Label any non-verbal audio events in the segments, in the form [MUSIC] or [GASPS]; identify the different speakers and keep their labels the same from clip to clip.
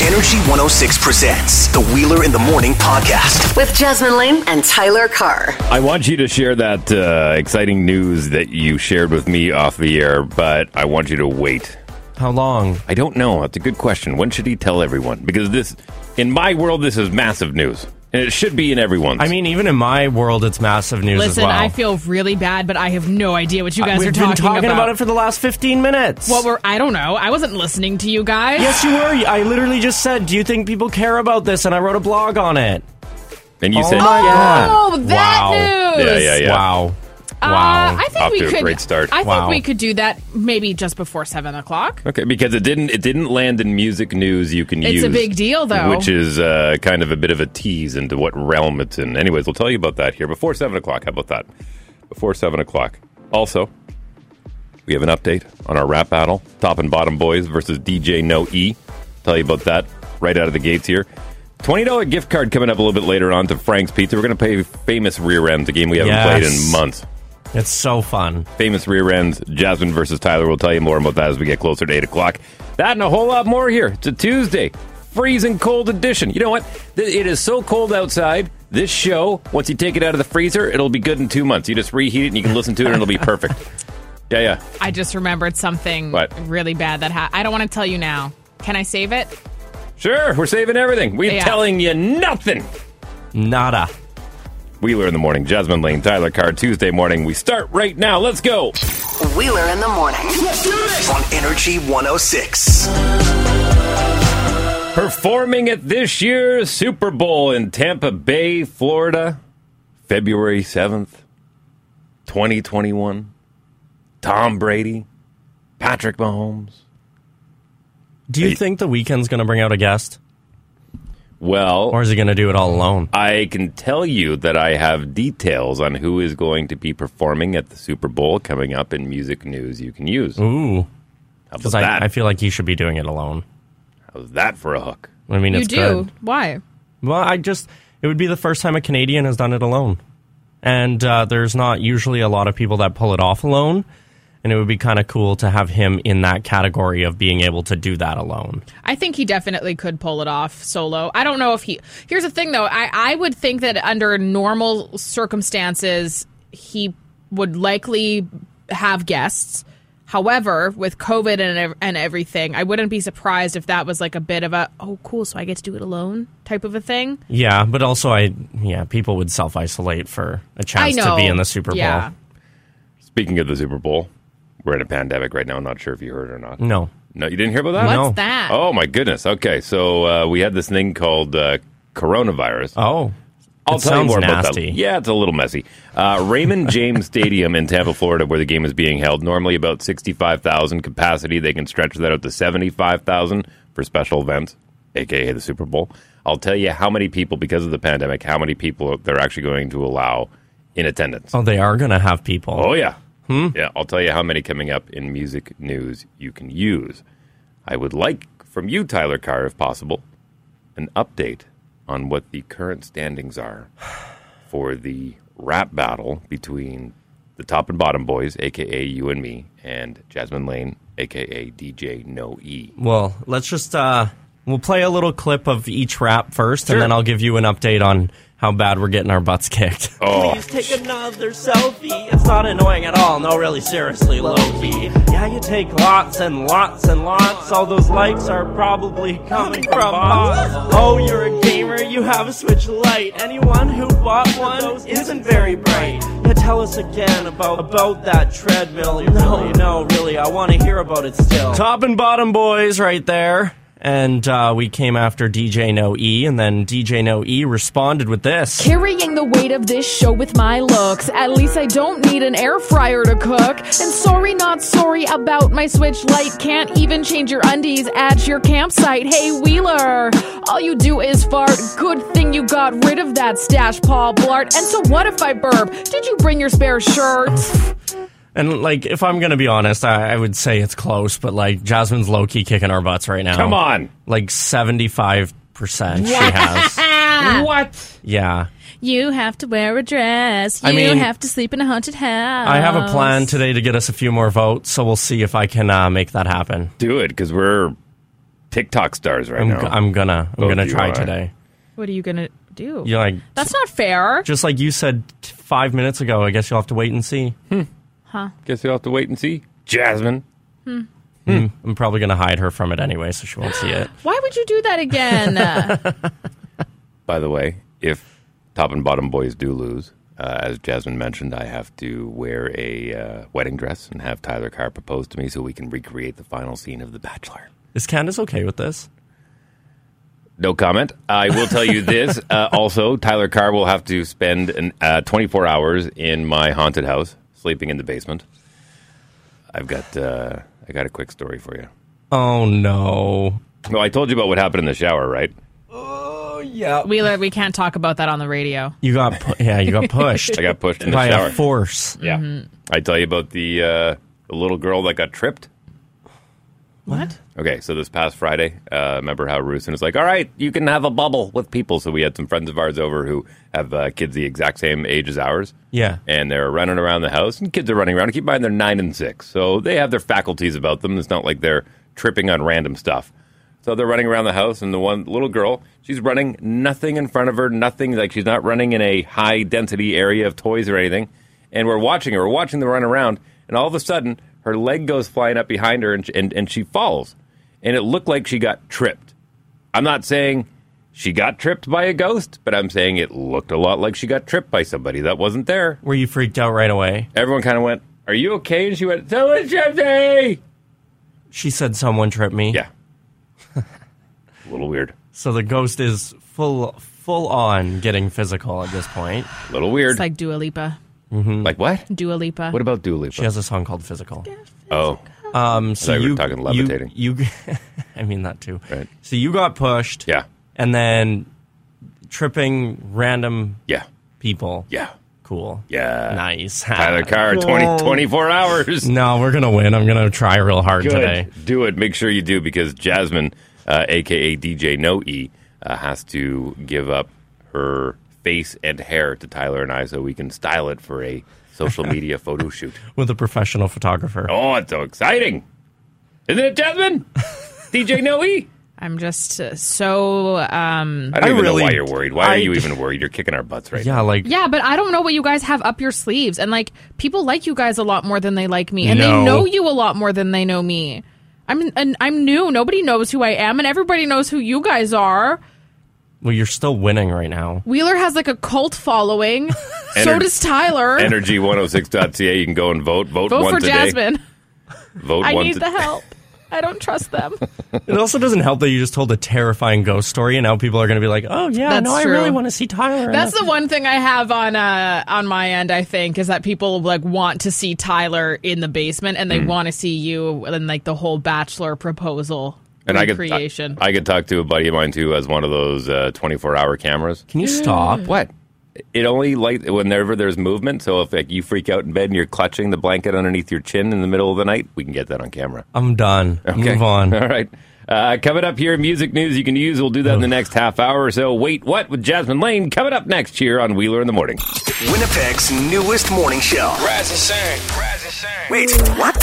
Speaker 1: Energy 106 presents the Wheeler in the Morning podcast.
Speaker 2: with Jasmine Lane and Tyler Carr.
Speaker 3: I want you to share that uh, exciting news that you shared with me off the air, but I want you to wait.
Speaker 4: How long?
Speaker 3: I don't know. That's a good question. When should he tell everyone? Because this, in my world, this is massive news, and it should be in everyone's.
Speaker 4: I mean, even in my world, it's massive news
Speaker 5: Listen,
Speaker 4: as well.
Speaker 5: I feel really bad, but I have no idea what you guys
Speaker 4: We've
Speaker 5: are
Speaker 4: been
Speaker 5: talking,
Speaker 4: talking about. it for the last 15 minutes.
Speaker 5: what were I don't know. I wasn't listening to you guys.
Speaker 4: yes, you were. I literally just said, do you think people care about this? And I wrote a blog on it.
Speaker 3: and you
Speaker 4: oh
Speaker 3: said,
Speaker 4: my God.
Speaker 5: Oh, that
Speaker 4: Wow.
Speaker 5: news.
Speaker 3: Yeah, yeah, yeah.
Speaker 4: Wow.
Speaker 5: Uh,
Speaker 4: wow.
Speaker 5: I think
Speaker 3: Off
Speaker 5: we
Speaker 3: to a
Speaker 5: could.
Speaker 3: great start.
Speaker 5: I
Speaker 4: Wow.
Speaker 5: think we could do that maybe just before seven o'clock.
Speaker 3: okay, because it didn't. It didn't land in music news. You can use.
Speaker 5: It's a big deal, though.
Speaker 3: which is uh, kind of a bit of a tease into what realm it's in. Anyways, we'll tell you about that here before seven o'clock. How about that? Before seven o'clock. Also, we have an update on our rap battle: Top and Bottom Boys versus DJ No E. Tell you about that right out of the gates here. Twenty dollar gift card coming up a little bit later on to Frank's Pizza. We're going to play Famous Rear Ends, a game we haven't
Speaker 4: Yes.
Speaker 3: played in months.
Speaker 4: It's so fun.
Speaker 3: Famous Rear Ends, Jasmine versus Tyler. We'll tell you more about that as we get closer to 8 o'clock. That and a whole lot more here. It's a Tuesday, freezing cold edition. You know what? Th- It is so cold outside. This show, once you take it out of the freezer, it'll be good in two months. You just reheat it and you can listen to it and it'll be perfect. Yeah, yeah.
Speaker 5: I just remembered something
Speaker 3: What?
Speaker 5: really bad that happened. I don't want to tell you now. Can I save it?
Speaker 3: Sure, we're saving everything. We're
Speaker 5: Yeah.
Speaker 3: telling you nothing.
Speaker 4: Nada.
Speaker 3: Wheeler in the morning, Jasmine Lane, Tyler Carr, Tuesday morning. We start right now. Let's go.
Speaker 2: Wheeler in the morning.
Speaker 1: On Energy 106.
Speaker 3: Performing at this year's Super Bowl in Tampa Bay, Florida, February 7th, 2021. Tom Brady, Patrick Mahomes.
Speaker 4: Do you think the weekend's going to bring out a guest? Or
Speaker 3: Well,
Speaker 4: is he going to do it all alone?
Speaker 3: I can tell you that I have details on who is going to be performing at the Super Bowl coming up in music news you can use. How's
Speaker 4: Ooh. Because I,
Speaker 3: that?
Speaker 4: I feel like he should be doing it alone.
Speaker 3: How's that for a hook?
Speaker 4: I mean,
Speaker 5: you
Speaker 4: it's
Speaker 5: do.
Speaker 4: good.
Speaker 5: Why?
Speaker 4: Well, I just it would be the first time a Canadian has done it alone, and uh, there's not usually a lot of people that pull it off alone. And it would be kind of cool to have him in that category of being able to do that alone.
Speaker 5: I think he definitely could pull it off solo. I don't know if he. Here's the thing, though. I, I would think that under normal circumstances, he would likely have guests. However, with COVID and, ev- and everything, I wouldn't be surprised if that was like a bit of a, oh, cool, so I get to do it alone type of a thing.
Speaker 4: Yeah, but also I yeah people would self isolate for a
Speaker 5: I
Speaker 4: chance to
Speaker 5: know.
Speaker 4: be in the Super Bowl.
Speaker 5: Yeah.
Speaker 3: Speaking of the Super Bowl, we're in a pandemic right now. I'm not sure if you heard it or not.
Speaker 4: No,
Speaker 3: No, you didn't hear about that?
Speaker 5: What's
Speaker 4: No.
Speaker 5: that?
Speaker 3: Oh my goodness. Okay, so uh, we had this thing called uh, coronavirus.
Speaker 4: oh,
Speaker 3: I'll
Speaker 4: it
Speaker 3: tell you
Speaker 4: sounds
Speaker 3: more about
Speaker 4: nasty.
Speaker 3: that. Yeah, it's a little messy. Uh,
Speaker 4: [LAUGHS]
Speaker 3: Raymond James Stadium in Tampa, Florida, where the game is being held, normally about sixty-five thousand capacity. They can stretch that out to seventy-five thousand for special events, aka the Super Bowl. I'll tell you how many people, because of the pandemic, how many people they're actually going to allow in attendance.
Speaker 4: Oh, they are gonna have people.
Speaker 3: Oh yeah.
Speaker 4: Hmm?
Speaker 3: Yeah, I'll tell you how many coming up in music news you can use. I would like from you, Tyler Carr, if possible, an update on what the current standings are [SIGHS] for the rap battle between the top and bottom boys, aka you and me, and Jasmine Lane, aka DJ No E.
Speaker 4: Well, let's just uh we'll play a little clip of each rap first, and then I'll give you an update on how bad we're getting our butts kicked.
Speaker 3: Oh,
Speaker 6: Please take another selfie. It's not annoying at all. No, really, seriously, Loki.
Speaker 4: Yeah, you take lots and lots and lots. All those likes are probably coming from bots.
Speaker 6: Oh, you're a gamer. You have a Switch Lite. Anyone who bought one isn't very bright. Yeah, tell us again about about that treadmill. No, no, really, I want to hear about it still.
Speaker 4: Top and bottom boys right there. And uh, we came after DJ No E, and then DJ No E responded with this.
Speaker 7: Carrying the weight of this show with my looks. At least I don't need an air fryer to cook. And sorry, not sorry about my Switch Lite. Can't even change your undies at your campsite. Hey, Wheeler, all you do is fart. Good thing you got rid of that stash, Paul Blart. And so what if I burp? Did you bring your spare shirt?
Speaker 4: And like, if I'm gonna be honest, I, I would say it's close, but like, Jasmine's low key kicking our butts right now.
Speaker 3: come on.
Speaker 4: like seventy five percent she has.
Speaker 5: What?
Speaker 4: Yeah,
Speaker 7: You have to wear a dress. You
Speaker 4: I mean- have
Speaker 7: to sleep in a haunted house.
Speaker 4: I have
Speaker 5: Oh,
Speaker 4: a plan today to get us a few more votes, so we'll see if I can uh, make that happen.
Speaker 3: Do it, because we're TikTok stars right
Speaker 4: I'm,
Speaker 3: now.
Speaker 4: I'm gonna I'm
Speaker 3: Both
Speaker 4: gonna
Speaker 3: of you
Speaker 4: try
Speaker 3: are.
Speaker 4: today.
Speaker 5: What are you gonna do?
Speaker 4: You're like
Speaker 5: That's not fair.
Speaker 4: just like you said t- five minutes ago. I guess you'll have to wait and see.
Speaker 3: Guess you'll have to wait and see. Jasmine.
Speaker 4: I'm probably gonna hide her from it anyway, so she won't see
Speaker 3: [GASPS]
Speaker 4: it.
Speaker 5: Why would you do
Speaker 4: [LAUGHS]
Speaker 5: that again?
Speaker 3: By the way, if top and bottom boys do lose, uh, as Jasmine mentioned, I have to wear a uh, wedding dress and have Tyler Carr propose to me so we can recreate the final scene of The Bachelor.
Speaker 4: Is Candace okay with this?
Speaker 3: No comment. I will tell you this. Uh, also, Tyler Carr will have to spend an, uh, 24 hours in my haunted house, sleeping in the basement. I've got uh, I got a quick story for you.
Speaker 4: Oh no.
Speaker 3: Well, I told you about what happened in the shower, right? Oh,
Speaker 5: Wheeler, we can't talk about that on the radio.
Speaker 4: You got pu- yeah, you got pushed
Speaker 3: I got pushed [LAUGHS] in the
Speaker 4: by
Speaker 3: shower.
Speaker 4: a force.
Speaker 3: yeah, I tell you about the uh, the little girl that got tripped.
Speaker 5: What?
Speaker 3: Okay, so this past Friday, uh, remember how Rusin is like, all right, you can have a bubble with people. So we had some friends of ours over who have uh, kids the exact same age as ours.
Speaker 4: Yeah.
Speaker 3: And they're running around the house, and kids are running around. Keep in mind, they're nine and six. So they have their faculties about them. It's not like they're tripping on random stuff. So they're running around the house, and the one little girl, she's running nothing in front of her, nothing. Like she's not running in a high density area of toys or anything. And we're watching her, we're watching them run around, and all of a sudden, her leg goes flying up behind her, and, she, and, and she falls. And it looked like she got tripped. I'm not saying she got tripped by a ghost, but I'm saying it looked a lot like she got tripped by somebody that wasn't there
Speaker 4: Were you freaked out right away?
Speaker 3: everyone kind of went, "Are you okay?" And she went, "Someone tripped me."
Speaker 4: She said someone tripped me.
Speaker 3: Yeah, [LAUGHS] a little weird.
Speaker 4: So the ghost is full full on getting physical at this point.
Speaker 3: A little weird.
Speaker 5: It's like Dua Lipa.
Speaker 3: Like what?
Speaker 5: Dua Lipa.
Speaker 3: What about Dua Lipa?
Speaker 4: She has a song called Physical.
Speaker 3: oh,
Speaker 4: Um so
Speaker 3: thought you were
Speaker 4: you
Speaker 3: talking
Speaker 4: you-
Speaker 3: levitating.
Speaker 4: You, [LAUGHS] I mean that too.
Speaker 3: Right.
Speaker 4: So you got pushed
Speaker 3: yeah,
Speaker 4: and then tripping random
Speaker 3: yeah,
Speaker 4: people.
Speaker 3: yeah,
Speaker 4: Cool.
Speaker 3: yeah. [LAUGHS]
Speaker 4: Nice.
Speaker 3: Tyler Carr, 20, 24 hours.
Speaker 4: No, we're gonna win. I'm gonna try real
Speaker 3: [LAUGHS]
Speaker 4: hard
Speaker 3: Good.
Speaker 4: today.
Speaker 3: Do it. Make sure you do because Jasmine, uh, aka DJ No E, uh, has to give up her face and hair to Tyler and I so we can style it for a [LAUGHS] social media photo shoot.
Speaker 4: With a professional photographer.
Speaker 3: Oh, it's so exciting. Isn't it,
Speaker 5: [LAUGHS]
Speaker 3: Jasmine? DJ No E?
Speaker 5: I'm just uh, so. Um,
Speaker 3: I don't
Speaker 4: I
Speaker 3: even
Speaker 4: really-
Speaker 3: know why you're worried. Why
Speaker 4: I-
Speaker 3: are you even worried? You're kicking our butts right
Speaker 4: Yeah, like
Speaker 5: yeah, but I don't know what you guys have up your sleeves. And like, people like you guys a lot more than they like me, and
Speaker 4: No.
Speaker 5: they know you a lot more than they know me. I'm and I'm new. Nobody knows who I am, and everybody knows who you guys are.
Speaker 4: well, you're still winning right now.
Speaker 5: Wheeler has like a
Speaker 3: [LAUGHS]
Speaker 5: cult following. so
Speaker 3: Ener-
Speaker 5: does Tyler.
Speaker 3: now. Energy106.ca. You can go and vote. Vote,
Speaker 5: Vote
Speaker 3: once
Speaker 5: for
Speaker 3: a day.
Speaker 5: Jasmine.
Speaker 3: Vote
Speaker 5: I
Speaker 3: once
Speaker 5: need
Speaker 3: a
Speaker 5: the help. I don't trust them.
Speaker 3: [LAUGHS]
Speaker 4: It also doesn't help that you just told a terrifying ghost story, and now people are going to be like, "Oh yeah,
Speaker 5: That's
Speaker 4: no, I
Speaker 5: true.
Speaker 4: really want to see Tyler."
Speaker 5: That's the one thing I have on uh, on my end. I think is that people like want to see Tyler in the basement, and they want to see you and like the whole bachelor proposal
Speaker 3: And I could, I,
Speaker 5: recreation.
Speaker 3: I could talk to a buddy of mine too as one of those uh, 24 hour cameras.
Speaker 4: Can you stop?
Speaker 3: What? It only like whenever there's movement. So if like, you freak out in bed and you're clutching the blanket underneath your chin in the middle of the night, we can get that on camera.
Speaker 4: I'm done.
Speaker 3: Okay.
Speaker 4: Move on.
Speaker 3: [LAUGHS] All right. Uh, coming up here, music news you can use. We'll do that in the next half hour or so. Wait, what? With Jasmine Lane coming up next here on Wheeler in the Morning.
Speaker 1: Winnipeg's newest morning show.
Speaker 8: Rise and shine. Rise and shine.
Speaker 1: Wait, what?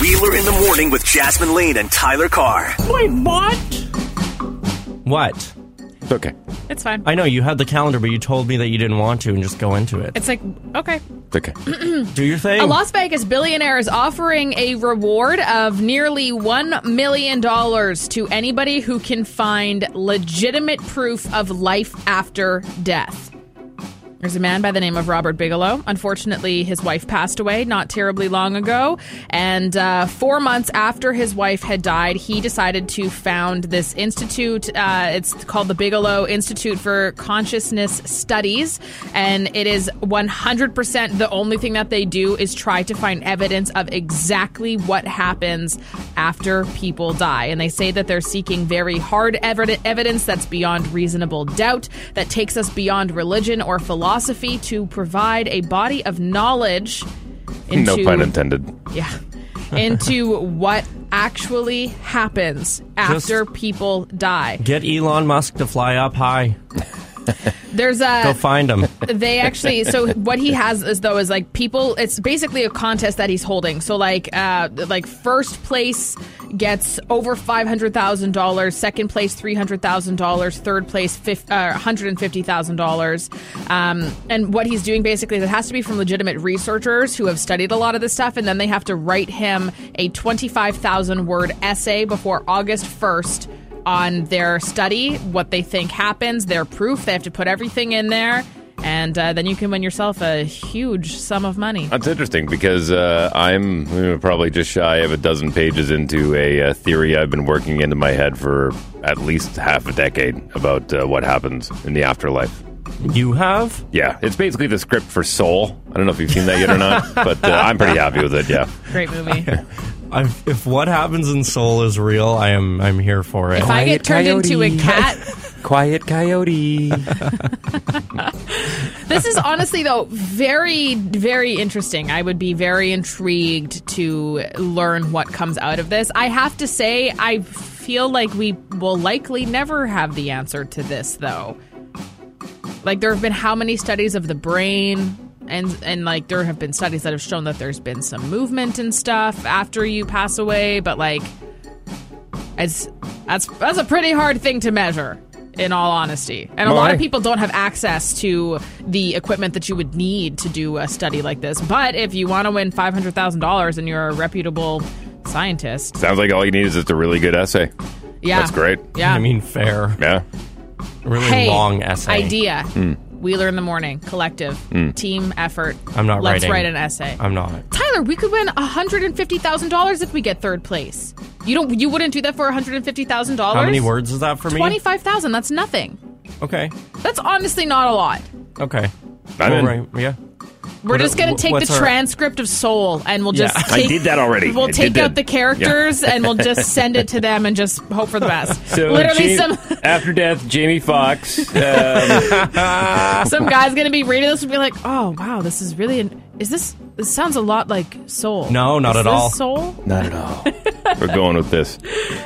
Speaker 1: Wheeler in the Morning with Jasmine Lane and Tyler Carr.
Speaker 4: Wait, what? What?
Speaker 3: It's okay.
Speaker 5: it's fine.
Speaker 4: I know you had the calendar, but you told me that you didn't want to, and just go into it.
Speaker 5: it's like okay.
Speaker 3: It's okay.
Speaker 4: Do your thing.
Speaker 5: A Las Vegas billionaire is offering a reward of nearly $1 million to anybody who can find legitimate proof of life after death. There's a man by the name of Robert Bigelow. Unfortunately, his wife passed away not terribly long ago. And uh, four months after his wife had died, he decided to found this institute. Uh, it's called the Bigelow Institute for Consciousness Studies. And it is 100% the only thing that they do is try to find evidence of exactly what happens after people die. And they say that they're seeking very hard evid- evidence that's beyond reasonable doubt, that takes us beyond religion or philosophy to provide a body of knowledge into
Speaker 3: No pun intended.
Speaker 5: yeah. Into what actually happens after people die.
Speaker 4: Get Elon Musk to fly up high.
Speaker 5: There's a
Speaker 4: Go find
Speaker 5: [LAUGHS]
Speaker 4: him.
Speaker 5: they actually so what he has is though is like people it's basically a contest that he's holding so like uh like first place gets over $500000 second place $300000 third place fif- uh, $150000 um, and what he's doing basically is it has to be from legitimate researchers who have studied a lot of this stuff and then they have to write him a 25000 word essay before august 1st on their study, what they think happens, their proof. They have to put everything in there, and uh, then you can win yourself a huge sum of money.
Speaker 3: That's interesting because uh, I'm uh, probably just shy of a dozen pages into a uh, theory I've been working into my head for at least half a decade about uh, what happens in the afterlife.
Speaker 4: You have?
Speaker 3: Yeah, it's basically the script for Soul. I don't know if you've seen that yet or not, but uh, I'm pretty happy with it. Yeah,
Speaker 5: Great movie.
Speaker 4: I've, if what happens in Seoul is real, I am I'm here for it.
Speaker 5: if I get turned into a cat,
Speaker 3: [LAUGHS] Quiet Coyote.
Speaker 5: [LAUGHS] this is honestly though very very interesting. I would be very intrigued to learn what comes out of this. I have to say, I feel like we will likely never have the answer to this though. Like there have been how many studies of the brain and and like there have been studies that have shown that there's been some movement and stuff after you pass away, but like it's that's that's a pretty hard thing to measure in all honesty. And a lot
Speaker 3: Why?
Speaker 5: of people don't have access to the equipment that you would need to do a study like this. But if you want to win $500,000 and you're a reputable scientist,
Speaker 3: Sounds like all you need is just a really good essay.
Speaker 5: yeah.
Speaker 3: That's great.
Speaker 5: Yeah.
Speaker 4: [LAUGHS] I mean, fair.
Speaker 3: Yeah.
Speaker 4: Really
Speaker 5: hey,
Speaker 4: long essay.
Speaker 5: Idea.
Speaker 3: Hmm.
Speaker 5: Wheeler in the morning, collective, team effort.
Speaker 4: I'm not
Speaker 5: Let's
Speaker 4: writing.
Speaker 5: write an essay.
Speaker 4: I'm not.
Speaker 5: Tyler, we could win $150,000 if we get third place. You don't you wouldn't do that for $150,000?
Speaker 4: How many words is that for me?
Speaker 5: 25,000. That's nothing.
Speaker 4: Okay.
Speaker 5: That's honestly not a lot.
Speaker 4: Okay.
Speaker 3: I'm
Speaker 4: All
Speaker 3: in.
Speaker 4: right. Yeah.
Speaker 5: We're
Speaker 4: What-
Speaker 5: just going
Speaker 4: wh-
Speaker 5: to take the
Speaker 4: what's our-
Speaker 5: transcript of Soul and we'll just
Speaker 4: Yeah.
Speaker 5: take,
Speaker 3: I did that already.
Speaker 5: We'll
Speaker 3: I
Speaker 5: take
Speaker 3: did
Speaker 5: out
Speaker 3: that.
Speaker 5: the characters and
Speaker 3: [LAUGHS]
Speaker 5: we'll just send it to them and just hope for the best. Literally, some
Speaker 3: [LAUGHS] after death, Jamie Fox.
Speaker 5: some guy's going to be reading this and be like, "Oh wow, this is really an, is this this sounds a lot like Soul."
Speaker 4: No, not
Speaker 5: Is
Speaker 4: at
Speaker 5: this
Speaker 4: all.
Speaker 5: Soul.
Speaker 3: Not at all. We're going with
Speaker 5: [LAUGHS]
Speaker 3: this.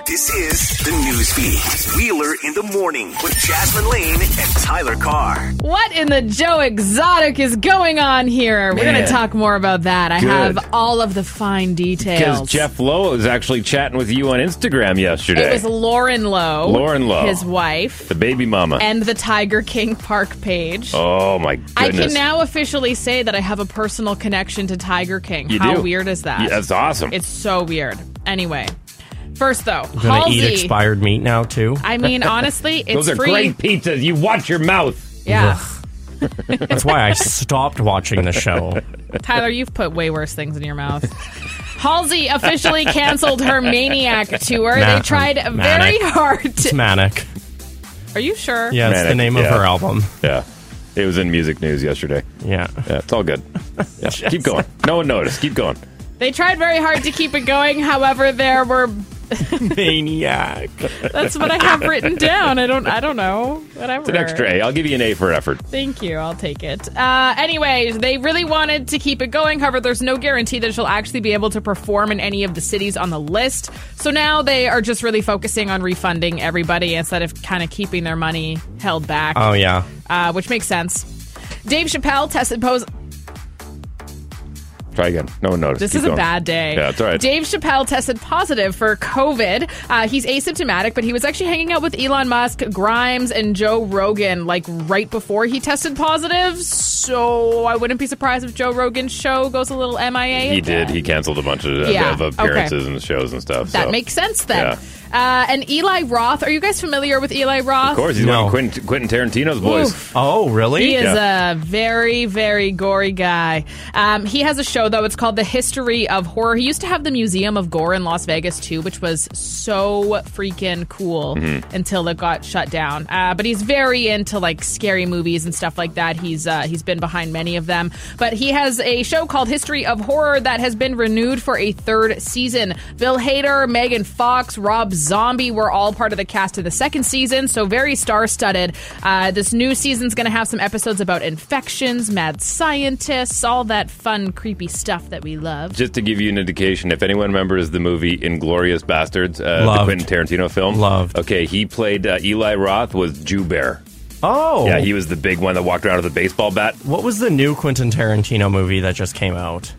Speaker 1: This is the news feed. Wheeler in the morning with Jasmine Lane and Tyler Carr.
Speaker 5: What in the Joe Exotic is going on here? We're going
Speaker 3: Man.
Speaker 5: to talk more about that. I
Speaker 3: Good.
Speaker 5: have all of the fine
Speaker 3: Because
Speaker 5: details.
Speaker 3: Jeff Lowe was actually chatting with you on Instagram
Speaker 5: it
Speaker 3: yesterday.
Speaker 5: was Lauren Lowe,
Speaker 3: Lauren Lowe.
Speaker 5: his wife,
Speaker 3: the baby mama.
Speaker 5: and the Tiger King Park page.
Speaker 3: oh my
Speaker 5: I
Speaker 3: goodness.
Speaker 5: can now officially say that I have a personal connection to Tiger King.
Speaker 3: You
Speaker 5: How
Speaker 3: do.
Speaker 5: weird is that?
Speaker 3: Yeah, that's awesome.
Speaker 5: It's so weird. Anyway, first though,
Speaker 4: Gonna
Speaker 5: Halsey.
Speaker 4: eat expired meat now
Speaker 5: [LAUGHS]
Speaker 4: too.
Speaker 5: I
Speaker 3: [LAUGHS]
Speaker 5: mean, honestly, it's
Speaker 3: Those are
Speaker 5: free.
Speaker 3: great pizzas. You watch your mouth.
Speaker 5: Yeah,
Speaker 4: That's why I stopped watching the show.
Speaker 5: Tyler, you've put way worse things in your mouth. Halsey officially canceled her Maniac tour.
Speaker 4: Ma-
Speaker 5: they tried very
Speaker 4: Manic.
Speaker 5: hard.
Speaker 4: It's
Speaker 5: To-
Speaker 4: manic.
Speaker 5: are you sure?
Speaker 4: Yeah, it's the
Speaker 3: Manic,
Speaker 4: name of
Speaker 3: yeah.
Speaker 4: her album.
Speaker 3: Yeah. It was in music news yesterday. [LAUGHS]
Speaker 4: Yeah.
Speaker 3: Yeah, it's all
Speaker 5: [LAUGHS]
Speaker 3: good. Yeah, keep going. No one noticed. Keep going.
Speaker 5: They tried very hard to keep it going. However, there were.
Speaker 4: Maniac.
Speaker 5: That's what I have written down. I don't. I don't know. Whatever.
Speaker 3: It's an extra A. I'll give you an A for effort.
Speaker 5: Thank you. I'll take it. Uh, anyways, they really wanted to keep it going. However, there's no guarantee that she'll actually be able to perform in any of the cities on the list. So now they are just really focusing on refunding everybody instead of kind of keeping their money held back,
Speaker 4: Oh yeah.
Speaker 5: uh, which makes sense. Dave Chappelle tested pos
Speaker 3: Try again. No one noticed.
Speaker 5: This
Speaker 3: Keep
Speaker 5: is a
Speaker 3: going.
Speaker 5: bad day.
Speaker 3: Yeah, it's all right.
Speaker 5: Dave Chappelle tested positive for COVID. Uh, he's asymptomatic, but he was actually hanging out with Elon Musk, Grimes, and Joe Rogan like right before he tested positive. So I wouldn't be surprised if Joe Rogan's show goes a little MIA.
Speaker 3: He
Speaker 5: again.
Speaker 3: did. He canceled a bunch of,
Speaker 5: Yeah,
Speaker 3: of
Speaker 5: okay.
Speaker 3: appearances and shows and stuff.
Speaker 5: That
Speaker 3: so.
Speaker 5: makes sense then.
Speaker 3: Yeah.
Speaker 5: Uh, and Eli Roth. Are you guys familiar with Eli Roth?
Speaker 3: Of course, he's
Speaker 4: No.
Speaker 3: one of Quentin, Quentin Tarantino's boys.
Speaker 5: Oof.
Speaker 4: Oh really?
Speaker 5: He is
Speaker 3: Yeah.
Speaker 5: a very, very gory guy. Um, he has a show, though. It's called The History of Horror. He used to have the Museum of Gore in Las Vegas, too, which was so freaking cool until it got shut down. Uh, but he's very into like scary movies and stuff like that. He's uh, He's been behind many of them. But he has a show called History of Horror that has been renewed for a third season. Bill Hader, Megan Fox, Rob Zombie were all part of the cast of the second season, so very star studded. Uh, this new season's going to have some episodes about infections, mad scientists, all that fun, creepy stuff that we love.
Speaker 3: Just to give you an indication, if anyone remembers the movie Inglorious Bastards, uh, the
Speaker 4: Loved.
Speaker 3: Quentin Tarantino film,
Speaker 4: Loved.
Speaker 3: Okay, he played uh, Eli Roth was Jew Bear.
Speaker 4: Oh,
Speaker 3: Yeah, he was the big one that walked around with a baseball bat.
Speaker 4: what was the new Quentin Tarantino movie that just came out?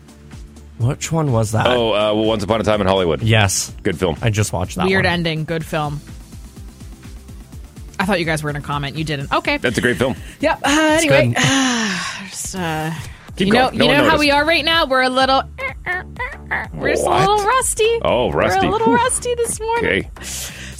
Speaker 4: Which one was that?
Speaker 3: Oh, uh, well, Once Upon a Time in Hollywood.
Speaker 4: yes,
Speaker 3: Good film.
Speaker 4: I just watched that.
Speaker 5: Weird
Speaker 4: one.
Speaker 5: ending. Good film. I thought you guys were going to comment. You didn't. Okay.
Speaker 3: That's a great film.
Speaker 5: yep. Uh, anyway,
Speaker 4: good.
Speaker 5: [SIGHS] just, uh,
Speaker 3: Keep
Speaker 5: you know,
Speaker 3: going. No
Speaker 5: you
Speaker 3: one
Speaker 5: know how
Speaker 3: noticed.
Speaker 5: we are right now. We're a little. We're just
Speaker 3: What?
Speaker 5: a little rusty.
Speaker 3: Oh, rusty.
Speaker 5: We're
Speaker 3: [LAUGHS]
Speaker 5: a little rusty this morning.
Speaker 3: Okay.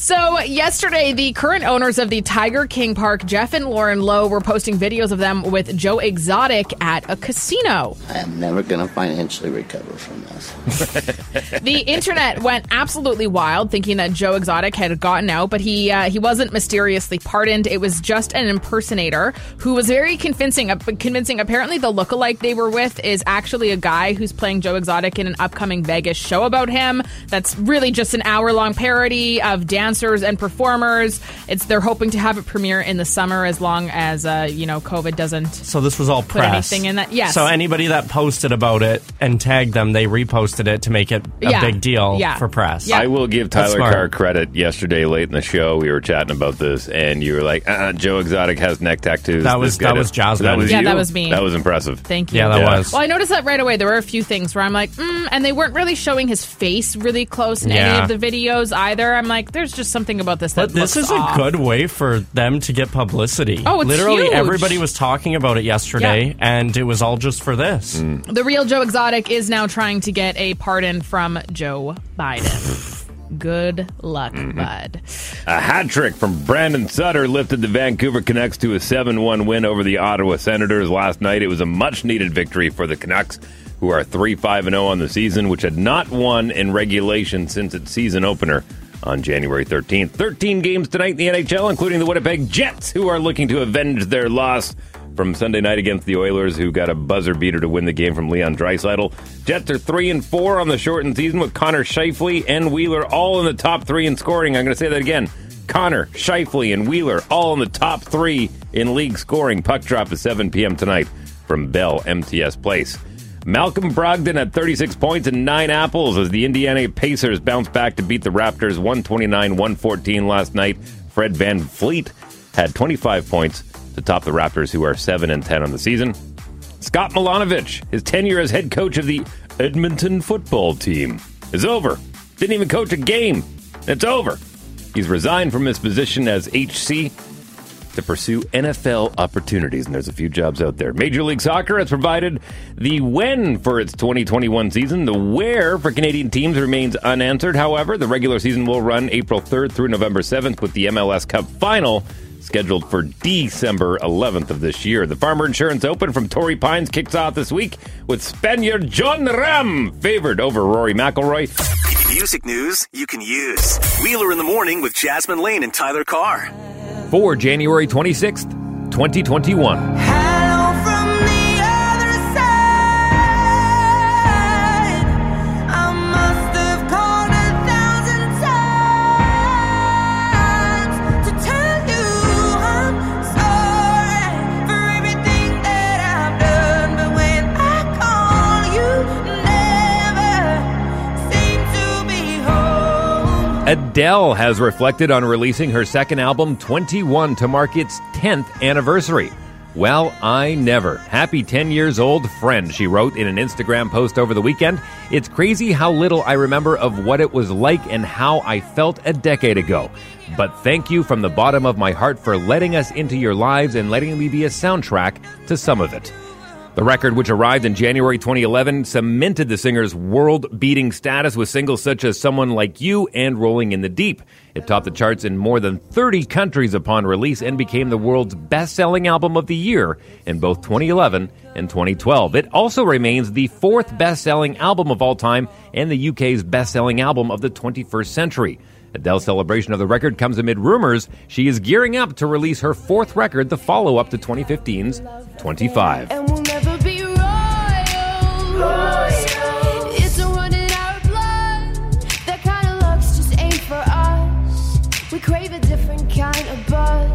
Speaker 5: So, yesterday, the current owners of the Tiger King Park, Jeff and Lauren Lowe, were posting videos of them with Joe Exotic at a casino.
Speaker 9: I'm never going to financially recover from this.
Speaker 5: The internet went absolutely wild, thinking that Joe Exotic had gotten out, but he uh, he wasn't mysteriously pardoned. It was just an impersonator who was very convincing. uh, Convincing. Apparently, the lookalike they were with is actually a guy who's playing Joe Exotic in an upcoming Vegas show about him. That's really just an hour long parody of dancers and performers. It's they're hoping to have it premiere in the summer, as long as uh, you know COVID doesn't
Speaker 4: So this was all
Speaker 5: Put
Speaker 4: press.
Speaker 5: anything in that- yes.
Speaker 4: So anybody that posted about it and tagged them, they reposted it to make it a
Speaker 5: Yeah.
Speaker 4: big deal
Speaker 5: Yeah.
Speaker 4: for press.
Speaker 5: Yeah.
Speaker 3: I will give
Speaker 4: That's
Speaker 3: Tyler
Speaker 4: smart.
Speaker 3: Carr credit. Yesterday, late in the show, we were chatting about this, and you were like, uh, "Joe Exotic has neck tattoos."
Speaker 4: That
Speaker 3: This
Speaker 4: was-
Speaker 3: guy
Speaker 4: that
Speaker 3: does-
Speaker 4: was Jasmine.
Speaker 3: That was
Speaker 5: Yeah,
Speaker 3: you?
Speaker 5: that was me.
Speaker 3: That was impressive.
Speaker 5: Thank you.
Speaker 4: Yeah, that
Speaker 3: Yeah.
Speaker 4: was.
Speaker 5: Well, I noticed that right away. There were a few things where I'm like, mm, and they weren't really showing his face really close in
Speaker 4: Yeah.
Speaker 5: any of the videos either. I'm like, there's just something about this that
Speaker 4: But this
Speaker 5: looks
Speaker 4: is
Speaker 5: off.
Speaker 4: a good way for them to get publicity.
Speaker 5: Oh, it's
Speaker 4: Literally
Speaker 5: huge.
Speaker 4: everybody was talking about it yesterday,
Speaker 5: Yeah.
Speaker 4: and it was all just for this.
Speaker 3: Mm.
Speaker 5: The real Joe Exotic is now trying to get a pardon from Joe Biden. good luck,
Speaker 4: Mm-hmm.
Speaker 5: bud.
Speaker 3: A hat trick from Brandon Sutter lifted the Vancouver Canucks to a 7 1 win over the Ottawa Senators last night. It was a much needed victory for the Canucks, who are 3 5 0 on the season, which had not won in regulation since its season opener on January 13th. 13 games tonight in the NHL, including the Winnipeg Jets, who are looking to avenge their loss from Sunday night against the Oilers, who got a buzzer beater to win the game from Leon Dreisidel. Jets are three and four on the shortened season with Connor Shifley and Wheeler all in the top three in scoring. I'm going to say that again. Connor, Shifley, and Wheeler all in the top three in league scoring. Puck drop at 7 p.m. tonight from Bell MTS Place. Malcolm Brogdon at 36 points and nine apples as the Indiana Pacers bounce back to beat the Raptors 129 114 last night. Fred Van Fleet had 25 points to top the Raptors, who are 7 and 10 on the season. Scott Milanovich, his tenure as head coach of the Edmonton football team is over. Didn't even coach a game. It's over. He's resigned from his position as HC to pursue NFL opportunities, and there's a few jobs out there. Major League Soccer has provided the when for its 2021 season. The where for Canadian teams remains unanswered. However, the regular season will run April 3rd through November 7th, with the MLS Cup final scheduled for December 11th of this year. The Farmer Insurance Open from Torrey Pines kicks off this week with Spaniard John Ram favored over Rory McIlroy.
Speaker 1: Music news you can use. Wheeler in the morning with Jasmine Lane and Tyler Carr.
Speaker 3: for January 26th, 2021. Adele has reflected on releasing her second album, 21, to mark its 10th anniversary. Well, I never. Happy 10 years old friend, she wrote in an Instagram post over the weekend. It's crazy how little I remember of what it was like and how I felt a decade ago. But thank you from the bottom of my heart for letting us into your lives and letting me be a soundtrack to some of it. The record, which arrived in January 2011, cemented the singer's world beating status with singles such as Someone Like You and Rolling in the Deep. It topped the charts in more than 30 countries upon release and became the world's best selling album of the year in both 2011 and 2012. It also remains the fourth best selling album of all time and the UK's best selling album of the 21st century. Adele's celebration of the record comes amid rumors she is gearing up to release her fourth record, the follow up to 2015's 25.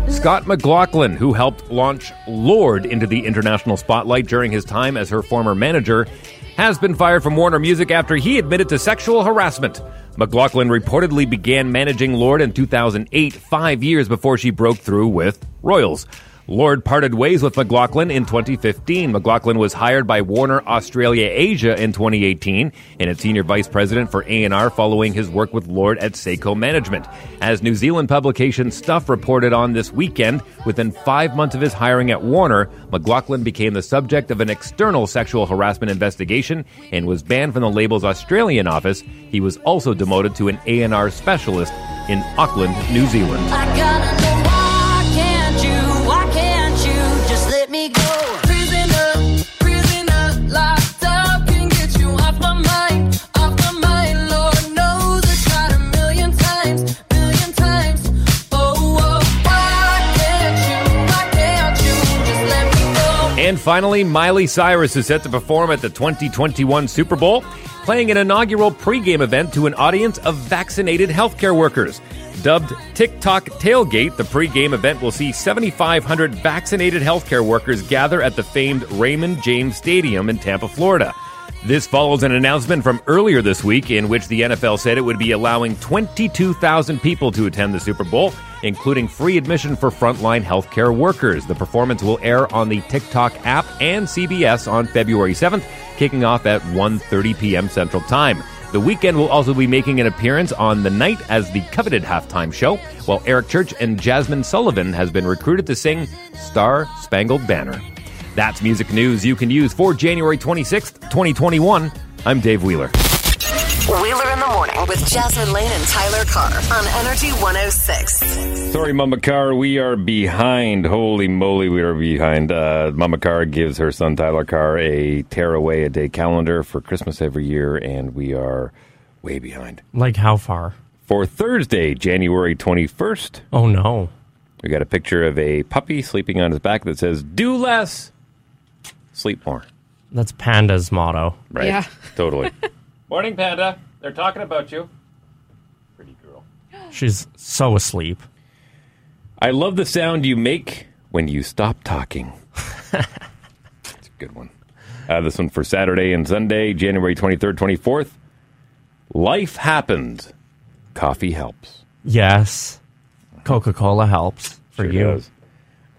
Speaker 3: Scott McLaughlin, who helped launch Lord into the international spotlight during his time as her former manager, has been fired from Warner Music after he admitted to sexual harassment. McLaughlin reportedly began managing Lord in 2008, five years before she broke through with Royals. Lord parted ways with McLaughlin in 2015. McLaughlin was hired by Warner Australia Asia in 2018 and its senior vice president for A&R following his work with Lord at Seiko Management. As New Zealand publication Stuff reported on this weekend, within five months of his hiring at Warner, McLaughlin became the subject of an external sexual harassment investigation and was banned from the label's Australian office. He was also demoted to an A&R specialist in Auckland, New Zealand.
Speaker 10: I gotta know why can't you, why can't you just let me go? Prisoner, prisoner, locked up can get you off my mind, off my mind. Lord knows I tried a million times, million times. Oh, oh, why can't you, why can't you just let me go?
Speaker 3: And finally, Miley Cyrus is set to perform at the 2021 Super Bowl, playing an inaugural pregame event to an audience of vaccinated healthcare workers. Dubbed TikTok Tailgate, the pregame event will see 7,500 vaccinated healthcare workers gather at the famed Raymond James Stadium in Tampa, Florida. This follows an announcement from earlier this week in which the NFL said it would be allowing 22,000 people to attend the Super Bowl, including free admission for frontline healthcare workers. The performance will air on the TikTok app and CBS on February 7th, kicking off at 1:30 p.m. Central Time. The weekend will also be making an appearance on The Night as the coveted halftime show, while Eric Church and Jasmine Sullivan has been recruited to sing Star Spangled Banner. That's music news you can use for January 26th, 2021. I'm Dave Wheeler.
Speaker 2: Wheeler in the Morning with Jasmine Lane and Tyler Carr on Energy 106.
Speaker 3: Sorry, Mama Carr, we are behind. Holy moly, we are behind. Uh, Mama Carr gives her son Tyler Carr a tear away a day calendar for Christmas every year, and we are way behind.
Speaker 4: Like how far?
Speaker 3: For Thursday, January 21st,
Speaker 4: Oh no.
Speaker 3: we got a picture of a puppy sleeping on his back that says, Do less, sleep more.
Speaker 4: That's Panda's motto.
Speaker 3: Right?
Speaker 5: Yeah.
Speaker 3: Totally. Morning, Panda. They're talking about you. Pretty girl.
Speaker 4: She's so asleep.
Speaker 3: I love the sound you make when you stop talking. It's a good one. Uh, this one for Saturday and Sunday, January 23rd, 24th. Life happens. Coffee helps.
Speaker 4: Yes. Coca Cola helps for
Speaker 3: Sure
Speaker 4: you.
Speaker 3: does.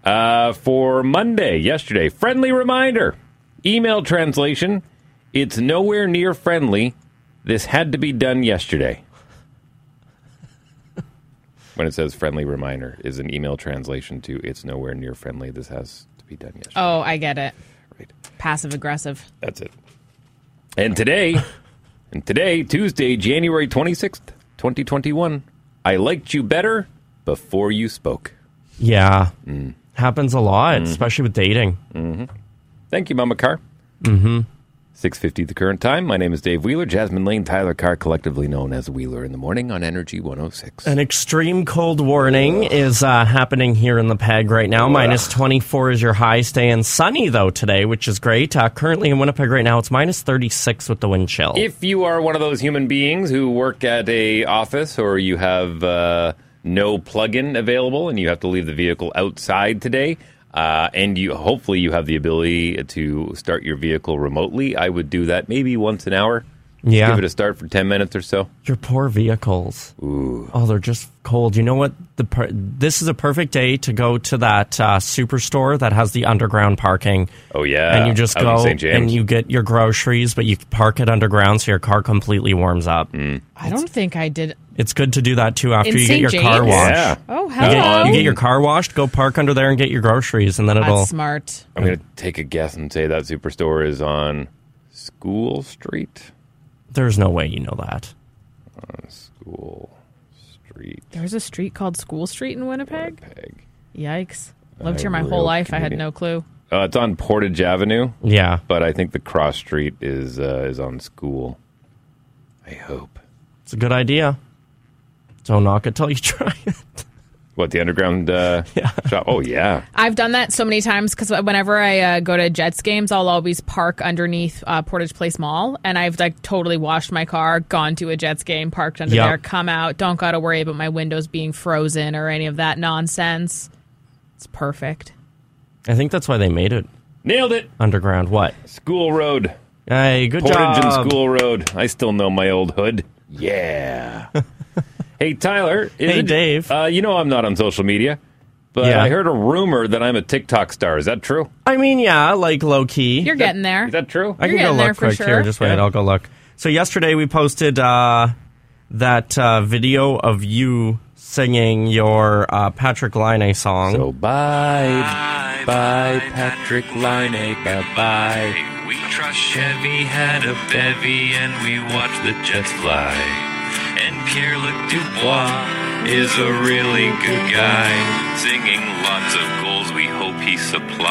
Speaker 3: Uh, for Monday, yesterday, friendly reminder. Email translation. It's nowhere near friendly. This had to be done yesterday. when it says friendly reminder is an email translation to it's nowhere near friendly. This has to be done yesterday.
Speaker 5: Oh, I get it.
Speaker 3: Right.
Speaker 5: Passive aggressive.
Speaker 3: That's it. And today, and today, Tuesday, January 26th, 2021, I liked you better before you spoke.
Speaker 4: Yeah. Happens a lot, especially with dating.
Speaker 3: Thank you, Mama Carr. Mm-hmm. 650 the current time. My name is Dave Wheeler, Jasmine Lane, Tyler Carr, collectively known as Wheeler in the Morning on Energy 106.
Speaker 4: An extreme cold warning is uh, happening here in the peg right now. Minus 24 is your high, staying sunny though today, which is great. Uh, currently in Winnipeg right now, it's minus 36 with the wind chill.
Speaker 3: If you are one of those human beings who work at a office or you have uh, no plug-in available and you have to leave the vehicle outside today, uh, and you hopefully you have the ability to start your vehicle remotely, I would do that maybe once an hour. Just
Speaker 4: Yeah.
Speaker 3: give it a start for ten minutes or so.
Speaker 4: Your poor vehicles. Oh, they're just cold. You know what? The per- this is a perfect day to go to that uh, superstore that has the underground parking.
Speaker 3: Oh yeah,
Speaker 4: and you just
Speaker 3: Out in
Speaker 4: go
Speaker 3: St. James.
Speaker 4: and you get your groceries, but you park it underground so your car completely warms up.
Speaker 3: Mm.
Speaker 5: I don't think I did.
Speaker 4: It's good to do that too after
Speaker 5: In
Speaker 4: you
Speaker 5: St.
Speaker 4: get your car
Speaker 5: James?
Speaker 4: washed.
Speaker 3: Yeah.
Speaker 5: Oh,
Speaker 4: You
Speaker 5: hello.
Speaker 4: get, you get your car washed, go park under there and get your groceries, and then it'll.
Speaker 5: That's smart.
Speaker 3: I'm going to take a guess and say that superstore is on School Street.
Speaker 4: There's no way you know that.
Speaker 3: School Street,
Speaker 5: There's a street called School Street in Winnipeg.
Speaker 3: Peg.
Speaker 5: Yikes. Lived
Speaker 3: I
Speaker 5: here my
Speaker 3: real
Speaker 5: whole life. I had
Speaker 3: convenient.
Speaker 5: no clue.
Speaker 3: Uh, it's on Portage Avenue,
Speaker 4: Yeah.
Speaker 3: but I think the cross street is uh, is on School. I hope.
Speaker 4: It's a good idea. Don't knock it till you [LAUGHS] try it.
Speaker 3: What the underground
Speaker 4: [LAUGHS]
Speaker 3: uh, shop? Oh yeah,
Speaker 5: I've done that so many times because whenever I uh, go to Jets games, I'll always park underneath uh, Portage Place Mall, and I've like totally washed my car, gone to a Jets game, parked under
Speaker 4: Yep.
Speaker 5: there, come out, don't got to worry about my windows being frozen or any of that nonsense. It's perfect.
Speaker 4: I think that's why they made it
Speaker 3: nailed it.
Speaker 4: underground. What?
Speaker 3: School Road,
Speaker 4: Hey, good
Speaker 3: Portage
Speaker 4: job.
Speaker 3: and School Road. I still know my old hood.
Speaker 4: [LAUGHS]
Speaker 3: Yeah. hey Tyler. is
Speaker 4: Hey,
Speaker 3: it-
Speaker 4: Dave.
Speaker 3: Uh, you know I'm not on social media, But
Speaker 4: Yeah.
Speaker 3: I heard a rumor that I'm a TikTok star. Is that true?
Speaker 4: I mean, yeah, like low key.
Speaker 5: You're getting there.
Speaker 3: Is that true?
Speaker 4: I can
Speaker 5: You're
Speaker 4: go
Speaker 5: getting there
Speaker 4: look
Speaker 5: for
Speaker 4: quick
Speaker 5: sure.
Speaker 4: here. Just wait, I'll go look. So yesterday we posted uh, that uh, video of you singing your uh, Patrick Line song.
Speaker 3: So bye, bye, Patrick Line, bye bye.
Speaker 11: We trust Chevy had a bevy and we watched the jets fly. And Pierre Luc Dubois is a really good guy, singing lots of goals we hope he supplies.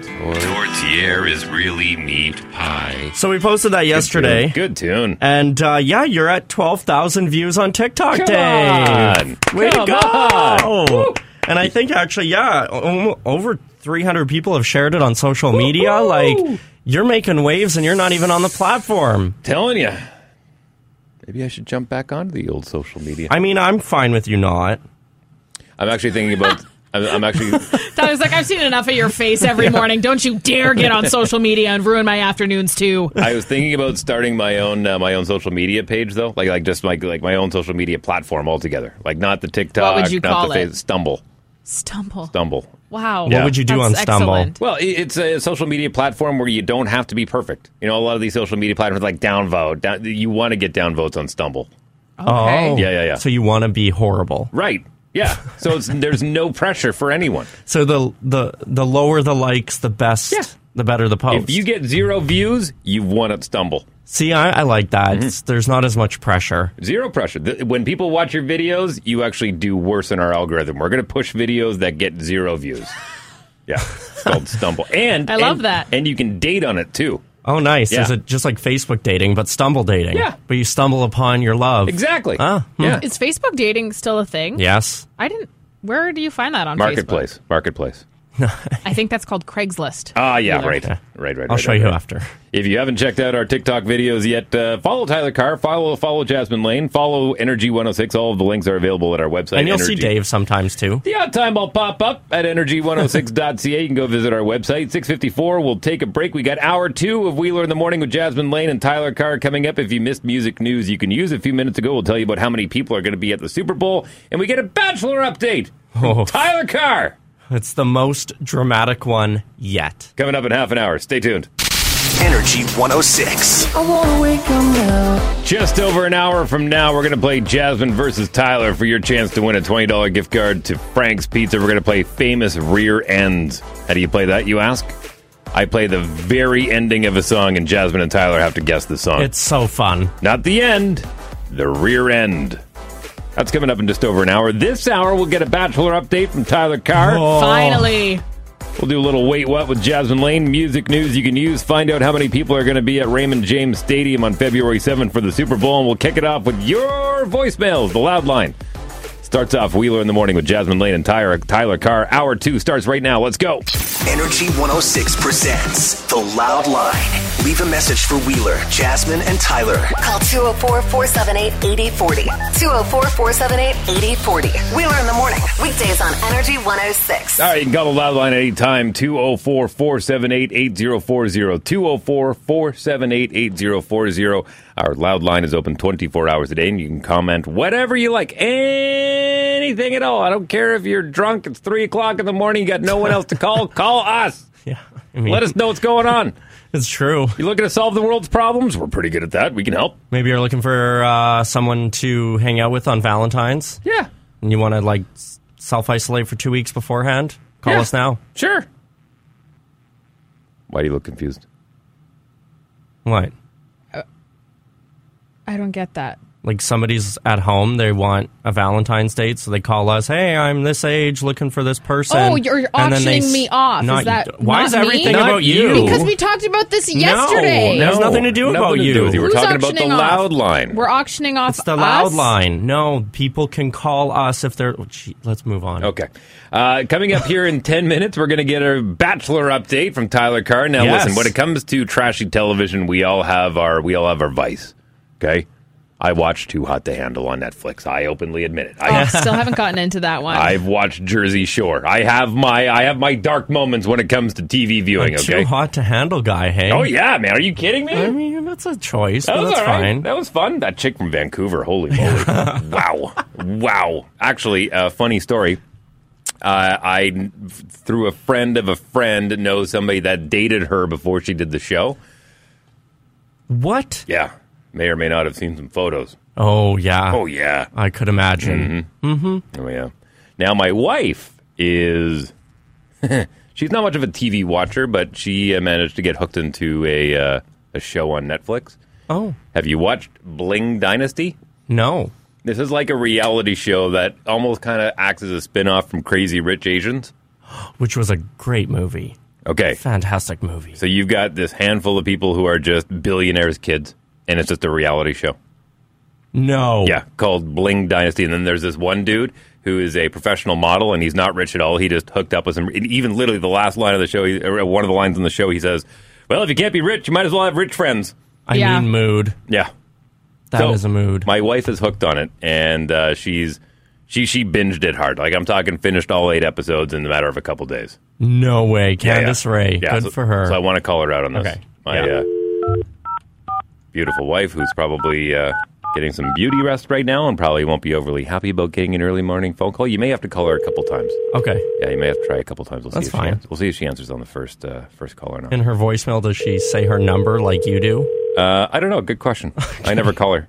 Speaker 11: Tortiere is really meat pie.
Speaker 4: So we posted that yesterday,
Speaker 3: Good tune.
Speaker 4: and uh, yeah, you're at twelve thousand views on TikTok.
Speaker 3: Come
Speaker 4: Dave.
Speaker 3: on.
Speaker 4: way
Speaker 3: Come
Speaker 4: to go!
Speaker 3: on.
Speaker 4: And I think actually, yeah, o- over three hundred people have shared it on social media. Like you're making waves, and you're not even on the platform.
Speaker 3: Telling you. Maybe I should jump back onto the old social media.
Speaker 4: I mean, I'm fine with you not.
Speaker 3: I'm actually thinking about. I'm, I'm actually.
Speaker 5: Tyler's like, I've seen enough of your
Speaker 4: [LAUGHS]
Speaker 5: face every morning. Don't you dare get on social media and ruin my afternoons too.
Speaker 3: I was thinking about starting my own uh, my own social media page though, like like just like like my own social media platform altogether, like not the TikTok,
Speaker 5: What would you
Speaker 3: not
Speaker 5: call
Speaker 3: the
Speaker 5: it?
Speaker 3: Face- Stumble,
Speaker 5: Stumble.
Speaker 3: Stumble.
Speaker 5: Wow.
Speaker 4: What would you do on
Speaker 5: That's
Speaker 4: Stumble?
Speaker 5: excellent.
Speaker 3: Well, i- it's a social media platform where you don't have to be perfect. You know, a lot of these social media platforms like downvote, down, you want to get downvotes on Stumble,
Speaker 4: Oh,
Speaker 3: Yeah, yeah, yeah.
Speaker 4: So you want to be horrible.
Speaker 3: right? Yeah. So it's, there's no pressure for anyone.
Speaker 4: So the the the lower the likes, the best,
Speaker 3: Yeah.
Speaker 4: the better the post.
Speaker 3: If you get zero views, you've won at Stumble.
Speaker 4: See, I, I like that.
Speaker 3: Mm-hmm.
Speaker 4: It's- There's not as much pressure.
Speaker 3: Zero pressure. Th- When people watch your videos, you actually do worse in our algorithm. We're going to push videos that get zero
Speaker 4: [LAUGHS]
Speaker 3: views. Yeah, it's called Stumble. And
Speaker 5: I love
Speaker 3: and-
Speaker 5: that.
Speaker 3: And you can date on it too.
Speaker 4: Oh, nice.
Speaker 3: Yeah.
Speaker 4: Is it just like Facebook dating, but stumble dating?
Speaker 3: Yeah.
Speaker 4: But you stumble upon your love.
Speaker 3: Exactly.
Speaker 4: Ah, hmm.
Speaker 3: yeah.
Speaker 5: Is Facebook dating still a thing?
Speaker 4: Yes.
Speaker 5: I didn't. Where do you find that on
Speaker 3: Marketplace. Marketplace.
Speaker 5: Facebook? I think that's called Craigslist.
Speaker 3: Ah, yeah,
Speaker 5: Wheeler.
Speaker 3: right. right, right, right.
Speaker 4: I'll show
Speaker 3: right,
Speaker 4: you
Speaker 3: right.
Speaker 4: after.
Speaker 3: If you haven't checked out our TikTok videos yet, uh, follow Tyler Carr, follow follow Jasmine Lane, follow Energy 106. All of the links are available at our website.
Speaker 4: and you'll see
Speaker 3: energy- oh
Speaker 4: Dave sometimes too.
Speaker 3: The odd time I'll pop up at energy106.ca. You can go visit our website. 654. We'll take a break. We got hour two of Wheeler in the Morning with Jasmine Lane and Tyler Carr coming up. If you missed music news you can use a few minutes ago, we'll tell you about how many people are going to be at the Super Bowl. And we get a bachelor update from
Speaker 4: Oh.
Speaker 3: Tyler Carr
Speaker 4: It's the most dramatic one yet.
Speaker 3: coming up in half an hour. Stay tuned.
Speaker 1: Energy 106.
Speaker 3: Just over an hour from now, we're going to play Jasmine versus Tyler for your chance to win a $20 gift card to Frank's Pizza. We're going to play Famous Rear Ends. How do you play that, you ask? I play the very ending of a song, and Jasmine and Tyler have to guess the song.
Speaker 4: It's so fun.
Speaker 3: Not the end, the rear end. That's coming up in just over an hour. This hour, we'll get a bachelor update from Tyler Carr.
Speaker 5: Oh.
Speaker 4: Oh.
Speaker 5: Finally.
Speaker 3: We'll do a little wait what with Jasmine Lane. Music news you can use. Find out how many people are going to be at Raymond James Stadium on February 7th for the Super Bowl. And we'll kick it off with your voicemails, the loud line. Starts off Wheeler in the morning with Jasmine Lane and Tyler, Tyler Carr. Hour two starts right now. Let's go.
Speaker 1: Energy 106 presents The Loud Line. Leave a message for Wheeler, Jasmine, and Tyler.
Speaker 2: Call 204 478 8040. 204 478 8040. Wheeler oh. in the morning. Weekdays on Energy 106.
Speaker 3: All right, you can call the loud line oh at any time 204 478 8040. 204 478 8040. Our loud line is open 24 hours a day, and you can comment whatever you like. Anything at all. I don't care if you're drunk, it's 3 o'clock in the morning, you got no one else to
Speaker 4: [LAUGHS]
Speaker 3: call. call us.
Speaker 4: Yeah. I mean,
Speaker 3: Let us know what's going on.
Speaker 4: It's true.
Speaker 3: You looking to solve the world's problems? We're pretty good at that. We can help.
Speaker 4: Maybe you're looking for uh, someone to hang out with on Valentine's.
Speaker 3: Yeah.
Speaker 4: and you want to like self isolate for two weeks beforehand, call
Speaker 3: Yeah.
Speaker 4: us now.
Speaker 3: Sure. Why do you look confused?
Speaker 4: What?
Speaker 5: I don't get that.
Speaker 4: Like somebody's at home, they want a Valentine's date, so they call us. Hey, I'm this age, looking for this person.
Speaker 5: Oh, you're
Speaker 4: And then they
Speaker 5: auctioning me
Speaker 4: s-
Speaker 5: off. Is
Speaker 4: Not,
Speaker 5: that
Speaker 4: why
Speaker 5: not
Speaker 4: is everything
Speaker 5: me?
Speaker 3: Not
Speaker 4: about you?
Speaker 3: you.
Speaker 5: Because we talked about this yesterday.
Speaker 4: no. It has nothing to do about
Speaker 3: to
Speaker 4: you.
Speaker 3: with We're
Speaker 5: Who's
Speaker 3: talking about the
Speaker 5: auctioning off?
Speaker 3: loud line.
Speaker 5: We're auctioning off
Speaker 4: it's the loud
Speaker 5: us?
Speaker 4: line. No, people can call us if they're. oh, gee, let's move on.
Speaker 3: Okay. Uh, coming up here in 10 minutes, we're going to get a bachelor update from Tyler Carr. Now,
Speaker 4: Yes.
Speaker 3: listen, when it comes to trashy television, we all have our we all have our vice. Okay? I watched Too Hot to Handle on Netflix. I openly admit it.
Speaker 4: [LAUGHS]
Speaker 3: I
Speaker 5: Oh, still haven't gotten into that one.
Speaker 3: I've watched Jersey Shore. I have my I have my dark moments when it comes to TV viewing.
Speaker 4: A too
Speaker 3: okay.
Speaker 4: hot to handle guy, hey?
Speaker 3: Oh yeah, man. Are you kidding me?
Speaker 4: I mean, that's a choice,
Speaker 3: That
Speaker 4: but
Speaker 3: was
Speaker 4: that's
Speaker 3: all right.
Speaker 4: fine.
Speaker 3: That was fun. That chick from Vancouver. Holy
Speaker 4: [LAUGHS]
Speaker 3: moly! wow, wow. Actually, a funny story. Uh, I through a friend of a friend know somebody that dated her before she did the show.
Speaker 4: What?
Speaker 3: Yeah, may or may not have seen some photos.
Speaker 4: Oh yeah.
Speaker 3: Oh yeah.
Speaker 4: I could imagine. Mhm.
Speaker 3: Oh yeah. Now my wife is [LAUGHS] she's not much of a TV watcher, but she uh, managed to get hooked into a uh, a show on Netflix.
Speaker 4: Oh.
Speaker 3: Have you watched Bling Dynasty?
Speaker 4: No.
Speaker 3: This is like a reality show that almost kind of acts as a spin-off from Crazy Rich Asians.
Speaker 4: Which was a great movie.
Speaker 3: Okay.
Speaker 4: Fantastic movie.
Speaker 3: So you've got this handful of people who are just billionaires kids and it's just a reality show.
Speaker 4: No.
Speaker 3: Yeah, called Bling Dynasty. And then there's this one dude who is a professional model, and he's not rich at all. He just hooked up with some. and Even literally the last line of the show, he- or uh, one of the lines in the show, he says, "Well, if you can't be rich, you might as well have rich friends."
Speaker 4: I
Speaker 5: Yeah.
Speaker 4: mean mood.
Speaker 3: Yeah,
Speaker 4: That is
Speaker 3: So-
Speaker 4: a mood.
Speaker 3: my wife is hooked on it, and uh, she's she she binged it hard. Like I'm talking, finished all eight episodes in the matter of a couple days.
Speaker 4: No way.
Speaker 3: Yeah, yeah.
Speaker 4: Candace Ray.
Speaker 3: Yeah,
Speaker 4: Good
Speaker 3: so-
Speaker 4: for her.
Speaker 3: So I want to call her out on this.
Speaker 4: Okay.
Speaker 3: My
Speaker 4: Yeah.
Speaker 3: uh, beautiful wife, who's probably uh, getting some beauty rest right now, and probably won't be overly happy about getting an early morning phone call. You may have to call her a couple times.
Speaker 4: okay.
Speaker 3: Yeah, you may have to try a couple times. We'll
Speaker 4: That's
Speaker 3: see if
Speaker 4: fine.
Speaker 3: She ans- we'll see if she answers on the first uh, first call or not.
Speaker 4: In her voicemail, does she say her number like you do? [LAUGHS]
Speaker 3: Uh, I don't know. Good question. I never call her.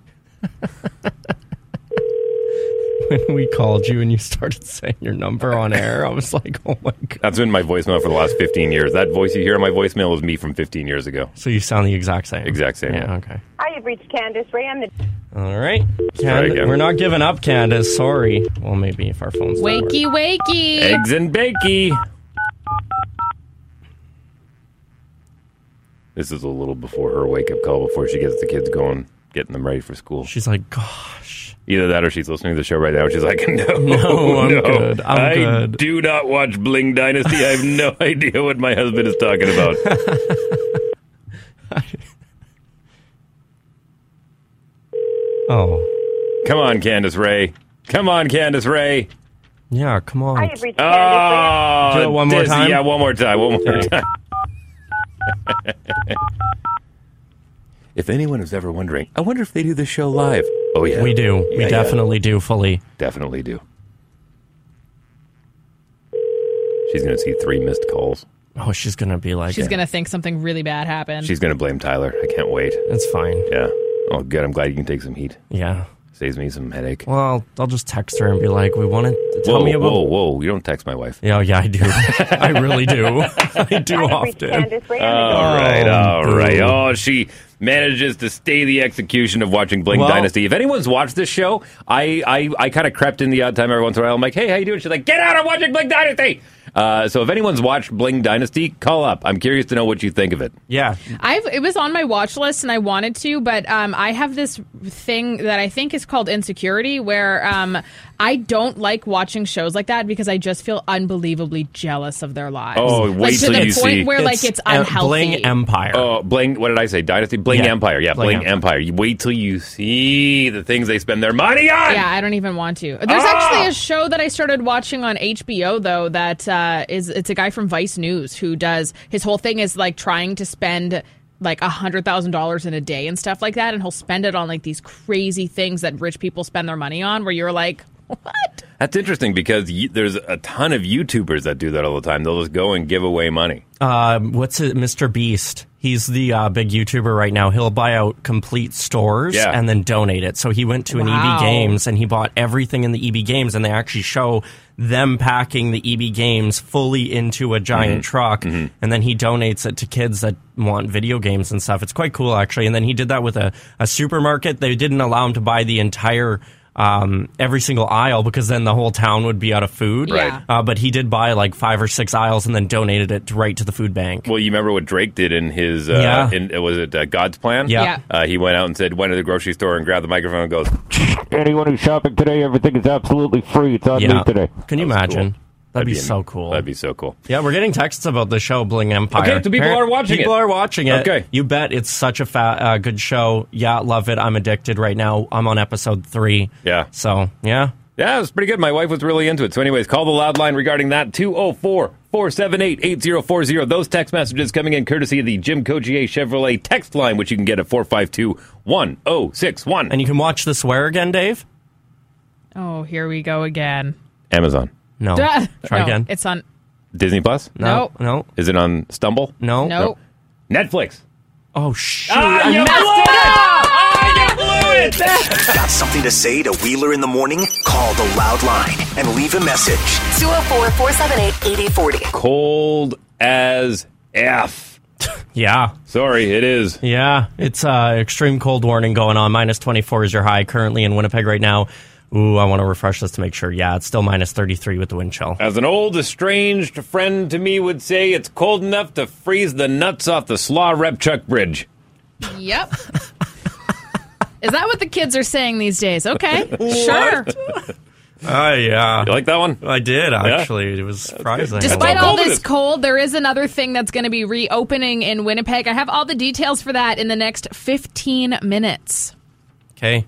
Speaker 4: When we called you and you started [LAUGHS] saying your number on air, I was like, oh my God.
Speaker 3: That's been my voicemail for the last 15 years. That voice you hear on my voicemail is me from 15 years ago.
Speaker 4: So you sound the exact same.
Speaker 3: Exact same,
Speaker 4: Yeah,
Speaker 3: yeah.
Speaker 4: okay.
Speaker 12: I have reached Candace Ray. I'm the
Speaker 4: All right.
Speaker 3: Try
Speaker 4: Cand-
Speaker 3: again.
Speaker 4: we're not giving up, Candace. Sorry. Well, maybe if our phones don't work.
Speaker 5: wakey, wakey.
Speaker 3: Eggs and bakey. This is a little before her wake up call, before she gets the kids going, getting them ready for school.
Speaker 4: She's like, gosh.
Speaker 3: Either that or she's listening to the show right now. and She's like, [LAUGHS] no,
Speaker 4: No, I'm
Speaker 3: no,
Speaker 4: good. I'm
Speaker 3: I
Speaker 4: good."
Speaker 3: do not watch Bling Dynasty. I have no [LAUGHS] idea what my husband is talking
Speaker 4: [LAUGHS]
Speaker 3: about.
Speaker 4: Oh.
Speaker 3: Come on, Candace Ray. Come on, Candace Ray.
Speaker 4: Yeah, come on.
Speaker 12: I have reached Candace Ray.
Speaker 3: Oh,
Speaker 4: Do it one more
Speaker 3: Dizzy.
Speaker 4: time?
Speaker 3: Yeah, one more time. One more
Speaker 4: Okay.
Speaker 3: time. if anyone is ever wondering, I wonder if they do this show live. Oh yeah,
Speaker 4: We do.
Speaker 3: Yeah,
Speaker 4: we
Speaker 3: yeah.
Speaker 4: definitely do fully.
Speaker 3: definitely do. She's gonna see three missed calls.
Speaker 4: Oh, she's going to be like,
Speaker 5: She's gonna think something really bad happened.
Speaker 3: She's gonna blame Tyler. I can't wait.
Speaker 4: it's fine.
Speaker 3: Yeah. Oh, good. I'm glad you can take some heat.
Speaker 4: Yeah.
Speaker 3: Saves me some headache.
Speaker 4: Well, I'll, I'll just text her and be like, we want to tell
Speaker 3: whoa,
Speaker 4: me about.
Speaker 3: whoa, whoa! You don't text my wife.
Speaker 4: Yeah, yeah, [LAUGHS] I do. I really do. [LAUGHS] I do
Speaker 12: I have reached
Speaker 4: often.
Speaker 12: Candace Ray. I'm the
Speaker 3: All right, all
Speaker 4: boo.
Speaker 3: right. Oh, she manages to stay the execution of watching Blink
Speaker 4: Well-
Speaker 3: Dynasty. If anyone's watched this show, I I, I kind of crept in the odd time every once in a while. I'm like, hey, how you doing? She's like, get out! I'm watching Blink Dynasty. Uh, so if anyone's watched Bling Dynasty, call up. I'm curious to know what you think of it.
Speaker 4: Yeah.
Speaker 5: I've it was on my watch list and I wanted to, but um, I have this thing that I think is called insecurity, where um, I don't like watching shows like that because I just feel unbelievably jealous of their lives.
Speaker 3: Oh,
Speaker 5: like,
Speaker 3: wait
Speaker 5: to
Speaker 3: till
Speaker 5: the
Speaker 3: you
Speaker 5: point
Speaker 3: see.
Speaker 5: where like it's unhealthy.
Speaker 4: Bling Empire.
Speaker 3: Oh, Bling! What did I say? Dynasty, Bling
Speaker 4: Yeah.
Speaker 3: Empire. Yeah,
Speaker 4: Bling
Speaker 3: Bling, Empire. You wait till you see the things they spend their money on.
Speaker 5: Yeah, I don't even want to. There's
Speaker 3: Ah!
Speaker 5: actually a show that I started watching on HBO though that uh, is it's a guy from Vice News who does his whole thing is like trying to spend like a hundred thousand dollars in a day and stuff like that, and he'll spend it on like these crazy things that rich people spend their money on. Where you're like, what?
Speaker 3: That's interesting because y there's a ton of YouTubers that do that all the time. They'll just go and give away money.
Speaker 4: Um, what's it, Mr. Beast? He's the uh, big YouTuber right now. He'll buy out complete stores
Speaker 3: Yeah.
Speaker 4: and then donate it. So he went to an
Speaker 5: Wow.
Speaker 4: EB Games and he bought everything in the EB Games, and they actually show them packing the EB Games fully into a giant truck, and then he donates it to kids that want video games and stuff. It's quite cool actually. And then he did that with a, a supermarket. They didn't allow him to buy the entire. Um, every single aisle because then the whole town would be out of food.
Speaker 5: Right. Yeah.
Speaker 4: Uh, but he did buy like five or six aisles and then donated it right to the food bank.
Speaker 3: Well, you remember what Drake did in his uh,
Speaker 4: Yeah.
Speaker 3: in, uh, was it uh, God's Plan?
Speaker 4: Yeah.
Speaker 5: Yeah.
Speaker 3: Uh, he went out and said, went to the grocery store and grabbed the
Speaker 13: [LAUGHS]
Speaker 3: microphone and goes,
Speaker 13: Anyone who's shopping today, everything is absolutely free. It's on me today.
Speaker 4: Can you imagine? That'd be so cool.
Speaker 3: That'd be so cool.
Speaker 4: Yeah, we're getting texts about the show Bling Empire.
Speaker 3: Okay, so people
Speaker 4: Apparent-
Speaker 3: are watching
Speaker 4: People
Speaker 3: it.
Speaker 4: are watching it.
Speaker 3: Okay.
Speaker 4: you bet it's such a fa- uh, good show. Yeah, love it. I'm addicted right now. I'm on episode three.
Speaker 3: Yeah.
Speaker 4: So yeah,
Speaker 3: Yeah, it was pretty good. My wife was really into it. So, anyways, call the loud line regarding that 204 478 8040. Those text messages coming in courtesy of the Jim Cogier Chevrolet text line, which you can get at 452 1061.
Speaker 4: And you can watch the swear again, Dave?
Speaker 5: Oh, here we go again.
Speaker 3: Amazon. [LAUGHS]
Speaker 4: No.
Speaker 5: Duh.
Speaker 3: Try
Speaker 5: No,
Speaker 3: again.
Speaker 5: It's on.
Speaker 3: Disney Plus?
Speaker 5: No.
Speaker 4: Oh, No.
Speaker 3: Is it on Stumble?
Speaker 4: No.
Speaker 5: Nope.
Speaker 3: Netflix.
Speaker 4: Oh, shit.
Speaker 3: Ah, you
Speaker 1: Got something to say to Wheeler in the morning? Call the loud line and leave a message.
Speaker 2: 204 478 8040.
Speaker 3: Cold as F.
Speaker 4: Yeah.
Speaker 3: Sorry, it is.
Speaker 4: Yeah, it's uh, extreme cold warning going on. Minus 24 is your high currently in Winnipeg right now. Ooh, I want to refresh this to make sure. Yeah, it's still minus 33 with the wind chill.
Speaker 3: As an old estranged friend to me would say, it's cold enough to freeze the nuts off the Slaw Repchuck Bridge.
Speaker 5: Yep. [LAUGHS] Is that what the kids are saying these days? Okay, sure.
Speaker 4: Oh, yeah.
Speaker 3: You like that one?
Speaker 4: I did,
Speaker 3: Yeah?
Speaker 4: actually. It was surprising.
Speaker 5: Despite all
Speaker 3: Cold it
Speaker 5: this
Speaker 3: is.
Speaker 5: cold, there is another thing that's going to be reopening in Winnipeg. I have all the details for that in the next 15 minutes.
Speaker 4: Okay.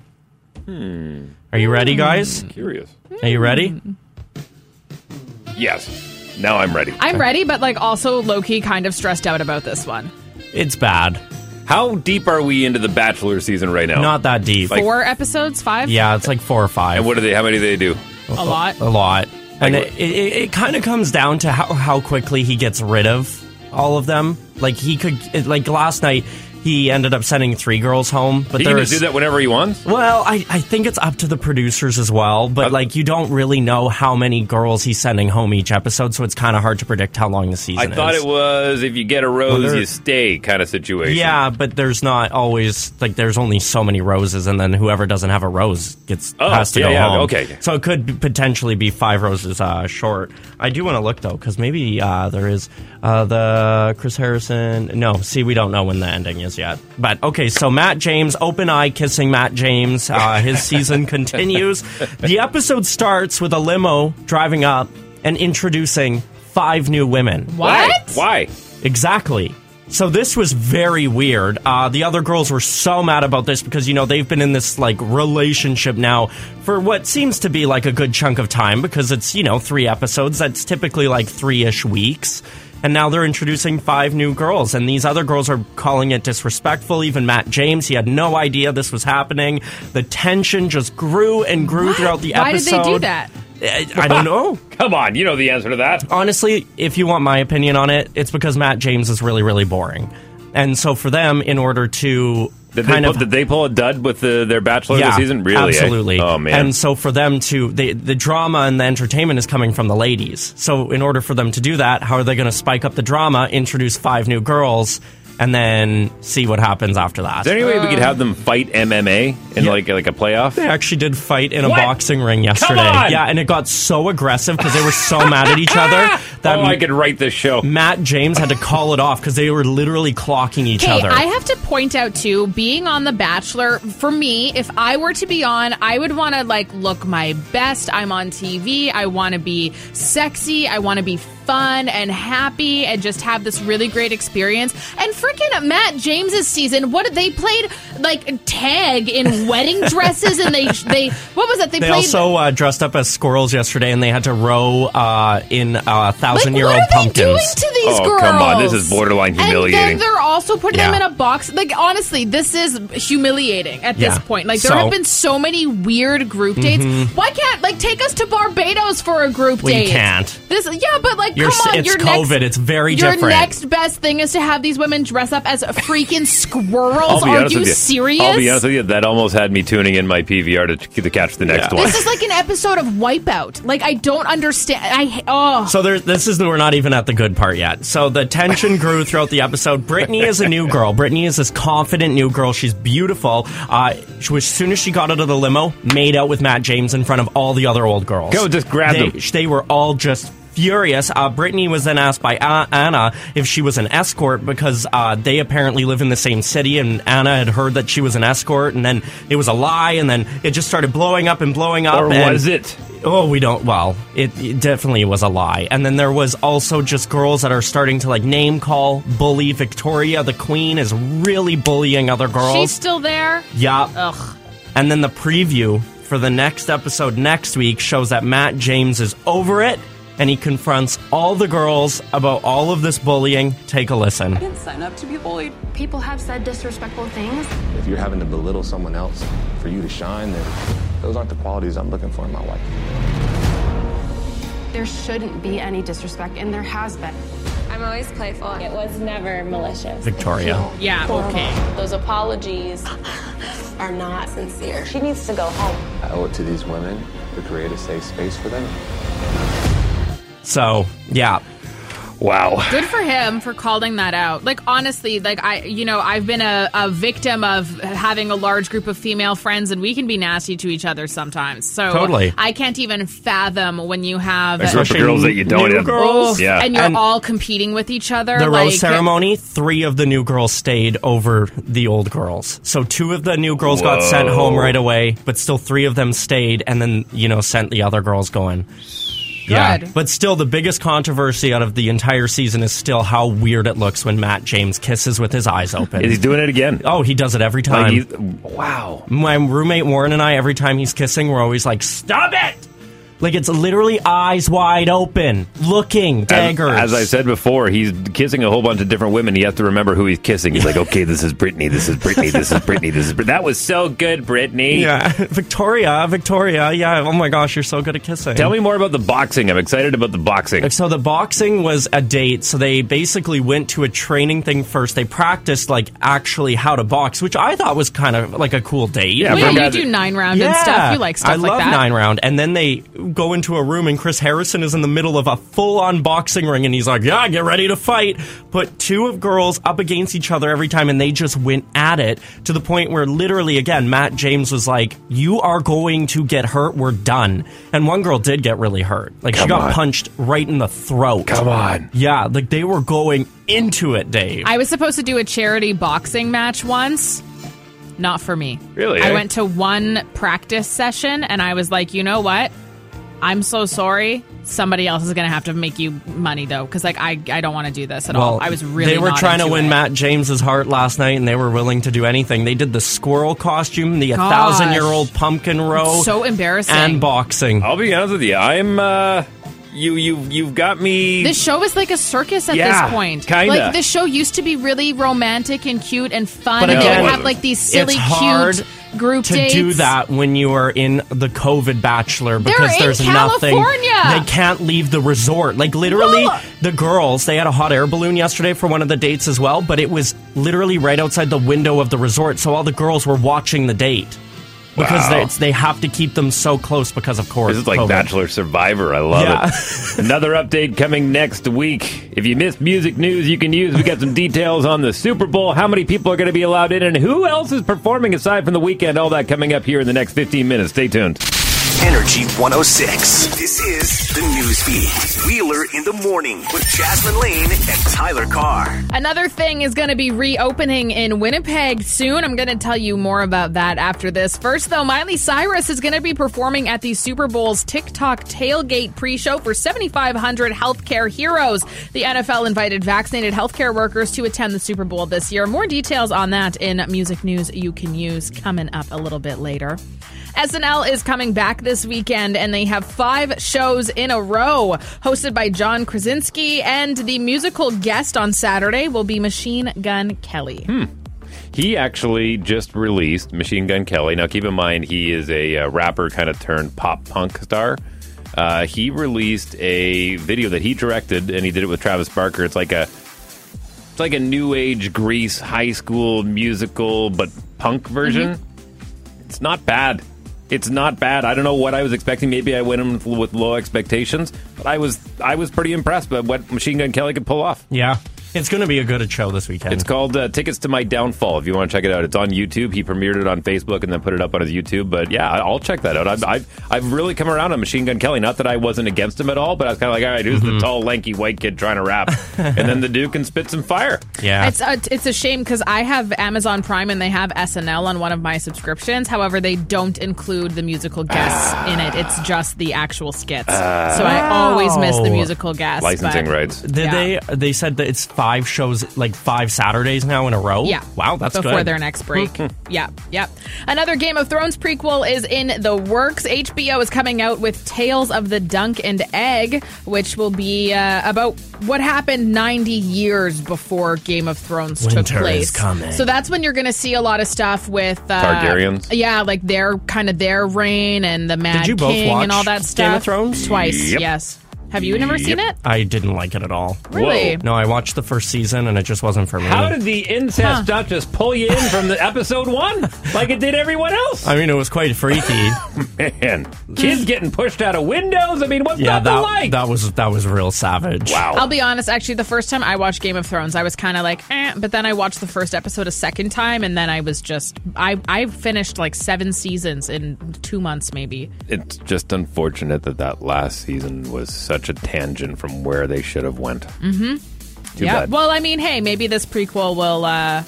Speaker 4: Are you ready, guys?
Speaker 3: Curious.
Speaker 4: Are you ready?
Speaker 5: Hmm.
Speaker 3: Yes. Now I'm ready.
Speaker 5: I'm ready, but like also low key kind of stressed out about this one.
Speaker 4: It's bad.
Speaker 3: How deep are we into the Bachelor season right now?
Speaker 4: Not that deep.
Speaker 3: Like-
Speaker 5: Four episodes, five?
Speaker 4: yeah, it's like four or five.
Speaker 3: And what do they? How many do they do?
Speaker 5: A lot.
Speaker 4: a lot. And
Speaker 3: Like-
Speaker 4: it, it, it kind of comes down to how, how quickly he gets rid of all of them. Like he could, it- like last night, he ended up sending three girls home. But
Speaker 3: He
Speaker 4: there
Speaker 3: can
Speaker 4: was
Speaker 3: just do that whenever he wants.
Speaker 4: well, I, I think it's up to the producers as well.
Speaker 3: Uh,
Speaker 4: But like you don't really know how many girls he's sending home each episode, so it's kind of hard to predict how long the
Speaker 3: I
Speaker 4: season.
Speaker 3: thought
Speaker 4: is.
Speaker 3: it was if you get a rose,
Speaker 4: there-
Speaker 3: you stay kind of situation.
Speaker 4: Yeah, but there's not always like there's only so many roses, and then whoever doesn't have a rose gets
Speaker 3: Oh,
Speaker 4: has to
Speaker 3: yeah,
Speaker 4: go
Speaker 3: yeah,
Speaker 4: home.
Speaker 3: okay.
Speaker 4: so it could be- potentially be five roses uh, short. I do want to look though, because maybe uh, there is uh, the Chris Harrison. No, see, we don't know when the ending is yet. But okay, so Matt James, open eye kissing Matt James. Uh,
Speaker 3: [LAUGHS]
Speaker 4: his season continues. The episode starts with a limo driving up and introducing five new women.
Speaker 3: Why?
Speaker 5: What?
Speaker 3: Why?
Speaker 4: Exactly. So this was very weird. Uh, the other girls were so mad about this because you know they've been in this like relationship now for what seems to be like a good chunk of time because it's you know three episodes. That's typically like three ish weeks, and now they're introducing five new girls, and these other girls are calling it disrespectful. Even Matt James, he had no idea this was happening. The tension just grew and grew throughout the
Speaker 5: Why did they
Speaker 4: episode.
Speaker 5: do that?
Speaker 4: I I don't know.
Speaker 3: Come on, you know the answer to that.
Speaker 4: honestly, if you want my opinion on it, it's because Matt James is really, really boring. And so for them, in order to
Speaker 3: Did they,
Speaker 4: kind
Speaker 3: pull,
Speaker 4: of
Speaker 3: did they pull a dud with the, their Bachelor
Speaker 4: yeah,
Speaker 3: this season? Really? eh?
Speaker 4: absolutely.
Speaker 3: Oh man.
Speaker 4: And so for them to they, the drama and the entertainment is coming from the ladies. So in order for them to do that, how are they going to spike up the drama, introduce five new girls, and then see what happens after that?
Speaker 3: Is there any way we could have them fight MMA in like like a playoff?
Speaker 4: They actually did fight in a
Speaker 3: What?
Speaker 4: boxing ring yesterday.
Speaker 3: on!
Speaker 4: Yeah, and it got so aggressive because they were so mad
Speaker 3: [LAUGHS]
Speaker 4: at each other that
Speaker 3: oh, I could write this show.
Speaker 4: Matt James had to call it off because they were literally clocking each
Speaker 5: Okay,
Speaker 4: other.
Speaker 5: I have to point out too, being on The Bachelor, for me, if I were to be on, I would want to like look my best. I'm on TV. I want to be sexy. I want to be fun and happy and just have this really great experience. And freaking Matt James's season, what did they played like tag
Speaker 4: [LAUGHS]
Speaker 5: in wedding dresses and they they what was it? They,
Speaker 4: they
Speaker 5: played
Speaker 4: also uh, dressed up as squirrels yesterday, and they had to row uh, in uh,
Speaker 5: like, what
Speaker 4: thousand-year-old
Speaker 5: are they
Speaker 4: pumpkins.
Speaker 5: doing to these
Speaker 3: Oh,
Speaker 5: girls?
Speaker 3: come on, this is borderline humiliating.
Speaker 5: And then they're also putting them in
Speaker 4: Yeah.
Speaker 5: a box. Like honestly, this is humiliating at
Speaker 4: Yeah.
Speaker 5: this point. Like there
Speaker 4: So- Mm-hmm.
Speaker 5: have been so many weird group dates. Why can't like take us to Barbados for a group
Speaker 4: Well, you
Speaker 5: date?
Speaker 4: can't.
Speaker 5: This yeah, but like
Speaker 4: You're
Speaker 5: come
Speaker 4: s-
Speaker 5: on,
Speaker 4: it's
Speaker 5: your
Speaker 4: COVID.
Speaker 5: Next,
Speaker 4: It's very
Speaker 5: your
Speaker 4: different.
Speaker 5: next best thing is to have these women dress up
Speaker 4: [LAUGHS]
Speaker 5: as freaking
Speaker 3: I'll
Speaker 5: squirrels.
Speaker 3: be
Speaker 5: Are
Speaker 3: honest
Speaker 5: you
Speaker 3: with you.
Speaker 5: serious?
Speaker 3: I'll be honest with you. That almost had me tuning in my PVR to, to catch the next
Speaker 4: Yeah.
Speaker 3: one.
Speaker 5: this is like an episode of Wipeout. Like I don't understand. I oh.
Speaker 4: So there, this is we're not even at the good part yet. So
Speaker 3: [LAUGHS]
Speaker 4: the tension grew throughout the episode. Brittany is a new girl. Brittany is this confident new girl. She's beautiful. Uh, she was, as soon as she got out of the limo, made out with Matt James in front of all the other old girls.
Speaker 3: Go, just grab
Speaker 4: They-
Speaker 3: them.
Speaker 4: They were all just furious. Uh, Brittany was then asked by uh, Anna if she was an escort because uh, they apparently live in the same city, and Anna had heard that she was an escort, and then it was a lie, and then it just started blowing up and blowing up.
Speaker 13: Or
Speaker 4: and-
Speaker 13: was it?
Speaker 4: Oh, we don't. Well, it, it definitely was a lie. And then there was also just girls that are starting to like name call, bully Victoria, the queen, is really bullying other girls.
Speaker 5: She's still there.
Speaker 4: Yeah.
Speaker 5: Ugh.
Speaker 4: And then the preview for the next episode next week shows that Matt James is over it and he confronts all the girls about all of this bullying. Take a listen.
Speaker 14: didn't sign up to be bullied.
Speaker 15: People have said disrespectful things.
Speaker 16: If you're having to belittle someone else for you to shine, then those aren't the qualities I'm looking for in my wife.
Speaker 15: There shouldn't be any disrespect, and there has been.
Speaker 17: I'm always playful. It was never malicious.
Speaker 4: Victoria.
Speaker 5: Yeah, okay.
Speaker 17: Those apologies are not sincere. She needs to go home.
Speaker 16: I owe it to these women to create a safe space for them.
Speaker 4: So, yeah.
Speaker 13: Wow.
Speaker 5: Good for him for calling that out. Like honestly, like I, you know, I've been a, a victim of having a large group of female friends, and we can be nasty to each other sometimes. So
Speaker 13: Totally.
Speaker 5: I can't even fathom when you have
Speaker 13: A group of Especially girls that you don't new have- girls. Yeah.
Speaker 5: and you're
Speaker 4: And-
Speaker 5: all competing with each other.
Speaker 4: The
Speaker 5: like,
Speaker 4: rose ceremony, three of the new girls stayed over the old girls. So two of the new girls got sent
Speaker 13: Whoa.
Speaker 4: home right away, but still three of them stayed and then, you know, sent the other girls going. Yeah.
Speaker 5: Good.
Speaker 4: But still, the biggest controversy out of the entire season is still how weird it looks when Matt James kisses with his eyes open.
Speaker 3: He's doing it again.
Speaker 4: Oh, he does it every
Speaker 3: Like,
Speaker 4: time.
Speaker 3: he's- wow.
Speaker 4: My roommate Warren and I, every time he's kissing, we're always like, stop it! Like, it's literally eyes wide open, looking,
Speaker 3: As,
Speaker 4: daggers.
Speaker 3: as I said before, he's kissing a whole bunch of different women. He has to remember who he's kissing. He's like, okay, this is Brittany. This is Brittany. This is Brittany. This is Brit- that was so good, Brittany.
Speaker 4: Yeah, [LAUGHS] Victoria, Victoria. Yeah, oh my gosh, you're so good at kissing.
Speaker 3: Tell me more about the boxing. I'm excited about the boxing.
Speaker 4: So the boxing was a date. So they basically went to a training thing first. They practiced like actually how to box, which I thought was kind of like a cool date.
Speaker 5: Well, yeah, you do nine round and stuff. You like stuff
Speaker 4: I
Speaker 5: like
Speaker 4: love
Speaker 5: that.
Speaker 4: nine round. And then they go into a room and Chris Harrison is in the middle of a full on boxing ring and he's like, "Yeah, get ready to fight." Put two of girls up against each other every time, and they just went at it to the point where literally, again, Matt James was like, "You are going to get hurt. We're done." And one girl did get really hurt. Like she
Speaker 3: Come
Speaker 4: got
Speaker 3: on.
Speaker 4: punched right in the throat.
Speaker 3: Come on.
Speaker 4: Yeah, like they were going into it, Dave.
Speaker 5: I was supposed to do a charity boxing match once. Not for me.
Speaker 4: Really,
Speaker 5: I
Speaker 4: eh?
Speaker 5: went to one practice session and I was like, you know what? I'm so sorry. Somebody else is going to have to make you money though, because like I, I don't want to do this at all. I was really
Speaker 4: They were
Speaker 5: not
Speaker 4: trying to
Speaker 5: into
Speaker 4: win
Speaker 5: it.
Speaker 4: Matt James's heart last night, and they were willing to do anything. They did the squirrel costume, the a
Speaker 5: Gosh.
Speaker 4: thousand year old pumpkin row,
Speaker 5: It's so Oh. embarrassing.
Speaker 4: and boxing.
Speaker 3: I'll be honest with you. I'm uh, you you you've got me.
Speaker 5: This show is like a circus at
Speaker 3: Yeah,
Speaker 5: this point.
Speaker 3: kinda.
Speaker 5: Like the show used to be really romantic and cute and fun,
Speaker 4: But
Speaker 5: and
Speaker 4: again,
Speaker 5: you would have like these silly,
Speaker 4: it's hard
Speaker 5: cute group
Speaker 4: to
Speaker 5: dates.
Speaker 4: do that when you are in the COVID bachelor because
Speaker 5: in
Speaker 4: there's
Speaker 5: California.
Speaker 4: nothing. They can't leave the resort. Like literally,
Speaker 5: No.
Speaker 4: the girls they had a hot air balloon yesterday for one of the dates as well, but it was literally right outside the window of the resort, so all the girls were watching the date because
Speaker 3: Wow.
Speaker 4: they, it's- they have to keep them so close because of course.
Speaker 3: This is like
Speaker 4: COVID.
Speaker 3: Bachelor Survivor. I love
Speaker 4: Yeah.
Speaker 3: it. Another update coming next week. If you missed music news, you can use. We got some details on the Super Bowl, how many people are going to be allowed in, and who else is performing aside from the weekend. All that coming up here in the next 15 minutes. Stay tuned.
Speaker 1: Energy 106. This is the news feed. Wheeler in the morning with Jasmine Lane and Tyler Carr.
Speaker 5: Another thing is going to be reopening in Winnipeg soon. I'm going to tell you more about that after this. First, though, Miley Cyrus is going to be performing at the Super Bowl's TikTok tailgate pre show for 7,500 healthcare heroes. The NFL invited vaccinated healthcare workers to attend the Super Bowl this year. More details on that in music news you can use coming up a little bit later. SNL is coming back this weekend and they have five shows in a row. Hosted by John Krasinski, and the musical guest on Saturday will be Machine Gun Kelly.
Speaker 3: He actually just released Machine Gun Kelly. Now, keep in mind, he is a uh, rapper kind of turned pop punk star. Uh, he released a video that he directed, and he did it with Travis Barker. It's like a it's like a new age Grease high school musical, but punk version. It's not bad. It's not bad. I don't know what I was expecting. Maybe I went in with- with low expectations, but I was I was pretty impressed by what Machine Gun Kelly could pull off.
Speaker 4: Yeah. It's going to be a good show this weekend.
Speaker 3: It's called uh, Tickets to My Downfall. If you want to check it out, it's on YouTube. He premiered it on Facebook and then put it up on his YouTube. But yeah, I- I'll check that out. I've, I've, I've really come around on Machine Gun Kelly. Not that I wasn't against him at all, but I was kind of like, all right, who's the tall, lanky white kid trying to [LAUGHS] rap? and then the Duke can spit some fire.
Speaker 4: Yeah.
Speaker 5: It's a, it's a shame because I have Amazon Prime and they have SNL on one of my subscriptions. However, they don't include the musical guests in it. It's just the actual skits.
Speaker 4: Ah.
Speaker 5: so I always miss the
Speaker 4: Wow.
Speaker 5: musical guests. but-
Speaker 4: Did they? They said that it's five shows, like five Saturdays now in a row.
Speaker 5: Yeah.
Speaker 4: Wow, that's
Speaker 5: before
Speaker 4: good.
Speaker 5: their next
Speaker 4: [LAUGHS]
Speaker 5: break. yeah, yeah. Another Game of Thrones prequel is in the works. HBO is coming out with Tales of the Dunk and Egg, which will be uh, about what happened 90 years before Game of Thrones took
Speaker 3: Winter
Speaker 5: place.
Speaker 3: is coming.
Speaker 5: So that's when you're going to see a lot of stuff with uh,
Speaker 3: Targaryens?
Speaker 5: Yeah, like their kind of their reign and the Mad
Speaker 4: Did you both
Speaker 5: King and all
Speaker 4: watch
Speaker 5: that
Speaker 4: Game
Speaker 5: stuff.
Speaker 4: of Thrones?
Speaker 5: twice.
Speaker 4: Yep.
Speaker 5: Yes. Have you never seen it?
Speaker 4: Yep. I didn't like it at all.
Speaker 5: Really? Whoa.
Speaker 4: No, I watched the first season and it just wasn't for me.
Speaker 3: How did the incest duchess pull you in from the episode [LAUGHS] one like it did everyone else?
Speaker 4: I mean, it was quite freaky.
Speaker 3: [LAUGHS] Man, kids getting pushed out of windows. I mean, what's
Speaker 4: yeah,
Speaker 3: not to
Speaker 4: that
Speaker 3: like?
Speaker 4: that was that was real savage.
Speaker 5: I'll be honest. Actually, the first time I watched Game of Thrones, I was kind of like, eh, but then I watched the first episode a second time, and then I was just, I, I finished like seven seasons in two months, maybe.
Speaker 3: It's just unfortunate that that last season was such a tangent from where they should have went.
Speaker 5: Mm-hmm.
Speaker 3: Too
Speaker 5: yeah.
Speaker 3: bad.
Speaker 5: Well, I mean, hey, maybe this prequel will uh,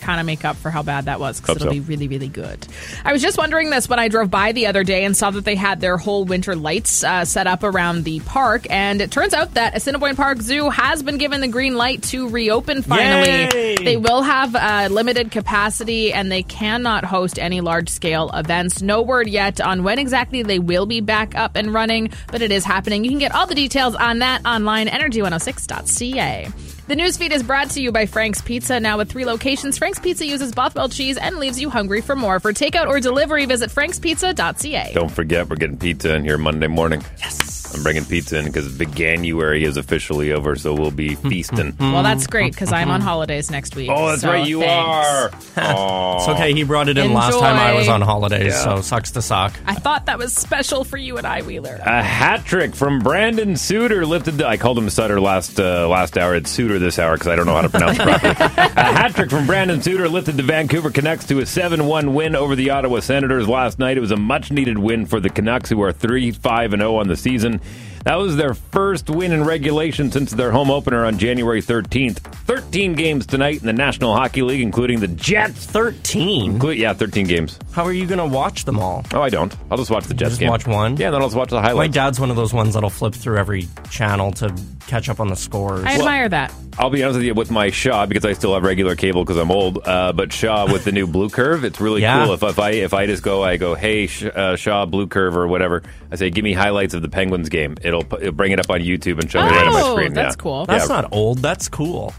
Speaker 5: kind of make up for how bad that was because
Speaker 3: Hope
Speaker 5: it'll
Speaker 3: so.
Speaker 5: be really, really good. I was just wondering this when I drove by the other day and saw that they had their whole winter lights uh, set up around the park, and it turns out that Assiniboine Park Zoo has been given the green light to reopen finally.
Speaker 10: Yay!
Speaker 5: They will have uh, limited capacity, and they cannot host any large scale events. No word yet on when exactly they will be back up and running, but it is happening. You can get all the details on that online, energy106.ca. The newsfeed is brought to you by Frank's Pizza, now with three locations. Frank's Pizza uses Bothwell cheese and leaves you hungry for more. For takeout or delivery, visit frankspizza.ca.
Speaker 3: Don't forget, we're getting pizza in here Monday morning. Yes. I'm bringing pizza in because big January is officially over, so we'll
Speaker 5: [LAUGHS]
Speaker 3: be feasting.
Speaker 5: Well, that's great because I'm on holidays next week.
Speaker 3: Oh, that's
Speaker 5: Mm-hmm. so
Speaker 3: right, you
Speaker 5: thanks.
Speaker 3: are. Aw.
Speaker 4: It's okay. He brought it in last time I was
Speaker 5: Enjoy.
Speaker 4: on holidays,
Speaker 3: Yeah.
Speaker 4: so sucks to suck.
Speaker 5: I thought that was special for you and I, Wheeler.
Speaker 3: A hat trick from Brandon Suter lifted. The, I called him Sutter last uh, last hour. It's Suter this hour because I don't know how to pronounce it properly. a hat trick from Brandon Suter lifted the Vancouver Canucks to a seven-one win over the Ottawa Senators last night. It was a much-needed win for the Canucks, who are three-five and zero on the season. That was their first win in regulation since their home opener on January 13th. 13 games tonight in the National Hockey League, including the Jets.
Speaker 4: 13?
Speaker 3: yeah, 13 games.
Speaker 4: How are you going to watch them all?
Speaker 3: Oh, I don't. I'll just watch the Jets
Speaker 4: Just
Speaker 3: game.
Speaker 4: watch one.
Speaker 3: Yeah, then I'll just watch the
Speaker 4: My
Speaker 3: highlights.
Speaker 4: dad's one of those ones that'll flip through every channel to catch up on the scores.
Speaker 5: I admire that.
Speaker 3: I'll be honest with you with my Shaw because I still have regular cable because I'm old. Uh, but Shaw with the new Blue Curve, it's really
Speaker 4: Yeah.
Speaker 3: cool. If, if I if I just go, I go, hey Sh- uh, Shaw Blue Curve or whatever. I say, give me highlights of the Penguins game. It'll, pu- it'll bring it up on YouTube and show me right on my
Speaker 5: Oh,
Speaker 3: screen.
Speaker 5: that's
Speaker 3: yeah.
Speaker 5: cool.
Speaker 4: That's
Speaker 3: yeah.
Speaker 4: not old. That's cool.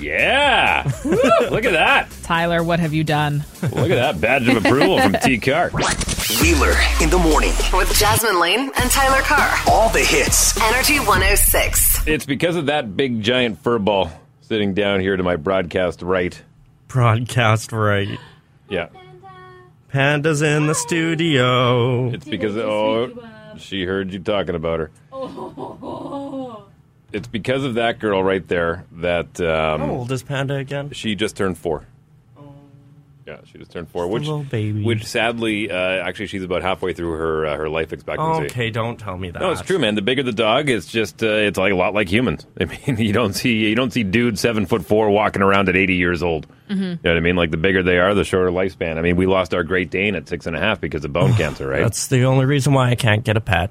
Speaker 3: Yeah. [LAUGHS] Woo, Look at that.
Speaker 5: Tyler, what have you done?
Speaker 3: Look at that badge of approval from T Car.
Speaker 1: Wheeler in the morning.
Speaker 2: With Jasmine Lane and Tyler Carr.
Speaker 1: All the hits.
Speaker 2: Energy 106.
Speaker 3: It's because of that big giant fur ball sitting down here to my broadcast right.
Speaker 4: Broadcast right.
Speaker 3: Yeah.
Speaker 4: Panda's in the studio.
Speaker 3: It's because oh, she heard you talking about her. It's because of that girl right there that um,
Speaker 4: How old is Panda again?
Speaker 3: she just turned four. Yeah, she just turned four,
Speaker 4: Just a
Speaker 3: which
Speaker 4: little baby.
Speaker 3: which sadly, uh, actually, she's about halfway through her uh, her life expectancy.
Speaker 4: Okay, don't tell me that.
Speaker 3: No, it's true, man. The bigger the dog, it's just uh, it's like a lot like humans. [LAUGHS] I mean, you don't see you don't see dudes seven foot four walking around at eighty years old. You know what I mean? Like the bigger they are, the shorter lifespan. I mean, we lost our Great Dane at six and a half because of bone cancer, right?
Speaker 4: That's the only reason why I can't get a pet.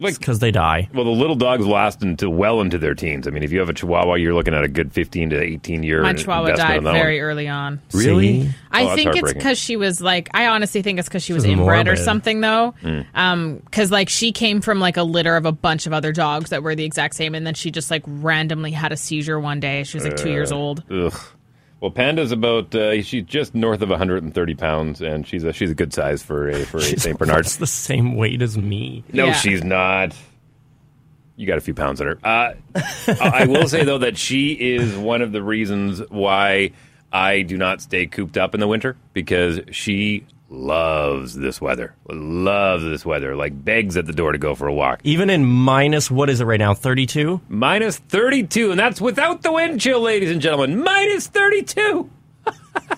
Speaker 3: Like,
Speaker 4: because they die.
Speaker 3: Well, the little dogs last into well into their teens. I mean, if you have a Chihuahua, you're looking at a good 15 to 18 year.
Speaker 5: My chihuahua
Speaker 3: investment
Speaker 5: died
Speaker 3: on that
Speaker 5: very
Speaker 3: one.
Speaker 5: early on.
Speaker 3: Really?
Speaker 5: I
Speaker 3: Oh, that's
Speaker 5: think it's
Speaker 3: heartbreaking.
Speaker 5: because she was like, I honestly think it's because she
Speaker 3: This
Speaker 5: was
Speaker 3: is
Speaker 5: inbred or
Speaker 3: morbid.
Speaker 5: something, though.
Speaker 3: Mm.
Speaker 5: Um, because like she came from like a litter of a bunch of other dogs that were the exact same, and then she just like randomly had a seizure one day. She was like two years
Speaker 3: Uh,
Speaker 5: old.
Speaker 3: Ugh. Well, Panda's about uh, she's just north of 130 pounds, and she's a she's a good size for a for a
Speaker 4: She's
Speaker 3: Saint Bernard.
Speaker 4: almost the same weight as me.
Speaker 3: No, she's not. You got a few pounds on her. Uh, I I will say though that she is one of the reasons why I do not stay cooped up in the winter because she loves this weather. Loves this weather. Like begs at the door to go for a walk.
Speaker 4: Even in minus, what is it right now? 32?
Speaker 3: Minus 32, and that's without the wind chill, ladies and gentlemen. Minus 32. [LAUGHS]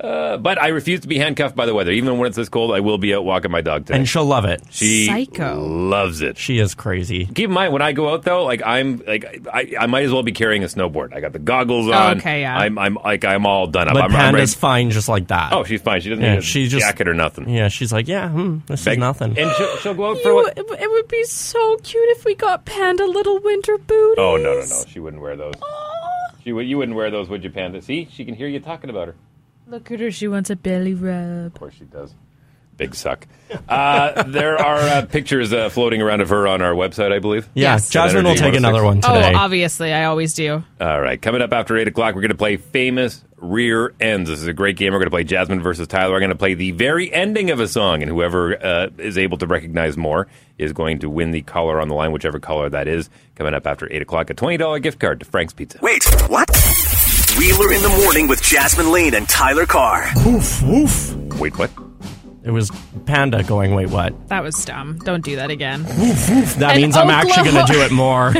Speaker 3: Uh, but I refuse to be handcuffed by the weather. Even when it's this cold, I will be out walking my dog today.
Speaker 4: And she'll love it.
Speaker 3: She
Speaker 4: Psycho.
Speaker 3: loves it.
Speaker 4: She is crazy.
Speaker 3: Keep in mind when I go out though, like I'm like I, I might as well be carrying a snowboard. I got the goggles on.
Speaker 4: Oh, Okay, yeah.
Speaker 3: I'm I'm like I'm all done up.
Speaker 4: But
Speaker 3: I'm, I'm ready.
Speaker 4: Panda's fine just like that.
Speaker 3: Oh, she's fine. She doesn't
Speaker 4: Yeah,
Speaker 3: need a
Speaker 4: she just-
Speaker 3: jacket or nothing.
Speaker 4: Yeah, she's like, yeah, hmm, this is
Speaker 3: Beg-
Speaker 4: nothing.
Speaker 3: And she'll, she'll go out for
Speaker 7: You-
Speaker 3: what?
Speaker 7: it, it would be so cute if we got Panda little winter booties.
Speaker 3: Oh no no no! She wouldn't wear those. She would. You wouldn't wear those, would you, Panda? See, she can hear you talking about her.
Speaker 5: Look at her. She wants a belly rub. Of
Speaker 3: course she does. Big suck. Uh, there are uh, pictures uh, floating around of her on our website, I believe.
Speaker 4: Yeah,
Speaker 3: Yes.
Speaker 4: Jasmine will take another one
Speaker 5: Oh,
Speaker 4: today.
Speaker 5: obviously, I always do.
Speaker 3: All right, coming up after 8 o'clock, we're going to play Famous Rear Ends. This is a great game. We're going to play Jasmine versus Tyler. We're going to play the very ending of a song, and whoever uh, is able to recognize more is going to win the caller on the line, whichever caller that is. Coming up after 8 o'clock, a $20 gift card to Frank's Pizza.
Speaker 1: Wait, what? Wheeler in the morning with Jasmine Lane and Tyler Carr.
Speaker 4: Woof, woof.
Speaker 3: Wait, what?
Speaker 4: It was Panda going, wait, what?
Speaker 5: That was dumb. Don't do that again.
Speaker 4: Woof, woof. That
Speaker 5: And
Speaker 4: means I'm actually going to [LAUGHS]
Speaker 5: Oklahoma-
Speaker 4: do it more.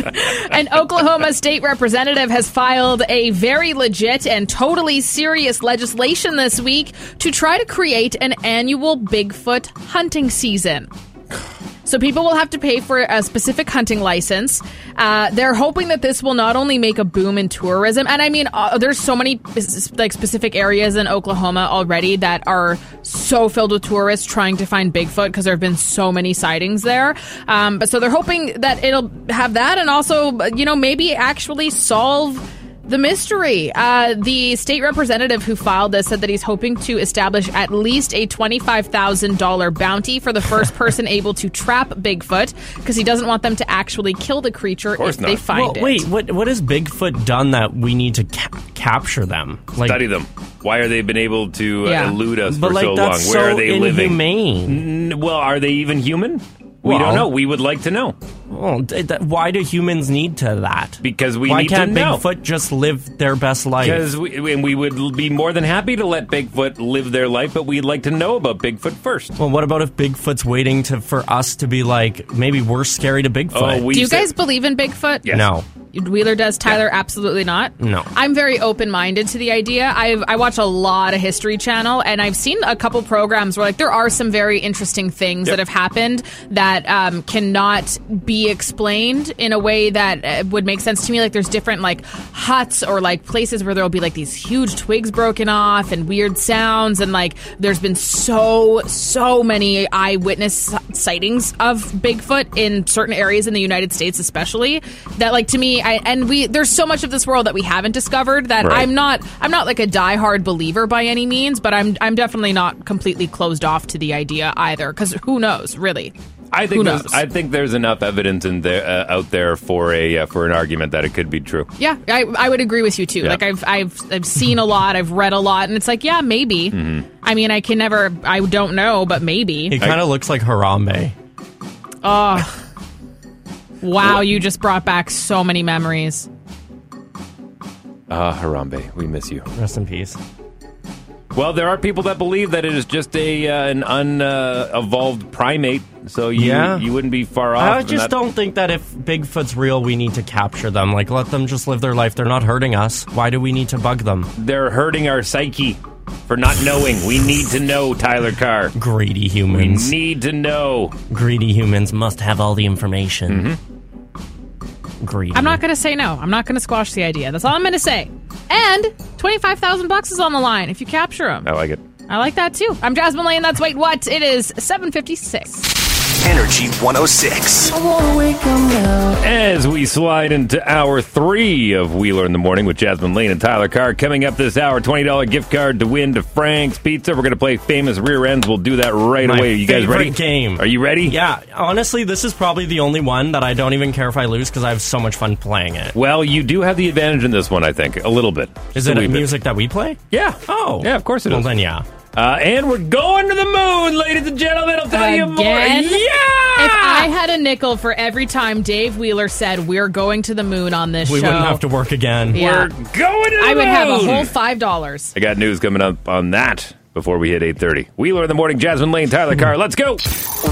Speaker 5: An Oklahoma state representative has filed a very legit and totally serious legislation this week to try to create an annual Bigfoot hunting season. So people will have to pay for a specific hunting license. Uh, they're hoping that this will not only make a boom in tourism, and I mean, uh, there's so many s- like specific areas in Oklahoma already that are so filled with tourists trying to find Bigfoot because there have been so many sightings there. Um, but so they're hoping that it'll have that, and also you know maybe actually solve the mystery. Uh, the state representative who filed this said that he's hoping to establish at least a $25,000 bounty for the first person able to trap Bigfoot because he doesn't want them to actually kill the creature if they find
Speaker 4: Well,
Speaker 5: it.
Speaker 4: Wait, what, what has Bigfoot done that we need to ca- capture them? Like,
Speaker 3: Study them. Why are they been able to uh,
Speaker 4: Yeah.
Speaker 3: elude us
Speaker 4: But,
Speaker 3: for
Speaker 4: like,
Speaker 3: so long?
Speaker 4: that's
Speaker 3: Where
Speaker 4: so
Speaker 3: are they living?
Speaker 4: inhumane.
Speaker 3: N- well, are they even human? We
Speaker 4: Well-
Speaker 3: don't know. We would like to know.
Speaker 4: Well, d- that- why do humans need to that?
Speaker 3: Because we
Speaker 4: why
Speaker 3: need to
Speaker 4: can't
Speaker 3: know.
Speaker 4: Bigfoot just live their best life?
Speaker 3: Because we, and we would l- be more than happy to let Bigfoot live their life, but we'd like to know about Bigfoot first.
Speaker 4: well, what about if Bigfoot's waiting to for us to be like maybe we're scary to Bigfoot?
Speaker 3: Oh,
Speaker 5: Do you guys believe in Bigfoot?
Speaker 4: No,
Speaker 5: Wheeler does. Tyler, absolutely not.
Speaker 4: no.
Speaker 5: I'm very open minded to the idea. I've, I watch a lot of History Channel, and I've seen a couple programs where like there are some very interesting things that have happened that um, cannot be explained in a way that uh, would make sense to me. Like there's different like huts or like places where there'll be like these huge twigs broken off and weird sounds, and like there's been so so many eyewitness sightings of Bigfoot in certain areas in the United States, especially that like to me, I, and we there's so much of this world that we haven't discovered that
Speaker 14: Right.
Speaker 5: I'm not I'm not like a diehard believer by any means, but I'm I'm definitely not completely closed off to the idea either because who knows really.
Speaker 3: I think
Speaker 5: Who
Speaker 3: there's,
Speaker 5: knows?
Speaker 3: I think there's enough evidence in there uh, out there for a uh, for an argument that it could be true.
Speaker 5: Yeah, I, I would agree with you too.
Speaker 3: Yeah.
Speaker 5: Like I've I've I've seen a lot, I've read a lot, and it's like yeah, maybe. I mean, I can never, I don't know, but maybe.
Speaker 4: He kind of looks like Harambe.
Speaker 5: Oh. Wow, you just brought back so many memories.
Speaker 3: Ah, Harambe, we miss you.
Speaker 4: Rest in peace.
Speaker 3: Well, there are people that believe that it is just a uh, an unevolved uh, evolved primate, so you
Speaker 4: Yeah.
Speaker 3: you wouldn't be far off.
Speaker 4: I
Speaker 3: and
Speaker 4: just
Speaker 3: that-
Speaker 4: don't think that if Bigfoot's real, we need to capture them. Like, let them just live their life. They're not hurting us. Why do we need to bug them?
Speaker 3: They're hurting our psyche for not knowing. We need to know, Tyler Carr.
Speaker 4: Greedy
Speaker 3: We
Speaker 4: humans.
Speaker 3: need to know.
Speaker 4: Greedy humans must have all the information.
Speaker 3: Mm-hmm.
Speaker 4: Greedy.
Speaker 5: I'm not going to say no. I'm not going to squash the idea. That's all I'm going to say. And 25,000 bucks is on the line if you capture him.
Speaker 3: I like it.
Speaker 5: I like that too. I'm Jasmine Lane. That's Wait What. It is 756.
Speaker 1: Energy 106.
Speaker 3: As we slide into hour three of Wheeler in the Morning with Jasmine Lane and Tyler Carr, coming up this hour, $20 gift card to win to Frank's Pizza. We're going to play Famous Rear Ends. We'll do that right
Speaker 4: My
Speaker 3: away. You guys
Speaker 4: favorite
Speaker 3: ready?
Speaker 4: Game.
Speaker 3: Are you ready?
Speaker 4: Yeah. Honestly, this is probably the only one that I don't even care if I lose because I have so much fun playing it.
Speaker 3: Well, you do have the advantage in this one, I think, a little bit.
Speaker 4: Is it music that we play?
Speaker 3: Yeah.
Speaker 4: Oh.
Speaker 3: Yeah, of course it is.
Speaker 4: well, then yeah.
Speaker 3: Uh, and we're going to the moon, ladies and gentlemen. I'll tell you more.
Speaker 5: Again?
Speaker 3: Yeah!
Speaker 5: If I I had a nickel for every time Dave Wheeler said we're going to the moon on this
Speaker 4: We
Speaker 5: show,
Speaker 4: wouldn't have to work again.
Speaker 5: Yeah.
Speaker 3: going to the
Speaker 5: I would have a
Speaker 3: moon.
Speaker 5: whole five dollars.
Speaker 3: I got news coming up on that before we hit 8.30. Wheeler in the morning, Jasmine Lane, Tyler Carr. Let's go.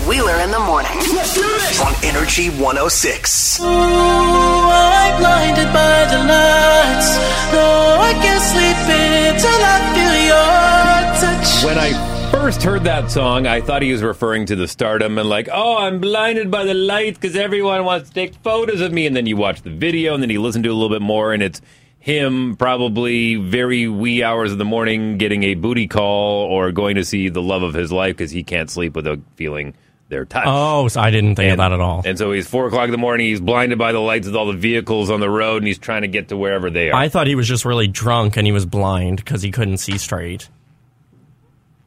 Speaker 2: Wheeler in the morning.
Speaker 1: On Energy 106.
Speaker 10: I'm blinded by the lights. No, I can't sleep until I feel your touch.
Speaker 3: When I first heard that song, I thought he was referring to the stardom and like, oh, I'm blinded by the lights because everyone wants to take photos of me. And then you watch the video and then you listen to it a little bit more and it's him probably very wee hours of the morning getting a booty call or going to see the love of his life because he can't sleep without feeling their touch.
Speaker 4: Oh, so I didn't think of that at all.
Speaker 3: And so he's four o'clock in the morning. He's blinded by the lights of all the vehicles on the road, and he's trying to get to wherever they are.
Speaker 4: I thought he was just really drunk and he was blind because he couldn't see straight.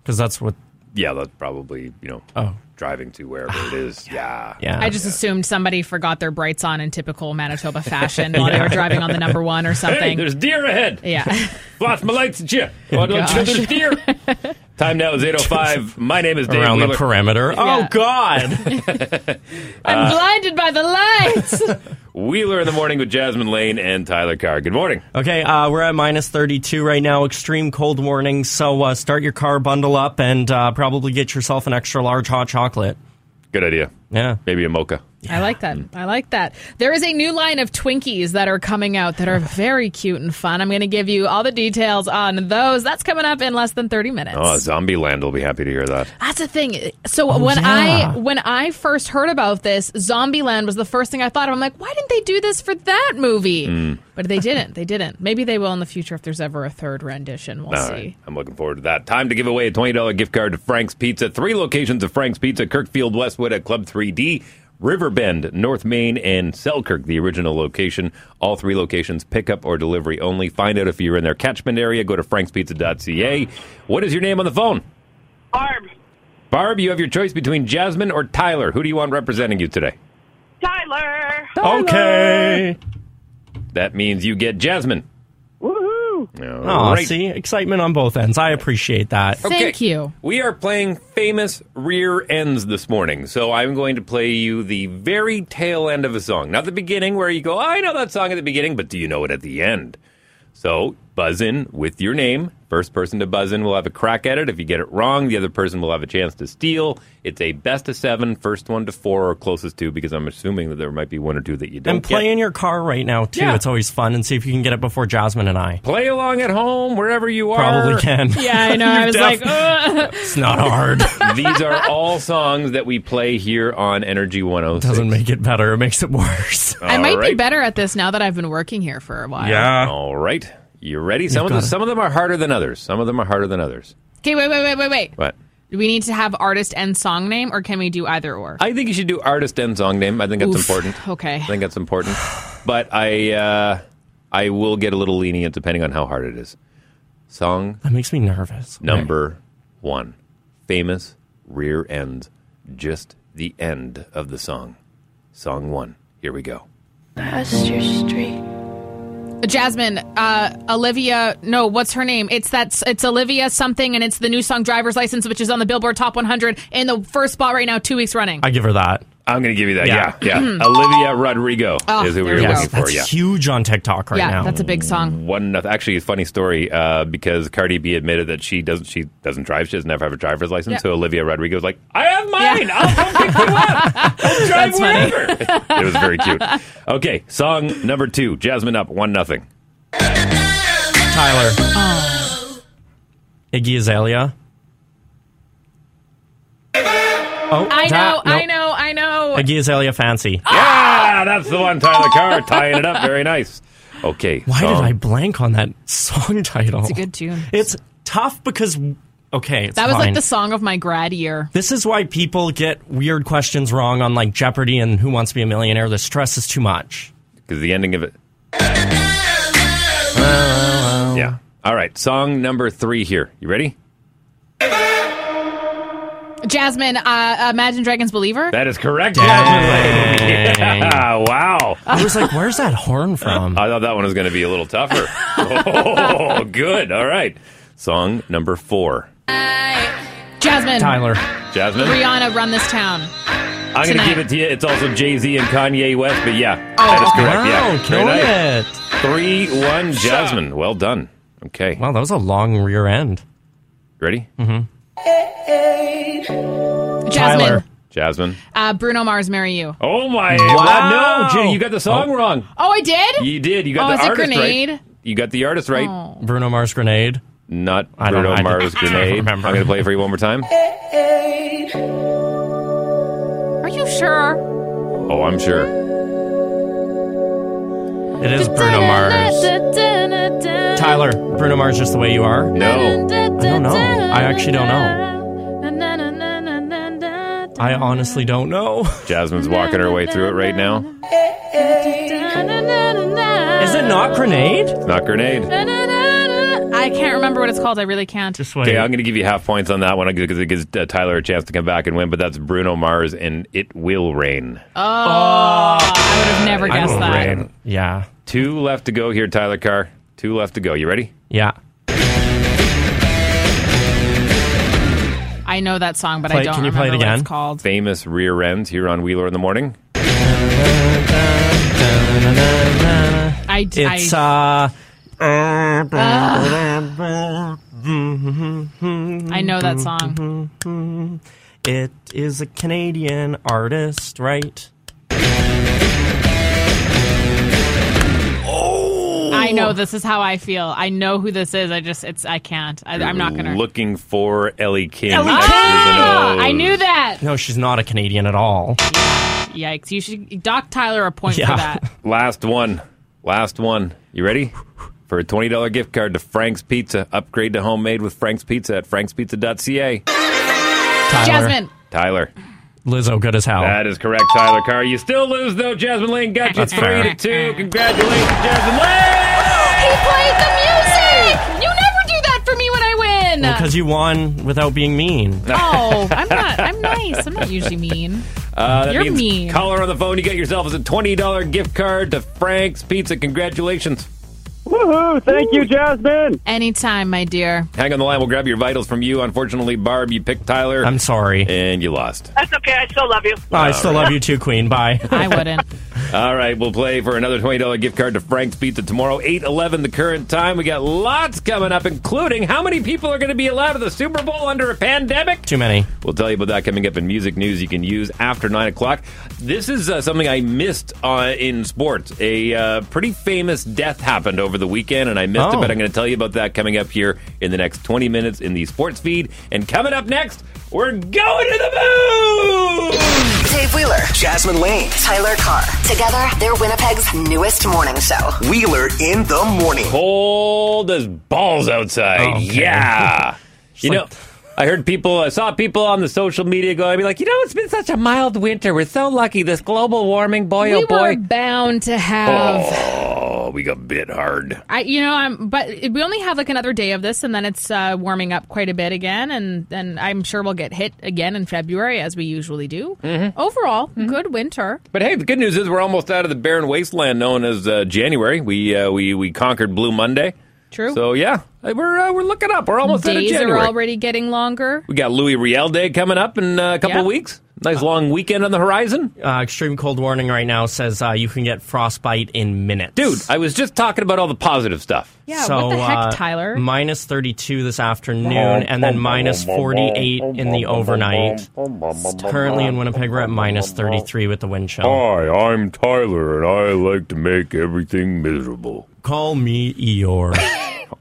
Speaker 4: Because that's what.
Speaker 3: yeah, that's probably you know
Speaker 4: Oh.
Speaker 3: driving to wherever it
Speaker 4: [SIGHS]
Speaker 3: is. yeah,
Speaker 4: Yeah.
Speaker 5: I just assumed somebody forgot their brights on in typical
Speaker 4: [LAUGHS]
Speaker 5: Manitoba fashion while they were driving on the number one or
Speaker 3: Hey,
Speaker 5: something.
Speaker 3: there's deer ahead.
Speaker 4: [LAUGHS] Uh.
Speaker 5: yeah.
Speaker 3: Lost my lights at you. Oh, don't you know there's deer? Time now is eight oh five. My name is Dave
Speaker 4: Around the
Speaker 3: Wheeler.
Speaker 4: perimeter. Oh,
Speaker 5: [LAUGHS]
Speaker 4: God.
Speaker 5: I'm blinded by the lights.
Speaker 3: Wheeler in the morning with Jasmine Lane and Tyler Carr. Good morning.
Speaker 4: Okay, uh, we're at minus 32 right now. Extreme cold warning. So uh, start your car, bundle up, and uh, probably get yourself an extra large hot chocolate.
Speaker 3: Good idea.
Speaker 4: Yeah,
Speaker 3: maybe a mocha.
Speaker 5: I like that. I like that. There is a new line of Twinkies that are coming out that are very cute and fun. I'm going to give you all the details on those. That's coming up in less than 30 minutes.
Speaker 3: Oh, Zombie Land will be happy to hear that.
Speaker 5: That's the thing. So
Speaker 3: Oh,
Speaker 5: when
Speaker 3: yeah.
Speaker 5: I when I first heard about this, Zombieland was the first thing I thought of. I'm like, why didn't they do this for that movie?
Speaker 3: Mm.
Speaker 5: But they didn't. They didn't. Maybe they will in the future if there's ever a third rendition. We'll
Speaker 3: All
Speaker 5: see.
Speaker 3: right. I'm looking forward to that. Time to give away a $20 gift card to Frank's Pizza. Three locations of Frank's Pizza Kirkfield, Westwood at Club 3D, Riverbend, North Main, and Selkirk, the original location. All three locations, pickup or delivery only. Find out if you're in their catchment area. Go to frankspizza.ca. What is your name on the phone?
Speaker 12: Barb,
Speaker 3: Barb, you have your choice between Jasmine or Tyler. Who do you want representing you today?
Speaker 12: Tyler.
Speaker 4: Okay.
Speaker 3: That means you get Jasmine.
Speaker 12: Woohoo.
Speaker 4: Oh,
Speaker 3: All right.
Speaker 4: see, excitement on both ends. I appreciate that.
Speaker 3: [LAUGHS]
Speaker 5: you.
Speaker 3: We are playing famous rear ends this morning. So I'm going to play you the very tail end of a song. Not the beginning where you go, I know that song at the beginning, but do you know it at the end? So buzz in with your name. First person to buzz in will have a crack at it. If you get it wrong, the other person will have a chance to steal. It's a best of seven, first one to four or closest to, because I'm assuming that there might be one or two that you don't
Speaker 4: And play
Speaker 3: get.
Speaker 4: in your car right now, too.
Speaker 3: Yeah.
Speaker 4: It's always fun. And see if you can get it before Jasmine and I.
Speaker 3: Play along at home, wherever you are.
Speaker 4: Probably can.
Speaker 5: Yeah, I know. I was like, Ugh.
Speaker 4: It's
Speaker 3: [LAUGHS]
Speaker 4: not hard.
Speaker 3: These are all songs that we play here on Energy 106.
Speaker 4: Doesn't make it better. It makes it worse.
Speaker 5: I might be
Speaker 3: Alright.
Speaker 5: better at this now that I've been working here for a while.
Speaker 3: All right. You ready? Some of them, some of them are harder than others. Some of them are harder than others.
Speaker 5: Okay, wait, wait, wait, wait, wait.
Speaker 3: But
Speaker 5: Do we need to have artist and song name, or can we do either or?
Speaker 3: I think you should do artist and song name. I think that's
Speaker 5: Oof.
Speaker 3: important.
Speaker 5: Okay.
Speaker 3: I think that's important. But I uh, I will get a little lenient depending on how hard it is. Song
Speaker 4: That makes me nervous.
Speaker 3: number one. Famous rear end. Just the end of the song. Song one. Here we go.
Speaker 5: Past your street. Jasmine, uh, Olivia, no, what's her name? It's that it's Olivia something, and it's the new song "Driver's License," which is on the Billboard Top 100 in the first spot right now, two weeks running.
Speaker 4: I give her that.
Speaker 3: I'm going to give you that.
Speaker 4: Yeah.
Speaker 3: Yeah. Yeah. Olivia Rodrigo
Speaker 5: Hmm. Oh,
Speaker 3: is who we
Speaker 5: there
Speaker 3: were
Speaker 5: we go.
Speaker 3: looking for.
Speaker 4: That's
Speaker 3: Yeah.
Speaker 4: huge on TikTok right
Speaker 5: yeah,
Speaker 4: now.
Speaker 5: that's a big song.
Speaker 3: One nothing. Actually, it's a funny story uh, because Cardi B admitted that she doesn't she doesn't drive. She doesn't ever have a driver's license.
Speaker 5: Yeah.
Speaker 3: So Olivia Rodrigo was like,
Speaker 10: I have mine. I'll come pick you up.
Speaker 5: [LAUGHS]
Speaker 10: I'll drive
Speaker 5: That's funny.
Speaker 3: [LAUGHS] it was very cute. Okay, song number two, Jasmine up one nothing.
Speaker 4: Tyler. Iggy Azalea. Oh,
Speaker 5: I
Speaker 4: Ta-
Speaker 5: know,
Speaker 4: no.
Speaker 5: I know, I know.
Speaker 4: Iggy Azalea Fancy.
Speaker 3: Yeah, Ah, that's the one. Tyler Carr tying it up. Very nice. Okay.
Speaker 4: Why
Speaker 3: song-
Speaker 4: did I blank on that song title?
Speaker 5: It's a good tune.
Speaker 4: It's tough because okay, it's
Speaker 5: that was
Speaker 4: fine.
Speaker 5: like the song of my grad year.
Speaker 4: This is why people get weird questions wrong on like Jeopardy and Who Wants to Be a Millionaire. The stress is too much.
Speaker 3: Because the ending of it. Yeah. All right. Song number three here. You ready?
Speaker 5: Jasmine, uh, Imagine Dragons Believer.
Speaker 3: That is correct. Jasmine.
Speaker 5: [LAUGHS]
Speaker 3: Yeah. Wow.
Speaker 4: I was like, where's that horn from?
Speaker 3: I thought that one was going to be a little tougher. oh, good. All right. Song number four.
Speaker 5: Jasmine,
Speaker 4: Tyler.
Speaker 3: Jasmine?
Speaker 5: Rihanna, Run This Town.
Speaker 3: I'm going to
Speaker 5: Tonight.
Speaker 3: give it to you. It's also Jay Z and Kanye West, but yeah,
Speaker 5: Oh,
Speaker 3: that is
Speaker 5: okay.
Speaker 3: correct.
Speaker 4: Wow,
Speaker 3: yeah,
Speaker 4: killing
Speaker 3: it. Three one, Jasmine. Well done. Okay.
Speaker 4: Wow, that was a long rear end.
Speaker 3: Ready?
Speaker 4: Mm-hmm.
Speaker 5: Jasmine,
Speaker 3: Jasmine.
Speaker 5: uh, Bruno Mars, marry you.
Speaker 3: Oh my!
Speaker 5: Wow.
Speaker 3: Wow. No, Jay, you got the song wrong.
Speaker 5: Oh, I did.
Speaker 3: You did. You got
Speaker 5: oh,
Speaker 3: the
Speaker 5: is
Speaker 3: artist
Speaker 5: it grenade?
Speaker 3: right. You got the artist right.
Speaker 5: Oh.
Speaker 4: Bruno Mars grenade.
Speaker 3: Not
Speaker 4: I don't-
Speaker 3: Bruno
Speaker 4: I don't-
Speaker 3: Mars
Speaker 4: I don't
Speaker 3: grenade. I'm
Speaker 4: remember.
Speaker 3: going to play it for you one more time.
Speaker 5: Are you sure?
Speaker 3: Oh, I'm sure.
Speaker 4: It is Bruno Mars. Tyler, Bruno Mars, just the way you are.
Speaker 3: No,
Speaker 4: I don't know. I actually don't know. I honestly don't know. [LAUGHS]
Speaker 3: Jasmine's walking her way through it right now.
Speaker 4: Is it not grenade?
Speaker 3: It's not grenade.
Speaker 5: I can't remember what it's called. I really can't.
Speaker 4: Just
Speaker 3: Okay, I'm going to give you half points on that one because it gives uh, Tyler a chance to come back and win. But that's Bruno Mars and "It Will Rain."
Speaker 5: Oh, I would have never guessed that.
Speaker 4: Yeah.
Speaker 3: Two left to go here, Tyler Carr. Two left to go. You ready?
Speaker 4: Yeah.
Speaker 5: I know that song, but I
Speaker 3: Play-
Speaker 5: don't
Speaker 3: can you play
Speaker 5: remember
Speaker 3: it
Speaker 5: what
Speaker 3: again?
Speaker 5: it's called.
Speaker 3: Famous rear ends here on Wheeler in the morning.
Speaker 5: I,
Speaker 4: It's
Speaker 5: I,
Speaker 4: uh.
Speaker 5: I know that song.
Speaker 4: It is a Canadian artist, right?
Speaker 5: I know this is how I feel. I know who this is. I just it's I can't. I, I'm not gonna.
Speaker 3: Looking for Ellie King.
Speaker 5: Ellie
Speaker 3: X's and
Speaker 5: Ah,
Speaker 3: O's.
Speaker 5: I knew that.
Speaker 4: No, she's not a Canadian at all.
Speaker 5: Yikes! You should dock Tyler a point for that.
Speaker 3: Last one. Last one. You ready? For a $20 gift card to Frank's Pizza. Upgrade to homemade with Frank's Pizza at frankspizza.ca.
Speaker 5: Jasmine.
Speaker 3: Tyler.
Speaker 4: Lizzo, good as hell.
Speaker 3: That is correct, Tyler Carr. You still lose, though. Jasmine Lane got you
Speaker 4: That's
Speaker 3: three
Speaker 4: fair.
Speaker 3: to two. Congratulations, Jasmine Lane!
Speaker 5: He played the music. You never do that for me when I win.
Speaker 4: Because you won without being mean.
Speaker 5: oh, I'm not. I'm nice. I'm not usually mean.
Speaker 3: Uh, that
Speaker 5: You're
Speaker 3: means
Speaker 5: mean.
Speaker 3: Caller on the phone. You get yourself as a $20 gift card to Frank's Pizza. Congratulations.
Speaker 5: Woohoo! Thank you, Jasmine. Anytime, my dear.
Speaker 3: Hang on the line. We'll grab your vitals from you. Unfortunately, Barb, you picked Tyler. I'm
Speaker 4: sorry.
Speaker 3: And you lost. [LAUGHS]
Speaker 12: That's okay. I still love you.
Speaker 4: I still love you too, Queen. Bye. [LAUGHS]
Speaker 5: I wouldn't.
Speaker 3: [LAUGHS] All right, we'll play for another $20 gift card to Frank's Pizza tomorrow, 8-11 the current time. We got lots coming up, including how many people are going to be allowed to the Super Bowl under a pandemic?
Speaker 4: Too many.
Speaker 3: We'll tell you about that coming up in music news you can use after 9 o'clock. This is uh, something I missed uh, in sports. A uh, pretty famous death happened over the weekend, and I missed it,
Speaker 4: Oh.
Speaker 3: but I'm going to tell you about that coming up here in the next 20 minutes in the sports feed. And coming up next, we're going to the moon!
Speaker 2: Dave Wheeler, Jasmine Lane, Tyler Carr. Together, they're Winnipeg's newest morning show.
Speaker 1: Wheeler in the morning.
Speaker 3: Cold as balls outside.
Speaker 1: Okay.
Speaker 3: Yeah. you know, I heard people, I saw people on the social media going, I'd be like, you know, it's been such a mild winter. We're so lucky. This global warming, boy,
Speaker 5: we
Speaker 3: oh boy.
Speaker 5: were bound to have.
Speaker 3: Oh, we got bit hard.
Speaker 5: I, you know, I'm, but we only have like another day of this, and then it's uh, warming up quite a bit again, and then I'm sure we'll get hit again in February as we usually do.
Speaker 3: Mm-hmm.
Speaker 5: Overall, good winter.
Speaker 3: But hey, the good news is we're almost out of the barren wasteland known as uh, January. We uh, we we conquered Blue Monday.
Speaker 5: True.
Speaker 3: So yeah, we're uh, we're looking up. We're almost out of
Speaker 5: Days
Speaker 3: January.
Speaker 5: are already getting longer.
Speaker 3: we got Louis Riel Day coming up in uh, a couple
Speaker 5: Yep.
Speaker 3: weeks. Nice long weekend on the horizon.
Speaker 4: Uh, extreme cold warning right now says uh, you can get frostbite in minutes.
Speaker 3: Dude, I was just talking about all the positive stuff.
Speaker 5: Yeah, what the
Speaker 3: uh,
Speaker 5: heck, Tyler?
Speaker 4: uh, Minus 32 this afternoon, and then minus 48 in the overnight. Currently in Winnipeg, we're at minus 33 with the wind chill.
Speaker 14: Hi, I'm Tyler, and I like to make everything miserable.
Speaker 4: Call me Eeyore.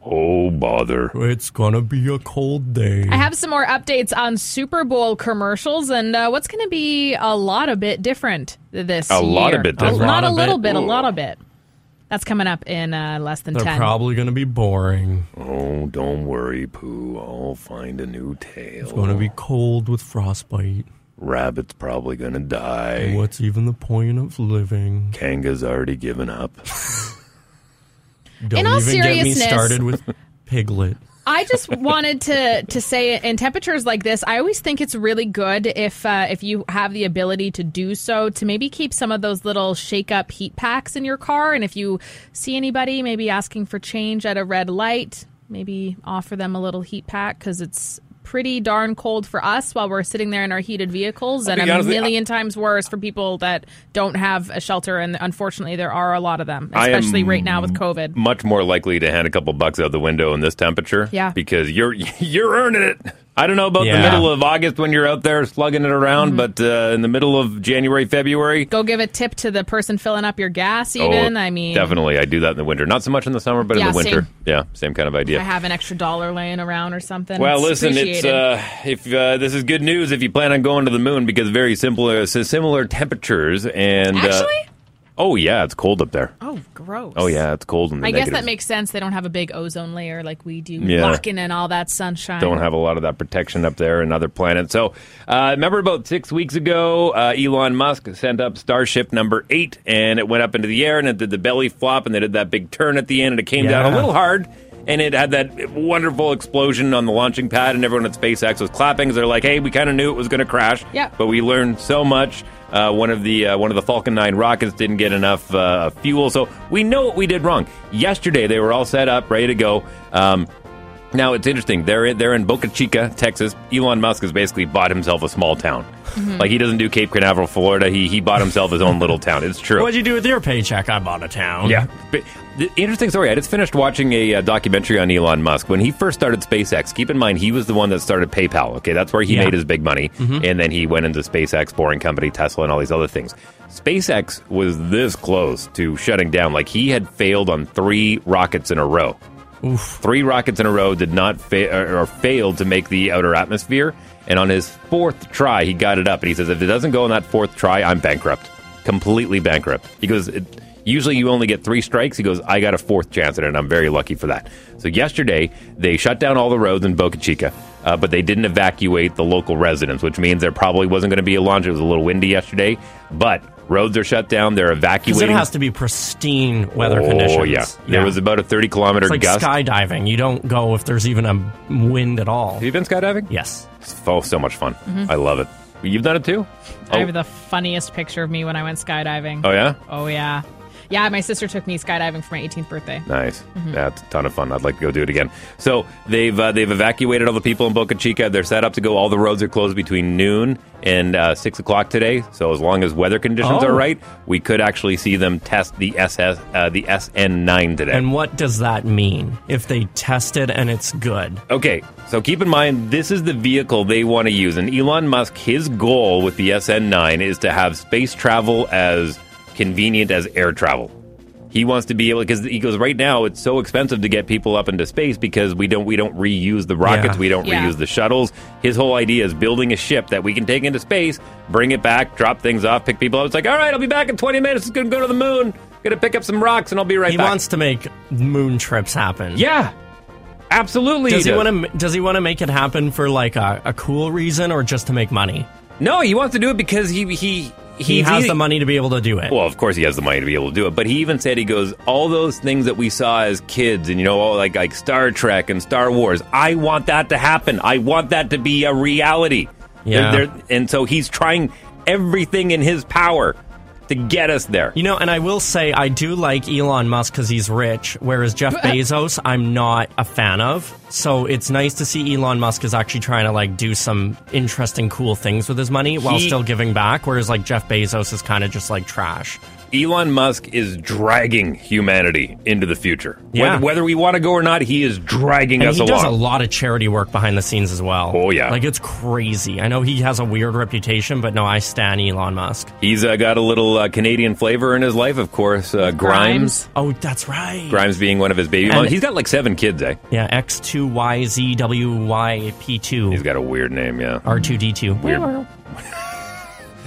Speaker 14: oh, bother.
Speaker 4: It's gonna be a cold day.
Speaker 5: I have some more updates on Super Bowl commercials and uh, what's going to be a lot of bit different this
Speaker 4: A lot
Speaker 5: year.
Speaker 4: a bit
Speaker 5: A
Speaker 4: different.
Speaker 5: not
Speaker 4: A
Speaker 5: a
Speaker 4: lot a
Speaker 5: little
Speaker 4: bit.
Speaker 5: bit, a lot of bit. That's coming up in uh, less than
Speaker 4: They're
Speaker 5: 10.
Speaker 4: probably gonna be boring.
Speaker 14: Oh, don't worry, Pooh. I'll find a new tail.
Speaker 4: It's gonna be cold with frostbite.
Speaker 14: Rabbit's probably gonna die.
Speaker 4: What's even the point of living?
Speaker 14: Kanga's already given up.
Speaker 4: Don't even get
Speaker 5: all
Speaker 4: me
Speaker 5: seriousness-
Speaker 4: started with Piglet.
Speaker 5: I just wanted to to say in temperatures like this, I always think it's really good if uh, if you have the ability to do so to maybe keep some of those little shake up heat packs in your car, and if you see anybody maybe asking for change at a red light, maybe offer them a little heat pack because it's pretty darn cold for us while we're sitting there in our heated vehicles,
Speaker 3: I'll
Speaker 5: and
Speaker 3: be
Speaker 5: a
Speaker 3: honest uh, with you,
Speaker 5: million times worse for people that don't have a shelter. And unfortunately, there are a lot of them,
Speaker 3: I am-
Speaker 5: especially right now with COVID.
Speaker 3: Much more likely to hand a couple bucks out the window in this temperature.
Speaker 5: Yeah.
Speaker 3: Because you're [LAUGHS] you're earning it. I don't know about
Speaker 4: Yeah.
Speaker 3: the middle of August when you're out there slugging it around, but uh, in the middle of January, February.
Speaker 5: Mm-hmm. Go give a tip to the person filling up your gas. Even
Speaker 3: oh,
Speaker 5: I mean,
Speaker 3: definitely. I do that in the winter. Not so much in the summer, but
Speaker 5: Yeah,
Speaker 3: in the winter.
Speaker 5: same.
Speaker 3: Yeah, same kind of idea.
Speaker 5: I have an extra dollar laying around or something.
Speaker 3: Well,
Speaker 5: It's
Speaker 3: listen, it's
Speaker 5: appreciated.
Speaker 3: uh, if uh, this is good news if you plan on going to the moon because very similar similar temperatures and
Speaker 5: Actually?
Speaker 3: uh, oh yeah, it's cold up there.
Speaker 5: oh gross.
Speaker 3: Oh yeah, it's cold in the
Speaker 5: I guess that
Speaker 3: negatives.
Speaker 5: makes sense. They don't have a big ozone layer like we do,
Speaker 3: Yeah.
Speaker 5: blocking in all that sunshine.
Speaker 3: don't have a lot of that protection up there in other planets. So, uh, remember about six weeks ago, uh, Elon Musk sent up Starship number eight, and it went up into the air, and it did the belly flop, and they did that big turn at the end, and it came down a
Speaker 4: Yeah.
Speaker 3: little hard, and it had that wonderful explosion on the launching pad, and everyone at SpaceX was clapping. 'cause They're like, "Hey, we kind of knew it was going to crash,
Speaker 5: Yep.
Speaker 3: but we learned so much." Uh, one of the uh, one of the Falcon 9 rockets didn't get enough uh, fuel, so we know what we did wrong. Yesterday, they were all set up, ready to go. Um, now it's interesting. They're in, they're in Boca Chica, Texas. Elon Musk has basically bought himself a small town.
Speaker 4: Mhm.
Speaker 3: Like he doesn't do Cape Canaveral, Florida. He he bought himself his own little town. It's true.
Speaker 4: What'd you do with your paycheck? I bought a town.
Speaker 3: Yeah. But the interesting story. I just finished watching a uh, documentary on Elon Musk. When he first started SpaceX, keep in mind he was the one that started PayPal. Okay, that's where he
Speaker 4: Yeah.
Speaker 3: made his big money,
Speaker 4: Mhm.
Speaker 3: and then he went into SpaceX, Boring Company, Tesla, and all these other things. SpaceX was this close to shutting down. Like he had failed on three rockets in a row. Three rockets in a row did not fa- or or failed to make the outer atmosphere. And on his fourth try, he got it up. And he says, if it doesn't go on that fourth try, I'm bankrupt. Completely bankrupt. He goes, it, usually you only get three strikes. He goes, I got a fourth chance at it, and I'm very lucky for that. So yesterday, they shut down all the roads in Boca Chica, uh, but they didn't evacuate the local residents, which means there probably wasn't going to be a launch. It was a little windy yesterday, but roads are shut down. They're
Speaker 4: Because
Speaker 3: evacuating.
Speaker 4: it has to be pristine weather
Speaker 3: oh,
Speaker 4: conditions.
Speaker 3: yeah. There was about a 30 kilometer
Speaker 4: It's like
Speaker 3: gust.
Speaker 4: skydiving. You don't go if there's even a wind at all. Have
Speaker 3: you been skydiving?
Speaker 4: Yes.
Speaker 3: It's oh, so much fun.
Speaker 5: Mhm.
Speaker 3: I love it. You've done it too?
Speaker 5: I have the funniest picture of me when I went skydiving.
Speaker 3: Oh, yeah?
Speaker 5: Oh yeah, yeah. My sister took me skydiving for my 18th birthday.
Speaker 3: Nice.
Speaker 5: Mhm.
Speaker 3: That's a ton of fun. I'd like to go do it again. So they've uh, they've evacuated all the people in Boca Chica. They're set up to go. All the roads are closed between noon and uh, six o'clock today. So as long as weather conditions
Speaker 4: Oh.
Speaker 3: are right, we could actually see them test the SS uh, the SN9 today.
Speaker 4: And what does that mean if they test it and it's good?
Speaker 3: Okay, so keep in mind this is the vehicle they want to use, and Elon Musk, his goal with the SN9 is to have space travel as convenient as air travel. He wants to be able because he goes right now it's so expensive to get people up into space because we don't we don't reuse the rockets,
Speaker 4: Yeah.
Speaker 3: we don't
Speaker 4: Yeah.
Speaker 3: reuse the shuttles. His whole idea is building a ship that we can take into space, bring it back, drop things off, pick people up. It's like, all right, I'll be back in twenty minutes. It's gonna go to the moon, gonna pick up some rocks, and I'll be right
Speaker 4: he
Speaker 3: back.
Speaker 4: wants to make moon trips happen.
Speaker 3: Yeah, absolutely.
Speaker 4: Does he
Speaker 3: does.
Speaker 4: want to? Does he want to make it happen for like a, a cool reason or just to make money?
Speaker 3: No, he wants to do it because he he
Speaker 4: He has the money to be able to do it.
Speaker 3: Well, of course he has the money to be able to do it. But he even said he goes all those things that we saw as kids, and you know, all like like Star Trek and Star Wars. I want that to happen. I want that to be a reality.
Speaker 4: Yeah.
Speaker 3: There- there- and so he's trying everything in his power to get us there.
Speaker 4: You know, and I will say I do like Elon Musk because he's rich, whereas
Speaker 3: [LAUGHS]
Speaker 4: Jeff Bezos I'm not a fan of. So it's nice to see Elon Musk is actually trying to like do some interesting, cool things with his money while
Speaker 3: He-
Speaker 4: still giving back. Whereas like Jeff Bezos is kind of just like trash.
Speaker 3: Elon Musk is dragging humanity into the future.
Speaker 4: Yeah.
Speaker 3: Whether, whether we want to go or not, he is dragging
Speaker 4: And
Speaker 3: us
Speaker 4: he
Speaker 3: along.
Speaker 4: does a lot of charity work behind the scenes as well.
Speaker 3: Oh, yeah.
Speaker 4: like it's crazy. I know he has a weird reputation, but no, I stan Elon Musk.
Speaker 3: He's uh, got a little uh, Canadian flavor in his life, of course. Uh, Grimes.
Speaker 4: Oh, that's right.
Speaker 3: Grimes being one of his baby
Speaker 4: And-
Speaker 3: moms. He's got like seven kids, eh?
Speaker 4: Yeah, X two Y Z W Y P two. He's
Speaker 3: got a weird name, yeah.
Speaker 4: R two D two.
Speaker 3: Weird.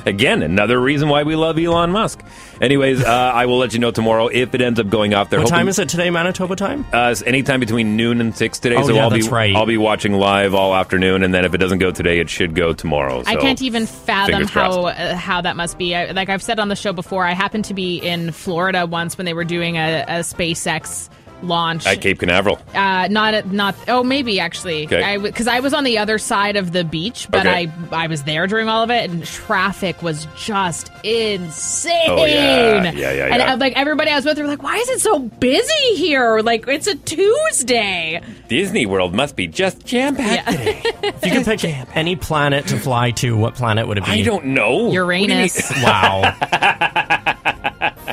Speaker 3: Again, another reason why we love Elon Musk. Anyways, uh, I will let you know tomorrow if it ends up going off. They're
Speaker 4: What
Speaker 3: hoping-
Speaker 4: time is it today, Manitoba time?
Speaker 3: Uh, it's anytime between noon and six today.
Speaker 4: Oh,
Speaker 3: so
Speaker 4: yeah,
Speaker 3: I'll be
Speaker 4: that's right.
Speaker 3: I'll be watching live all afternoon, and then if it doesn't go today, it should go tomorrow.
Speaker 5: I
Speaker 3: so-
Speaker 5: can't even fathom
Speaker 3: fingers
Speaker 5: how uh, how that must be. I, like I've said on the show before, I happened to be in Florida once when they were doing a, a SpaceX launch
Speaker 3: At Cape Canaveral.
Speaker 5: Uh, not at not. Oh, maybe actually.
Speaker 3: Okay.
Speaker 5: I because I was on the other side of the beach, but
Speaker 3: Okay.
Speaker 5: I I was there during all of it, and traffic was just insane.
Speaker 3: Oh, yeah. Yeah, yeah,
Speaker 5: And
Speaker 3: yeah.
Speaker 5: uh, like everybody I was with, they were like, "Why is it so busy here? Like it's a Tuesday."
Speaker 3: Disney World must be just jam packed.
Speaker 5: [LAUGHS]
Speaker 4: If you could pick any planet to fly to, what planet would it be?
Speaker 3: I don't know.
Speaker 5: Uranus.
Speaker 4: Wow.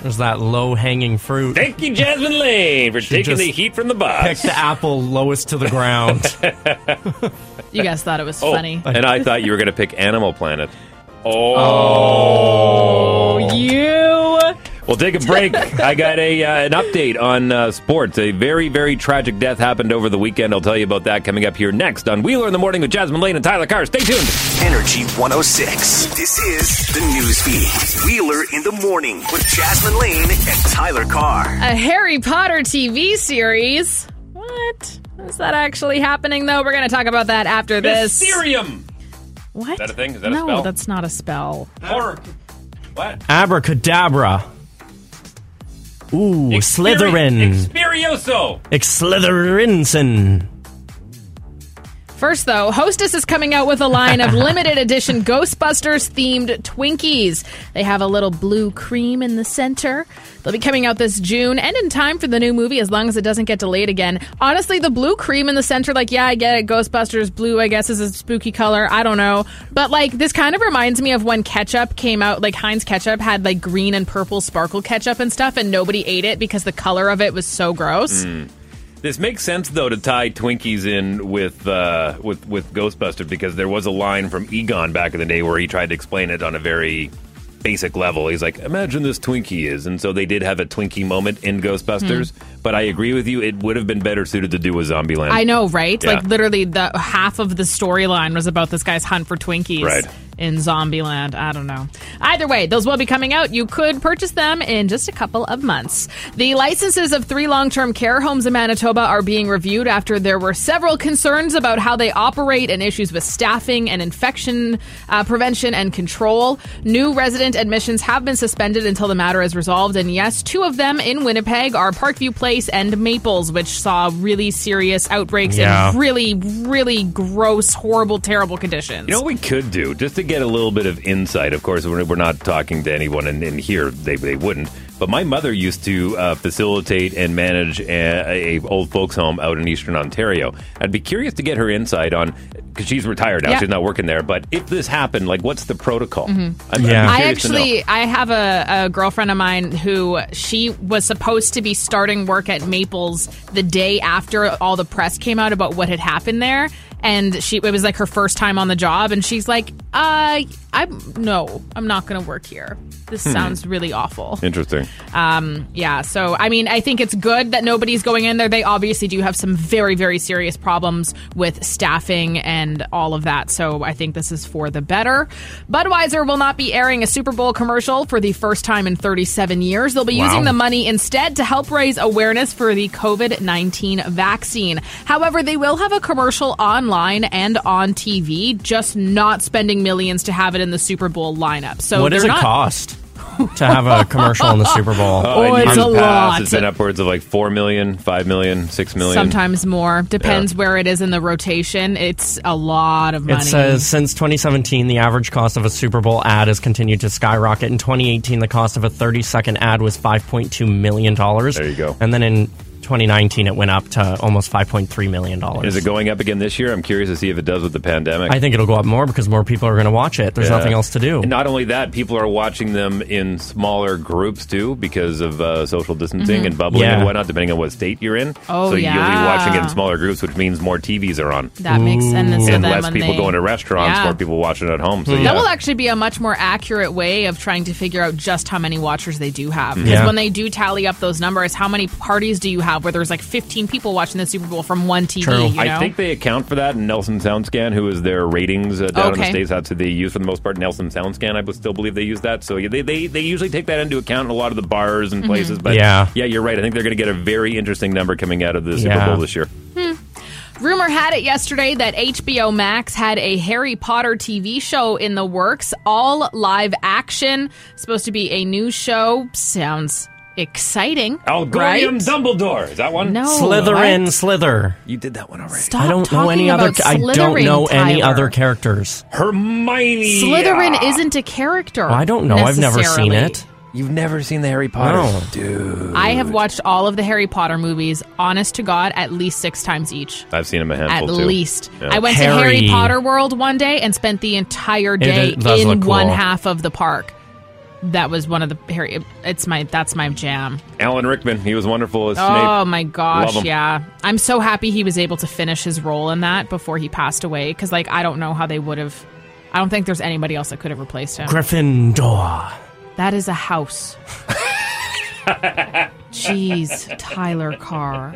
Speaker 4: There's that low hanging fruit.
Speaker 3: Thank you, Jasmine Lane, for
Speaker 4: She
Speaker 3: taking
Speaker 4: just
Speaker 3: the heat from the box.
Speaker 4: Pick the apple lowest to the
Speaker 3: [LAUGHS]
Speaker 4: ground.
Speaker 5: You guys thought it was
Speaker 3: Oh.
Speaker 5: funny.
Speaker 3: And I thought you were going to pick Animal Planet. [LAUGHS] Oh.
Speaker 5: you.
Speaker 3: We'll take a [LAUGHS] break. I got a uh, an update on uh, sports. A very, very tragic death happened over the weekend. I'll tell you about that coming up here next on Wheeler in the Morning with Jasmine Lane and Tyler Carr. Stay tuned.
Speaker 1: Energy 106. This is the news feed. Wheeler in the morning with Jasmine Lane and Tyler Carr.
Speaker 5: a Harry Potter TV series. What? Is that actually happening though? We're going to talk about that after this.
Speaker 3: Mysterium.
Speaker 5: What? Is
Speaker 3: that a thing? Is that a
Speaker 5: no,
Speaker 3: spell?
Speaker 5: that's not a spell.
Speaker 3: Horror. What?
Speaker 4: Abracadabra. Ooh, Slytherin.
Speaker 3: Spirioso.
Speaker 4: Exslytherinson.
Speaker 5: First, though, Hostess is coming out with a line of limited edition Ghostbusters themed Twinkies. They have a little blue cream in the center. They'll be coming out this June and in time for the new movie as long as it doesn't get delayed again. Honestly, the blue cream in the center, like, yeah, I get it. Ghostbusters blue, I guess, is a spooky color. I don't know. But, like, this kind of reminds me of when ketchup came out. Like, Heinz ketchup had, like, green and purple sparkle ketchup and stuff, and nobody ate it because the color of it was so gross.
Speaker 3: Mm. This makes sense though to tie Twinkies in with uh, with with Ghostbusters because there was a line from Egon back in the day where he tried to explain it on a very basic level. He's like, "Imagine this Twinkie is," and so they did have a Twinkie moment in Ghostbusters. But I agree with you; it would have been better suited to do a Zombieland.
Speaker 5: I know, right?
Speaker 3: Yeah.
Speaker 5: Like literally, the half of the storyline was about this guy's hunt for Twinkies
Speaker 3: Right.
Speaker 5: in Zombieland. I don't know. Either way, those will be coming out. You could purchase them in just a couple of months. The licenses of three long-term care homes in Manitoba are being reviewed after there were several concerns about how they operate and issues with staffing and infection uh, prevention and control. New resident admissions have been suspended until the matter is resolved. And yes, two of them in Winnipeg are Parkview Place and Maples, which saw really serious outbreaks
Speaker 3: Yeah.
Speaker 5: and really, really gross, horrible, terrible conditions.
Speaker 3: You know what we could do, just to get a little bit of insight. Of course, we're, we're not talking to anyone in, in here; they, they wouldn't. But my mother used to uh, facilitate and manage a, a old folks' home out in Eastern Ontario. I'd be curious to get her insight on because she's retired now;
Speaker 5: Yeah.
Speaker 3: she's not working there. But if this happened, like, what's the protocol?
Speaker 5: Mhm.
Speaker 3: I'm, I'm
Speaker 5: i
Speaker 3: curious to know.
Speaker 5: actually, I have a, a girlfriend of mine who she was supposed to be starting work at Maples the day after all the press came out about what had happened there, and she it was like her first time on the job, and she's like, "Uh, I'm no, I'm not going to work here. This
Speaker 3: Hmm.
Speaker 5: sounds really awful."
Speaker 3: interesting.
Speaker 5: Um, yeah, so I mean, I think it's good that nobody's going in there. They obviously do have some very, very serious problems with staffing and all of that. So I think this is for the better. Budweiser will not be airing a Super Bowl commercial for the first time in 37 years. They'll be
Speaker 18: Wow.
Speaker 5: using the money instead to help raise awareness for the COVID 19 vaccine. However, they will have a commercial online and on TV, just not spending millions to have it in the Super Bowl lineup. So
Speaker 4: what does
Speaker 5: they're
Speaker 4: it
Speaker 5: not-
Speaker 4: cost to have a commercial in the Super Bowl?
Speaker 3: [LAUGHS]
Speaker 5: Oh,
Speaker 3: in
Speaker 5: it's
Speaker 3: years
Speaker 5: a lot.
Speaker 3: It's been upwards of like four million, five million, six million.
Speaker 5: Sometimes more. Depends where it is in the rotation. It's a lot of money.
Speaker 4: It says since 2017, the average cost of a Super Bowl ad has continued to skyrocket. In 2018, the cost of a 30 second ad was $5.2 million. There you go. And then in 2019, it went up to almost $5.3 million.
Speaker 3: Is it going up again this year? I'm curious to see if it does with the pandemic.
Speaker 4: I think it'll go up more because more people are going to watch it. There's
Speaker 3: Yeah.
Speaker 4: nothing else to do.
Speaker 3: And not only that, people are watching them in smaller groups too because of uh, social distancing
Speaker 5: Mhm.
Speaker 3: and bubbling
Speaker 4: Yeah.
Speaker 3: and whatnot, depending on what state you're in.
Speaker 5: Oh,
Speaker 3: so
Speaker 5: yeah.
Speaker 3: you'll be watching it in smaller groups, which means more TVs are on.
Speaker 5: That makes- and then so
Speaker 3: and
Speaker 5: then
Speaker 3: less
Speaker 5: when
Speaker 3: people
Speaker 5: they-
Speaker 3: going to restaurants,
Speaker 5: Yeah.
Speaker 3: more people watching at home. So
Speaker 4: Mm.
Speaker 3: yeah.
Speaker 5: That will actually be a much more accurate way of trying to figure out just how many watchers they do have. Because
Speaker 3: Yeah.
Speaker 5: when they do tally up those numbers, how many parties do you have where there's like 15 people watching the Super Bowl from one TV? You know?
Speaker 3: I think they account for that in Nelson Soundscan, who is their ratings uh, down in the
Speaker 5: Okay.
Speaker 3: states. That's who they use for the most part. Nelson Soundscan, I would still believe they use that. So yeah, they, they they usually take that into account in a lot of the bars and
Speaker 5: Mhm.
Speaker 3: places. But
Speaker 4: Yeah.
Speaker 3: yeah, you're right. I think they're going to get a very interesting number coming out of the Super
Speaker 4: Yeah.
Speaker 3: Bowl this year.
Speaker 5: Rumor had it yesterday that HBO Max had a Harry Potter TV show in the works, all live action. Supposed to be a new show. Sounds exciting.
Speaker 3: Algorium
Speaker 5: right?
Speaker 3: Dumbledore. Is that one?
Speaker 5: No.
Speaker 4: Slytherin,
Speaker 5: Oh, what?
Speaker 4: Slither.
Speaker 3: You did that one already.
Speaker 5: Stop
Speaker 4: I don't know
Speaker 5: talking
Speaker 4: any other.
Speaker 5: about
Speaker 4: I don't
Speaker 5: Slytherin,
Speaker 4: know any
Speaker 5: Tyler.
Speaker 4: other characters.
Speaker 3: Hermione. ah.
Speaker 5: Slytherin isn't a character.
Speaker 4: I don't know. I've never seen
Speaker 5: necessarily.
Speaker 4: it.
Speaker 3: You've never seen the Harry
Speaker 4: Potter? No.
Speaker 3: dude.
Speaker 5: I have watched all of the Harry Potter movies, honest to God, at least six times each.
Speaker 3: I've seen him a
Speaker 5: At
Speaker 3: handful too.
Speaker 5: least.
Speaker 3: Yeah.
Speaker 5: I went to
Speaker 3: Harry.
Speaker 5: Harry Potter World one day and spent the entire day
Speaker 3: it does
Speaker 5: in
Speaker 3: look
Speaker 5: one
Speaker 3: cool.
Speaker 5: half of the park. That was one of the Harry. It's my. That's my jam.
Speaker 3: Alan Rickman. He was wonderful as Snape.
Speaker 5: Oh my gosh,
Speaker 3: Love him.
Speaker 5: yeah. I'm so happy he was able to finish his role in that before he passed away cuz like I don't know how they would have I don't think there's anybody else that could have replaced him.
Speaker 4: Gryffindor.
Speaker 5: that is a house. Jeez, Tyler Carr.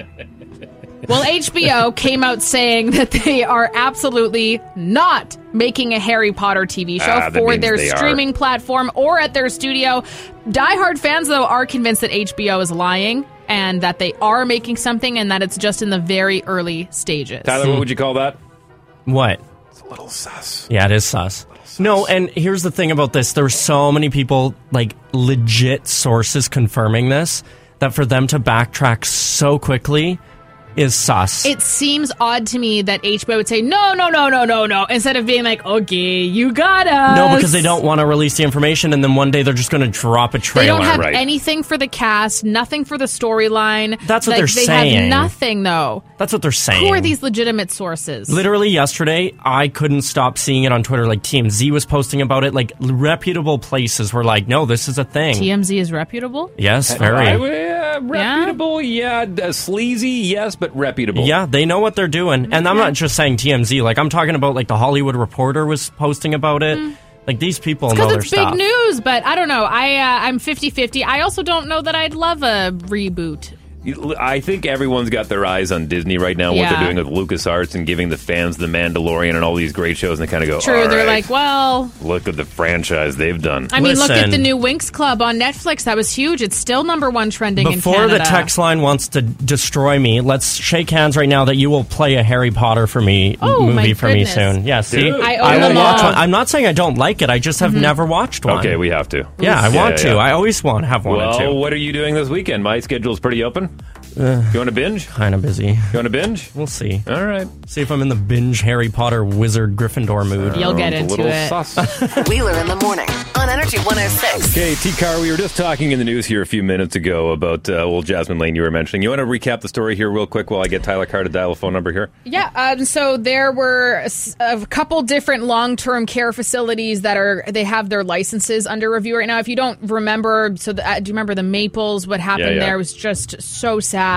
Speaker 5: Well, HBO came out saying that they are absolutely not making a Harry Potter TV show
Speaker 10: Ah, that
Speaker 5: for
Speaker 10: means
Speaker 5: their
Speaker 10: they are.
Speaker 5: streaming platform or at their studio. Diehard fans, though, are convinced that HBO is lying and that they are making something and that it's just in the very early stages.
Speaker 3: Tyler,
Speaker 4: Hmm.
Speaker 3: what would you call that?
Speaker 4: What?
Speaker 3: It's a little sus.
Speaker 4: Yeah, it is sus. No, and here's the thing about this. There's so many people, like legit sources confirming this, that for them to backtrack so quickly is sus.
Speaker 5: It seems odd to me that HBO would say, no, no, no, no, no, no, instead of being like, okay, you got us.
Speaker 4: no, because they don't want to release the information, and then one day they're just going to drop a
Speaker 5: They
Speaker 4: trailer.
Speaker 5: don't have anything for the cast, nothing for the storyline.
Speaker 4: That's what
Speaker 5: Like,
Speaker 4: they're
Speaker 5: they
Speaker 4: saying.
Speaker 5: have nothing, though.
Speaker 4: That's what they're saying.
Speaker 5: Who are these legitimate sources?
Speaker 4: Literally yesterday, I couldn't stop seeing it on Twitter. Like TMZ was posting about it. Like reputable places were like, "No, this is a thing."
Speaker 5: TMZ is reputable?
Speaker 4: yes,
Speaker 3: I
Speaker 4: very.
Speaker 3: would- yeah, reputable, yeah. d- sleazy, yes, but reputable.
Speaker 4: Yeah, they know what they're doing. And I'm
Speaker 5: Mm-hmm.
Speaker 4: not just saying TMZ. Like I'm talking about like the Hollywood Reporter was posting about it. Like these people know
Speaker 5: Because
Speaker 4: their
Speaker 5: Mm. it's big
Speaker 4: stuff.
Speaker 5: news, but I don't know. I uh, I'm 50-50. I also don't know that I'd love a reboot.
Speaker 3: You- I think everyone's got their eyes on Disney right now, what
Speaker 5: Yeah.
Speaker 3: they're doing with LucasArts and giving the fans The Mandalorian and all these great shows, and they kind of go,
Speaker 5: True,
Speaker 3: "All right,
Speaker 5: they're like, well,
Speaker 3: look at the franchise they've done.
Speaker 5: I mean, look at the new Winx Club on Netflix. That was huge. It's still number one trending in
Speaker 4: Before
Speaker 5: Canada.
Speaker 4: the text line wants to destroy me, let's shake hands right now that you will play a Harry Potter for me
Speaker 5: Oh, my
Speaker 4: movie for
Speaker 5: goodness.
Speaker 4: me soon. Yeah, see,
Speaker 5: Dude. I own
Speaker 4: will
Speaker 5: them
Speaker 4: watch
Speaker 5: all.
Speaker 4: one. I'm not saying I don't like it. I just have
Speaker 5: Mhm.
Speaker 4: never watched one.
Speaker 3: Okay, we have to.
Speaker 4: Yeah, I want
Speaker 3: yeah.
Speaker 4: to. I always want to have one
Speaker 3: well,
Speaker 4: or two.
Speaker 3: what are you doing this weekend? My schedule's pretty open.
Speaker 4: Uh,
Speaker 3: You want to binge?
Speaker 4: kind of busy. You
Speaker 3: want to binge?
Speaker 4: We'll see.
Speaker 3: All right.
Speaker 4: See if I'm in the binge Harry Potter wizard Gryffindor mood.
Speaker 5: You'll get Sounds a into little
Speaker 2: [LAUGHS]
Speaker 5: it.
Speaker 2: Wheeler in the morning on Energy 106.
Speaker 3: Okay, T Car, we were just talking in the news here a few minutes ago about uh, old Jasmine Lane you were mentioning. You want to recap the story here real quick while I get Tyler Carr to dial a phone number here?
Speaker 5: Yeah, um, so there were s- a couple different long-term care facilities that are they have their licenses under review right now. If you don't remember, so the, uh, do you remember the Maples? What happened
Speaker 10: Yeah, yeah.
Speaker 5: there was just so sad.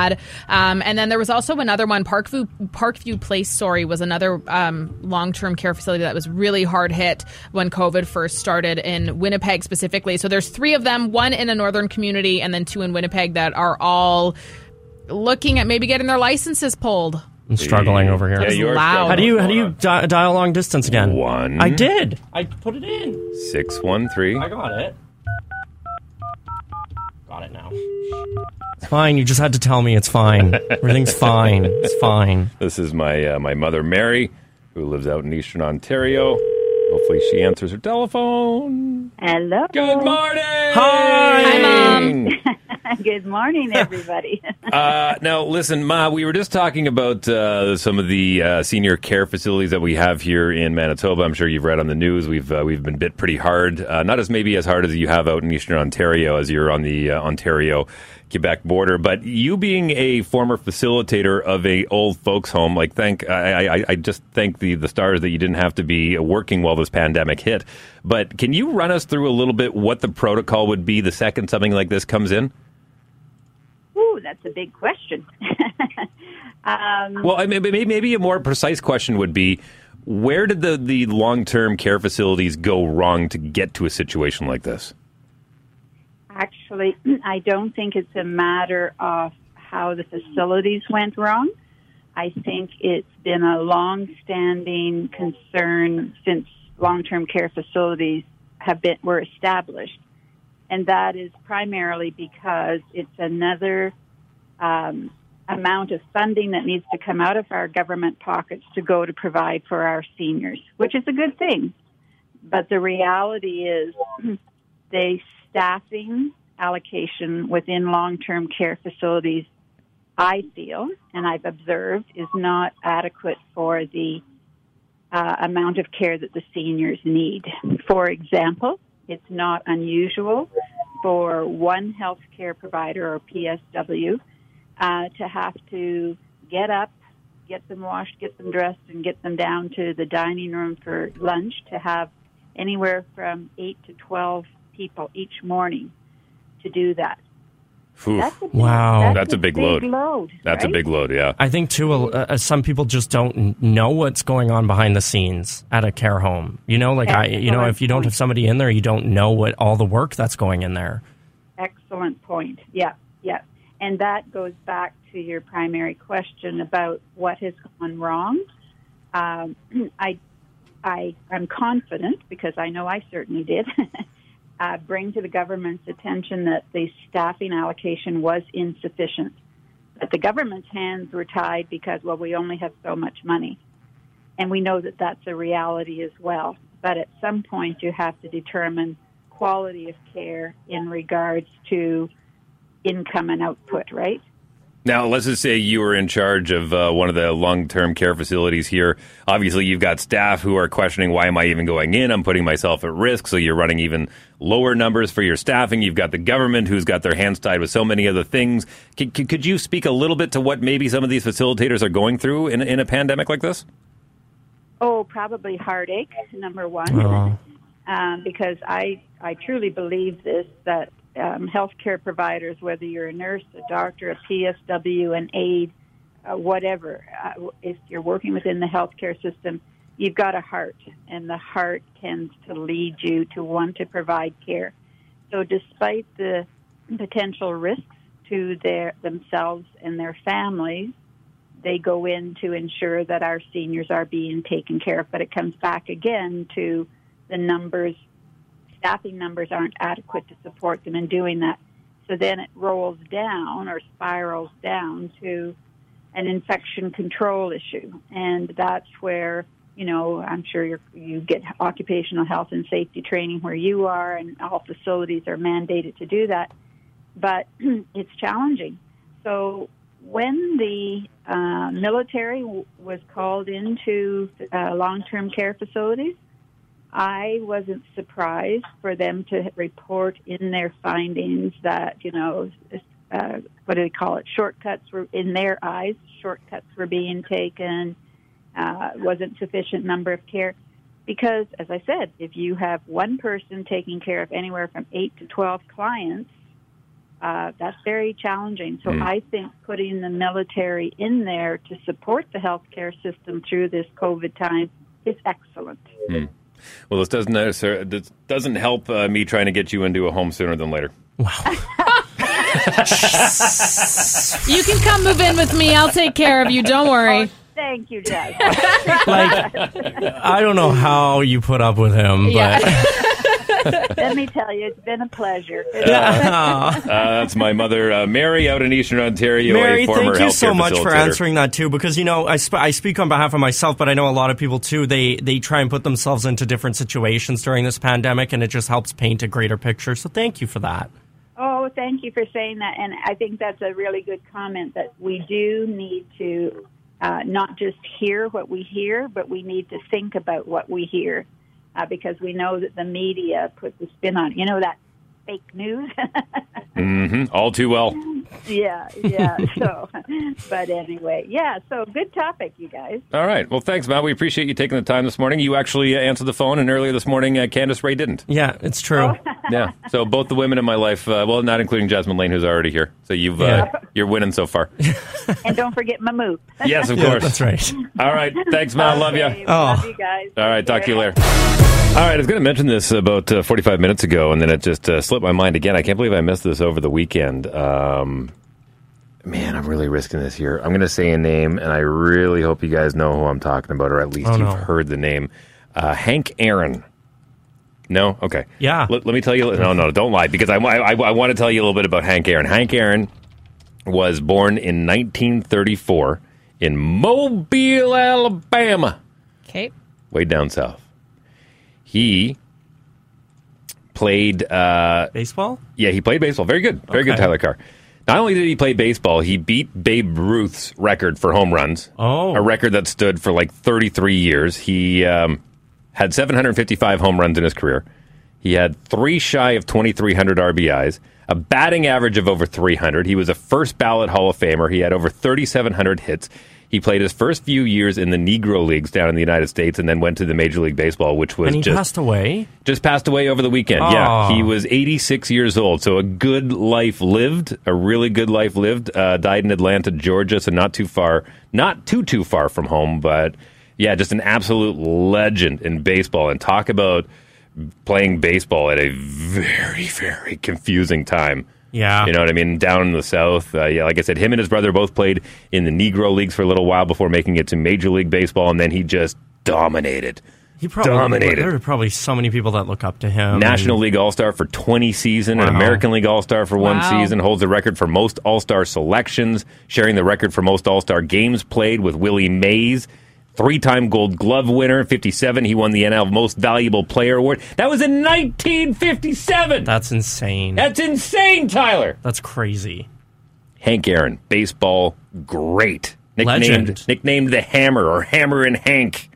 Speaker 5: Um, and then there was also another one, Parkview Parkview Place. Sorry, was another um, long-term care facility that was really hard hit when COVID first started in Winnipeg specifically. So there's three of them, one in a northern community, and then two in Winnipeg that are all looking at maybe getting their licenses pulled.
Speaker 4: I'm struggling over here.
Speaker 5: Yeah, you are Loud. struggling.
Speaker 4: How do you how do you di- dial long distance again?
Speaker 3: One.
Speaker 4: I did. I put it in.
Speaker 3: 613.
Speaker 4: I got it. Got it now. It's fine. You just had to tell me it's fine. [LAUGHS] Everything's fine. It's fine.
Speaker 3: This is my uh, my mother Mary, who lives out in Eastern Ontario. Hopefully, she answers her telephone.
Speaker 18: Hello. Good
Speaker 3: morning.
Speaker 18: Hi.
Speaker 3: Hi, Mom.
Speaker 18: Good morning, everybody. [LAUGHS]
Speaker 3: Uh, now, listen, Ma, we were just talking about uh, some of the uh, senior care facilities that we have here in Manitoba. I'm sure you've read on the news. We've uh, we've been bit pretty hard, uh, not as maybe as hard as you have out in Eastern Ontario, as you're on the uh, Ontario Quebec border. But you being a former facilitator of a old folks home, like thank I, I- I, I just thank the the stars that you didn't have to be working while this pandemic hit. But can you run us through a little bit what the protocol would be the second something like this comes in?
Speaker 18: Ooh, that's a big question. [LAUGHS] um,
Speaker 3: Well, I mean, maybe, maybe a more precise question would be where did the, the long term care facilities go wrong to get to a situation like this?
Speaker 18: actually, [CLEARS THROAT] I don't think it's a matter of how the facilities went wrong. I think it's been a long-standing concern since long-term care facilities have been were established, and that is primarily because it's another um, amount of funding that needs to come out of our government pockets to go to provide for our seniors, which is a good thing. But the reality is, the staffing allocation within long term care facilities, I feel and I've observed, is not adequate for the uh, amount of care that the seniors need. For example, it's not unusual for one healthcare provider or PSW uh, to have to get up, get them washed, get them dressed, and get them down to the dining room for lunch to have anywhere from 8 to 12 people each morning to do that.
Speaker 3: Oof.
Speaker 18: That's a big-
Speaker 4: Wow.
Speaker 3: That's, a big, load. That's a
Speaker 18: right?
Speaker 3: big load, yeah.
Speaker 4: I think too. Uh, uh, some people just don't n- know what's going on behind the scenes at a care home. You know, like I, you know, if you don't have somebody in there, you don't know what all the work that's going in there.
Speaker 18: Excellent point. Yeah, yeah. And that goes back to your primary question about what has gone wrong. Um, [CLEARS THROAT] I, I, I'm confident because I know I certainly did. [LAUGHS] uh, bring to the government's attention that the staffing allocation was insufficient. That the government's hands were tied because, well, we only have so much money. And we know that that's a reality as well. But at some point, you have to determine quality of care in regards to income and output, right?
Speaker 3: Now, let's just say you were in charge of uh, one of the long term care facilities here. Obviously, you've got staff who are questioning why am I even going in? I'm putting myself at risk. So you're running even lower numbers for your staffing. You've got the government who's got their hands tied with so many other things. Could, could, could you speak a little bit to what maybe some of these facilitators are going through in, in a pandemic like this?
Speaker 18: Oh, probably heartache, number one, um, because I, I truly believe this that um, healthcare providers, whether you're a nurse, a doctor, a PSW, an aide, uh, whatever, uh, if you're working within the healthcare system, you've got a heart, and the heart tends to lead you to want to provide care. So, despite the potential risks to their themselves and their families, they go in to ensure that our seniors are being taken care of. But it comes back again to the numbers, staffing numbers aren't adequate to support them in doing that. So then it rolls down or spirals down to an infection control issue. And that's where, you know, I'm sure you're, you get occupational health and safety training where you are, and all facilities are mandated to do that. But [CLEARS THROAT] it's challenging. So when the uh, military w- was called into uh, long term care facilities, I wasn't surprised for them to report in their findings that, you know, uh, what do they call it? Shortcuts were, in their eyes, shortcuts were being taken, uh, wasn't sufficient number of care. Because, as I said, if you have one person taking care of anywhere from 8 to 12 clients, uh, that's very challenging. So
Speaker 19: Mm.
Speaker 18: I think putting the military in there to support the healthcare system through this COVID time is excellent.
Speaker 3: Hmm. Well, this doesn't, necessar- this doesn't help uh, me trying to get you into a home sooner than later.
Speaker 5: You can come move in with me. I'll take care of you. Don't worry.
Speaker 18: Oh, Thank you, Jess.
Speaker 4: I don't know how you put up with him,
Speaker 5: Yeah.
Speaker 18: Let me tell you, it's been a pleasure.
Speaker 3: Uh, that's my mother, uh, Mary, out in Eastern Ontario.
Speaker 4: Mary,
Speaker 3: a former
Speaker 4: thank you
Speaker 3: healthcare
Speaker 4: so much for
Speaker 3: facilitator.
Speaker 4: answering that too, because you know I, sp- I speak on behalf of myself, but I know a lot of people too. They they try and put themselves into different situations during this pandemic, and it just helps paint a greater picture. So thank you for that.
Speaker 18: Oh, thank you for saying that. And I think that's a really good comment that we do need to uh, not just hear what we hear, but we need to think about what we hear uh, because we know that the media put the spin on, you know, that fake news. [LAUGHS]
Speaker 3: hmm All too well.
Speaker 18: yeah, yeah. [LAUGHS] So, but anyway, yeah. So, good topic, you guys.
Speaker 3: All right. Well, thanks, Matt. We appreciate you taking the time this morning. You actually uh, answered the phone, and earlier this morning, uh, Candace Ray didn't.
Speaker 4: Yeah, it's true.
Speaker 3: Yeah. So both the women in my life, uh, well, not including Jasmine Lane, who's already here. So you've uh,
Speaker 18: Yeah.
Speaker 3: you're winning so
Speaker 4: [LAUGHS]
Speaker 3: far.
Speaker 18: And don't forget Mamook.
Speaker 3: Yes, of course. All right. Thanks, Matt. Love you.
Speaker 18: Okay, Love you guys.
Speaker 3: All right, talk to you later. All right, I was going to mention this about uh, 45 minutes ago, and then it just uh, slipped my mind again. I can't believe I missed this over the weekend. Um, man, I'm really risking this here. I'm going to say a name, and I really hope you guys know who I'm talking about, or at least
Speaker 4: Oh,
Speaker 3: you've
Speaker 4: no.
Speaker 3: heard the name. Uh, Hank Aaron. No? Okay.
Speaker 4: Yeah.
Speaker 3: Let, let me tell you. No, no, don't lie, because I, I, I want to tell you a little bit about Hank Aaron. Hank Aaron was born in 1934 in Mobile, Alabama
Speaker 5: Okay.
Speaker 3: way down south. He played uh,
Speaker 4: baseball.
Speaker 3: Yeah, he played baseball. Very good, very good,
Speaker 4: Okay.
Speaker 3: Tyler Carr. Not only did he play baseball, he beat Babe Ruth's record for home runs.
Speaker 4: Oh,
Speaker 3: a record that stood for like 33 years. He um, had 755 home runs in his career. He had three shy of 2,300 RBIs, a batting average of over 300. He was a first ballot Hall of Famer. He had over 3,700 hits. He played his first few years in the Negro Leagues down in the United States and then went to the Major League Baseball, which was
Speaker 4: and he
Speaker 3: just
Speaker 4: passed away.
Speaker 3: just passed away over the weekend. Yeah,
Speaker 4: Aw.
Speaker 3: he was 86 years old. So a good life lived, a really good life lived. Uh, died in Atlanta, Georgia, so not too far, not too too far from home. But yeah, just an absolute legend in baseball. And talk about playing baseball at a very very confusing time.
Speaker 4: Yeah.
Speaker 3: You know what I mean? Down in the South. Uh, yeah, like I said, him and his brother both played in the Negro Leagues for a little while before making it to Major League Baseball, and then he just dominated.
Speaker 4: He probably
Speaker 3: dominated.
Speaker 4: There are probably so many people that look up to him.
Speaker 3: National League All Star for 20 season, an
Speaker 4: Wow.
Speaker 3: American League All Star for one
Speaker 4: Wow.
Speaker 3: season, holds the record for most All Star selections, sharing the record for most All Star games played with Willie Mays. Three time Gold Glove winner, 57. He won the NL Most Valuable Player Award. That was in 1957.
Speaker 4: That's insane.
Speaker 3: That's insane, Tyler.
Speaker 4: That's crazy.
Speaker 3: Hank Aaron, baseball great. Nicknamed,
Speaker 4: Legend.
Speaker 3: nicknamed the Hammer or Hammer and Hank.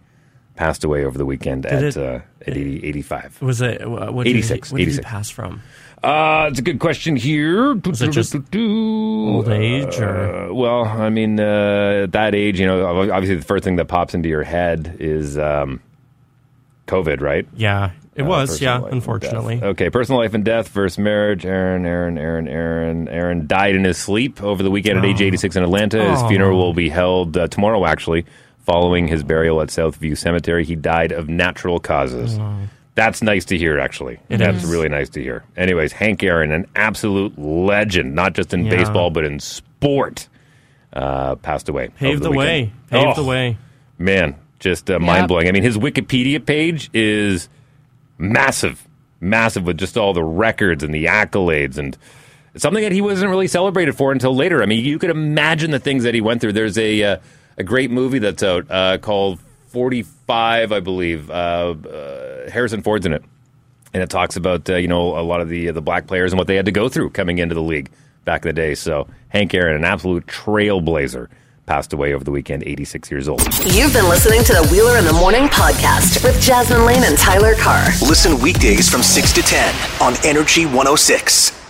Speaker 3: Passed away over the weekend at,
Speaker 4: it-
Speaker 3: uh, at 80, 85.
Speaker 4: Was it uh, what did he-
Speaker 3: 86,
Speaker 4: What did he
Speaker 3: 86.
Speaker 4: pass from?
Speaker 3: Uh, it's a good question here.
Speaker 4: Was it just old age or
Speaker 3: Uh, well, I mean, uh, at that age, you know, ob- obviously the first thing that pops into your head is um, COVID, right?
Speaker 4: yeah? It
Speaker 3: Uh,
Speaker 4: was
Speaker 3: personal
Speaker 4: yeah.
Speaker 3: life and
Speaker 4: Unfortunately,
Speaker 3: death. Okay, personal life and death versus marriage. Aaron, Aaron, Aaron, Aaron, Aaron died in his sleep over the weekend at age 86 in Atlanta. His
Speaker 4: Oh.
Speaker 3: funeral will be held uh, tomorrow, actually, following his burial at Southview Cemetery. He died of natural causes. That's nice to hear, actually.
Speaker 4: Oh. It
Speaker 3: That's
Speaker 4: is.
Speaker 3: really nice to hear. Anyways, Hank Aaron, an absolute legend, not just in
Speaker 4: Yeah.
Speaker 3: baseball, but in sport, uh, passed away.
Speaker 4: paved
Speaker 3: over
Speaker 4: the, way.
Speaker 3: weekend.
Speaker 4: Paved the
Speaker 3: Oh,
Speaker 4: way.
Speaker 3: Man, just uh, mind blowing. I mean, his Wikipedia page is massive, massive with just all the records and the accolades and something that he wasn't really celebrated for until later. I mean, you could imagine the things that he went through. There's a uh, a great movie that's out uh, called 45, I believe. Uh, uh, Harrison Ford's in it, and it talks about uh, you know a lot of the the black players and what they had to go through coming into the league back in the day. So Hank Aaron, an absolute trailblazer, passed away over the weekend, 86 years old.
Speaker 2: You've been listening to the Wheeler in the Morning podcast with Jasmine Lane and Tyler Carr.
Speaker 1: Listen weekdays from 6 to 10 on Energy 106.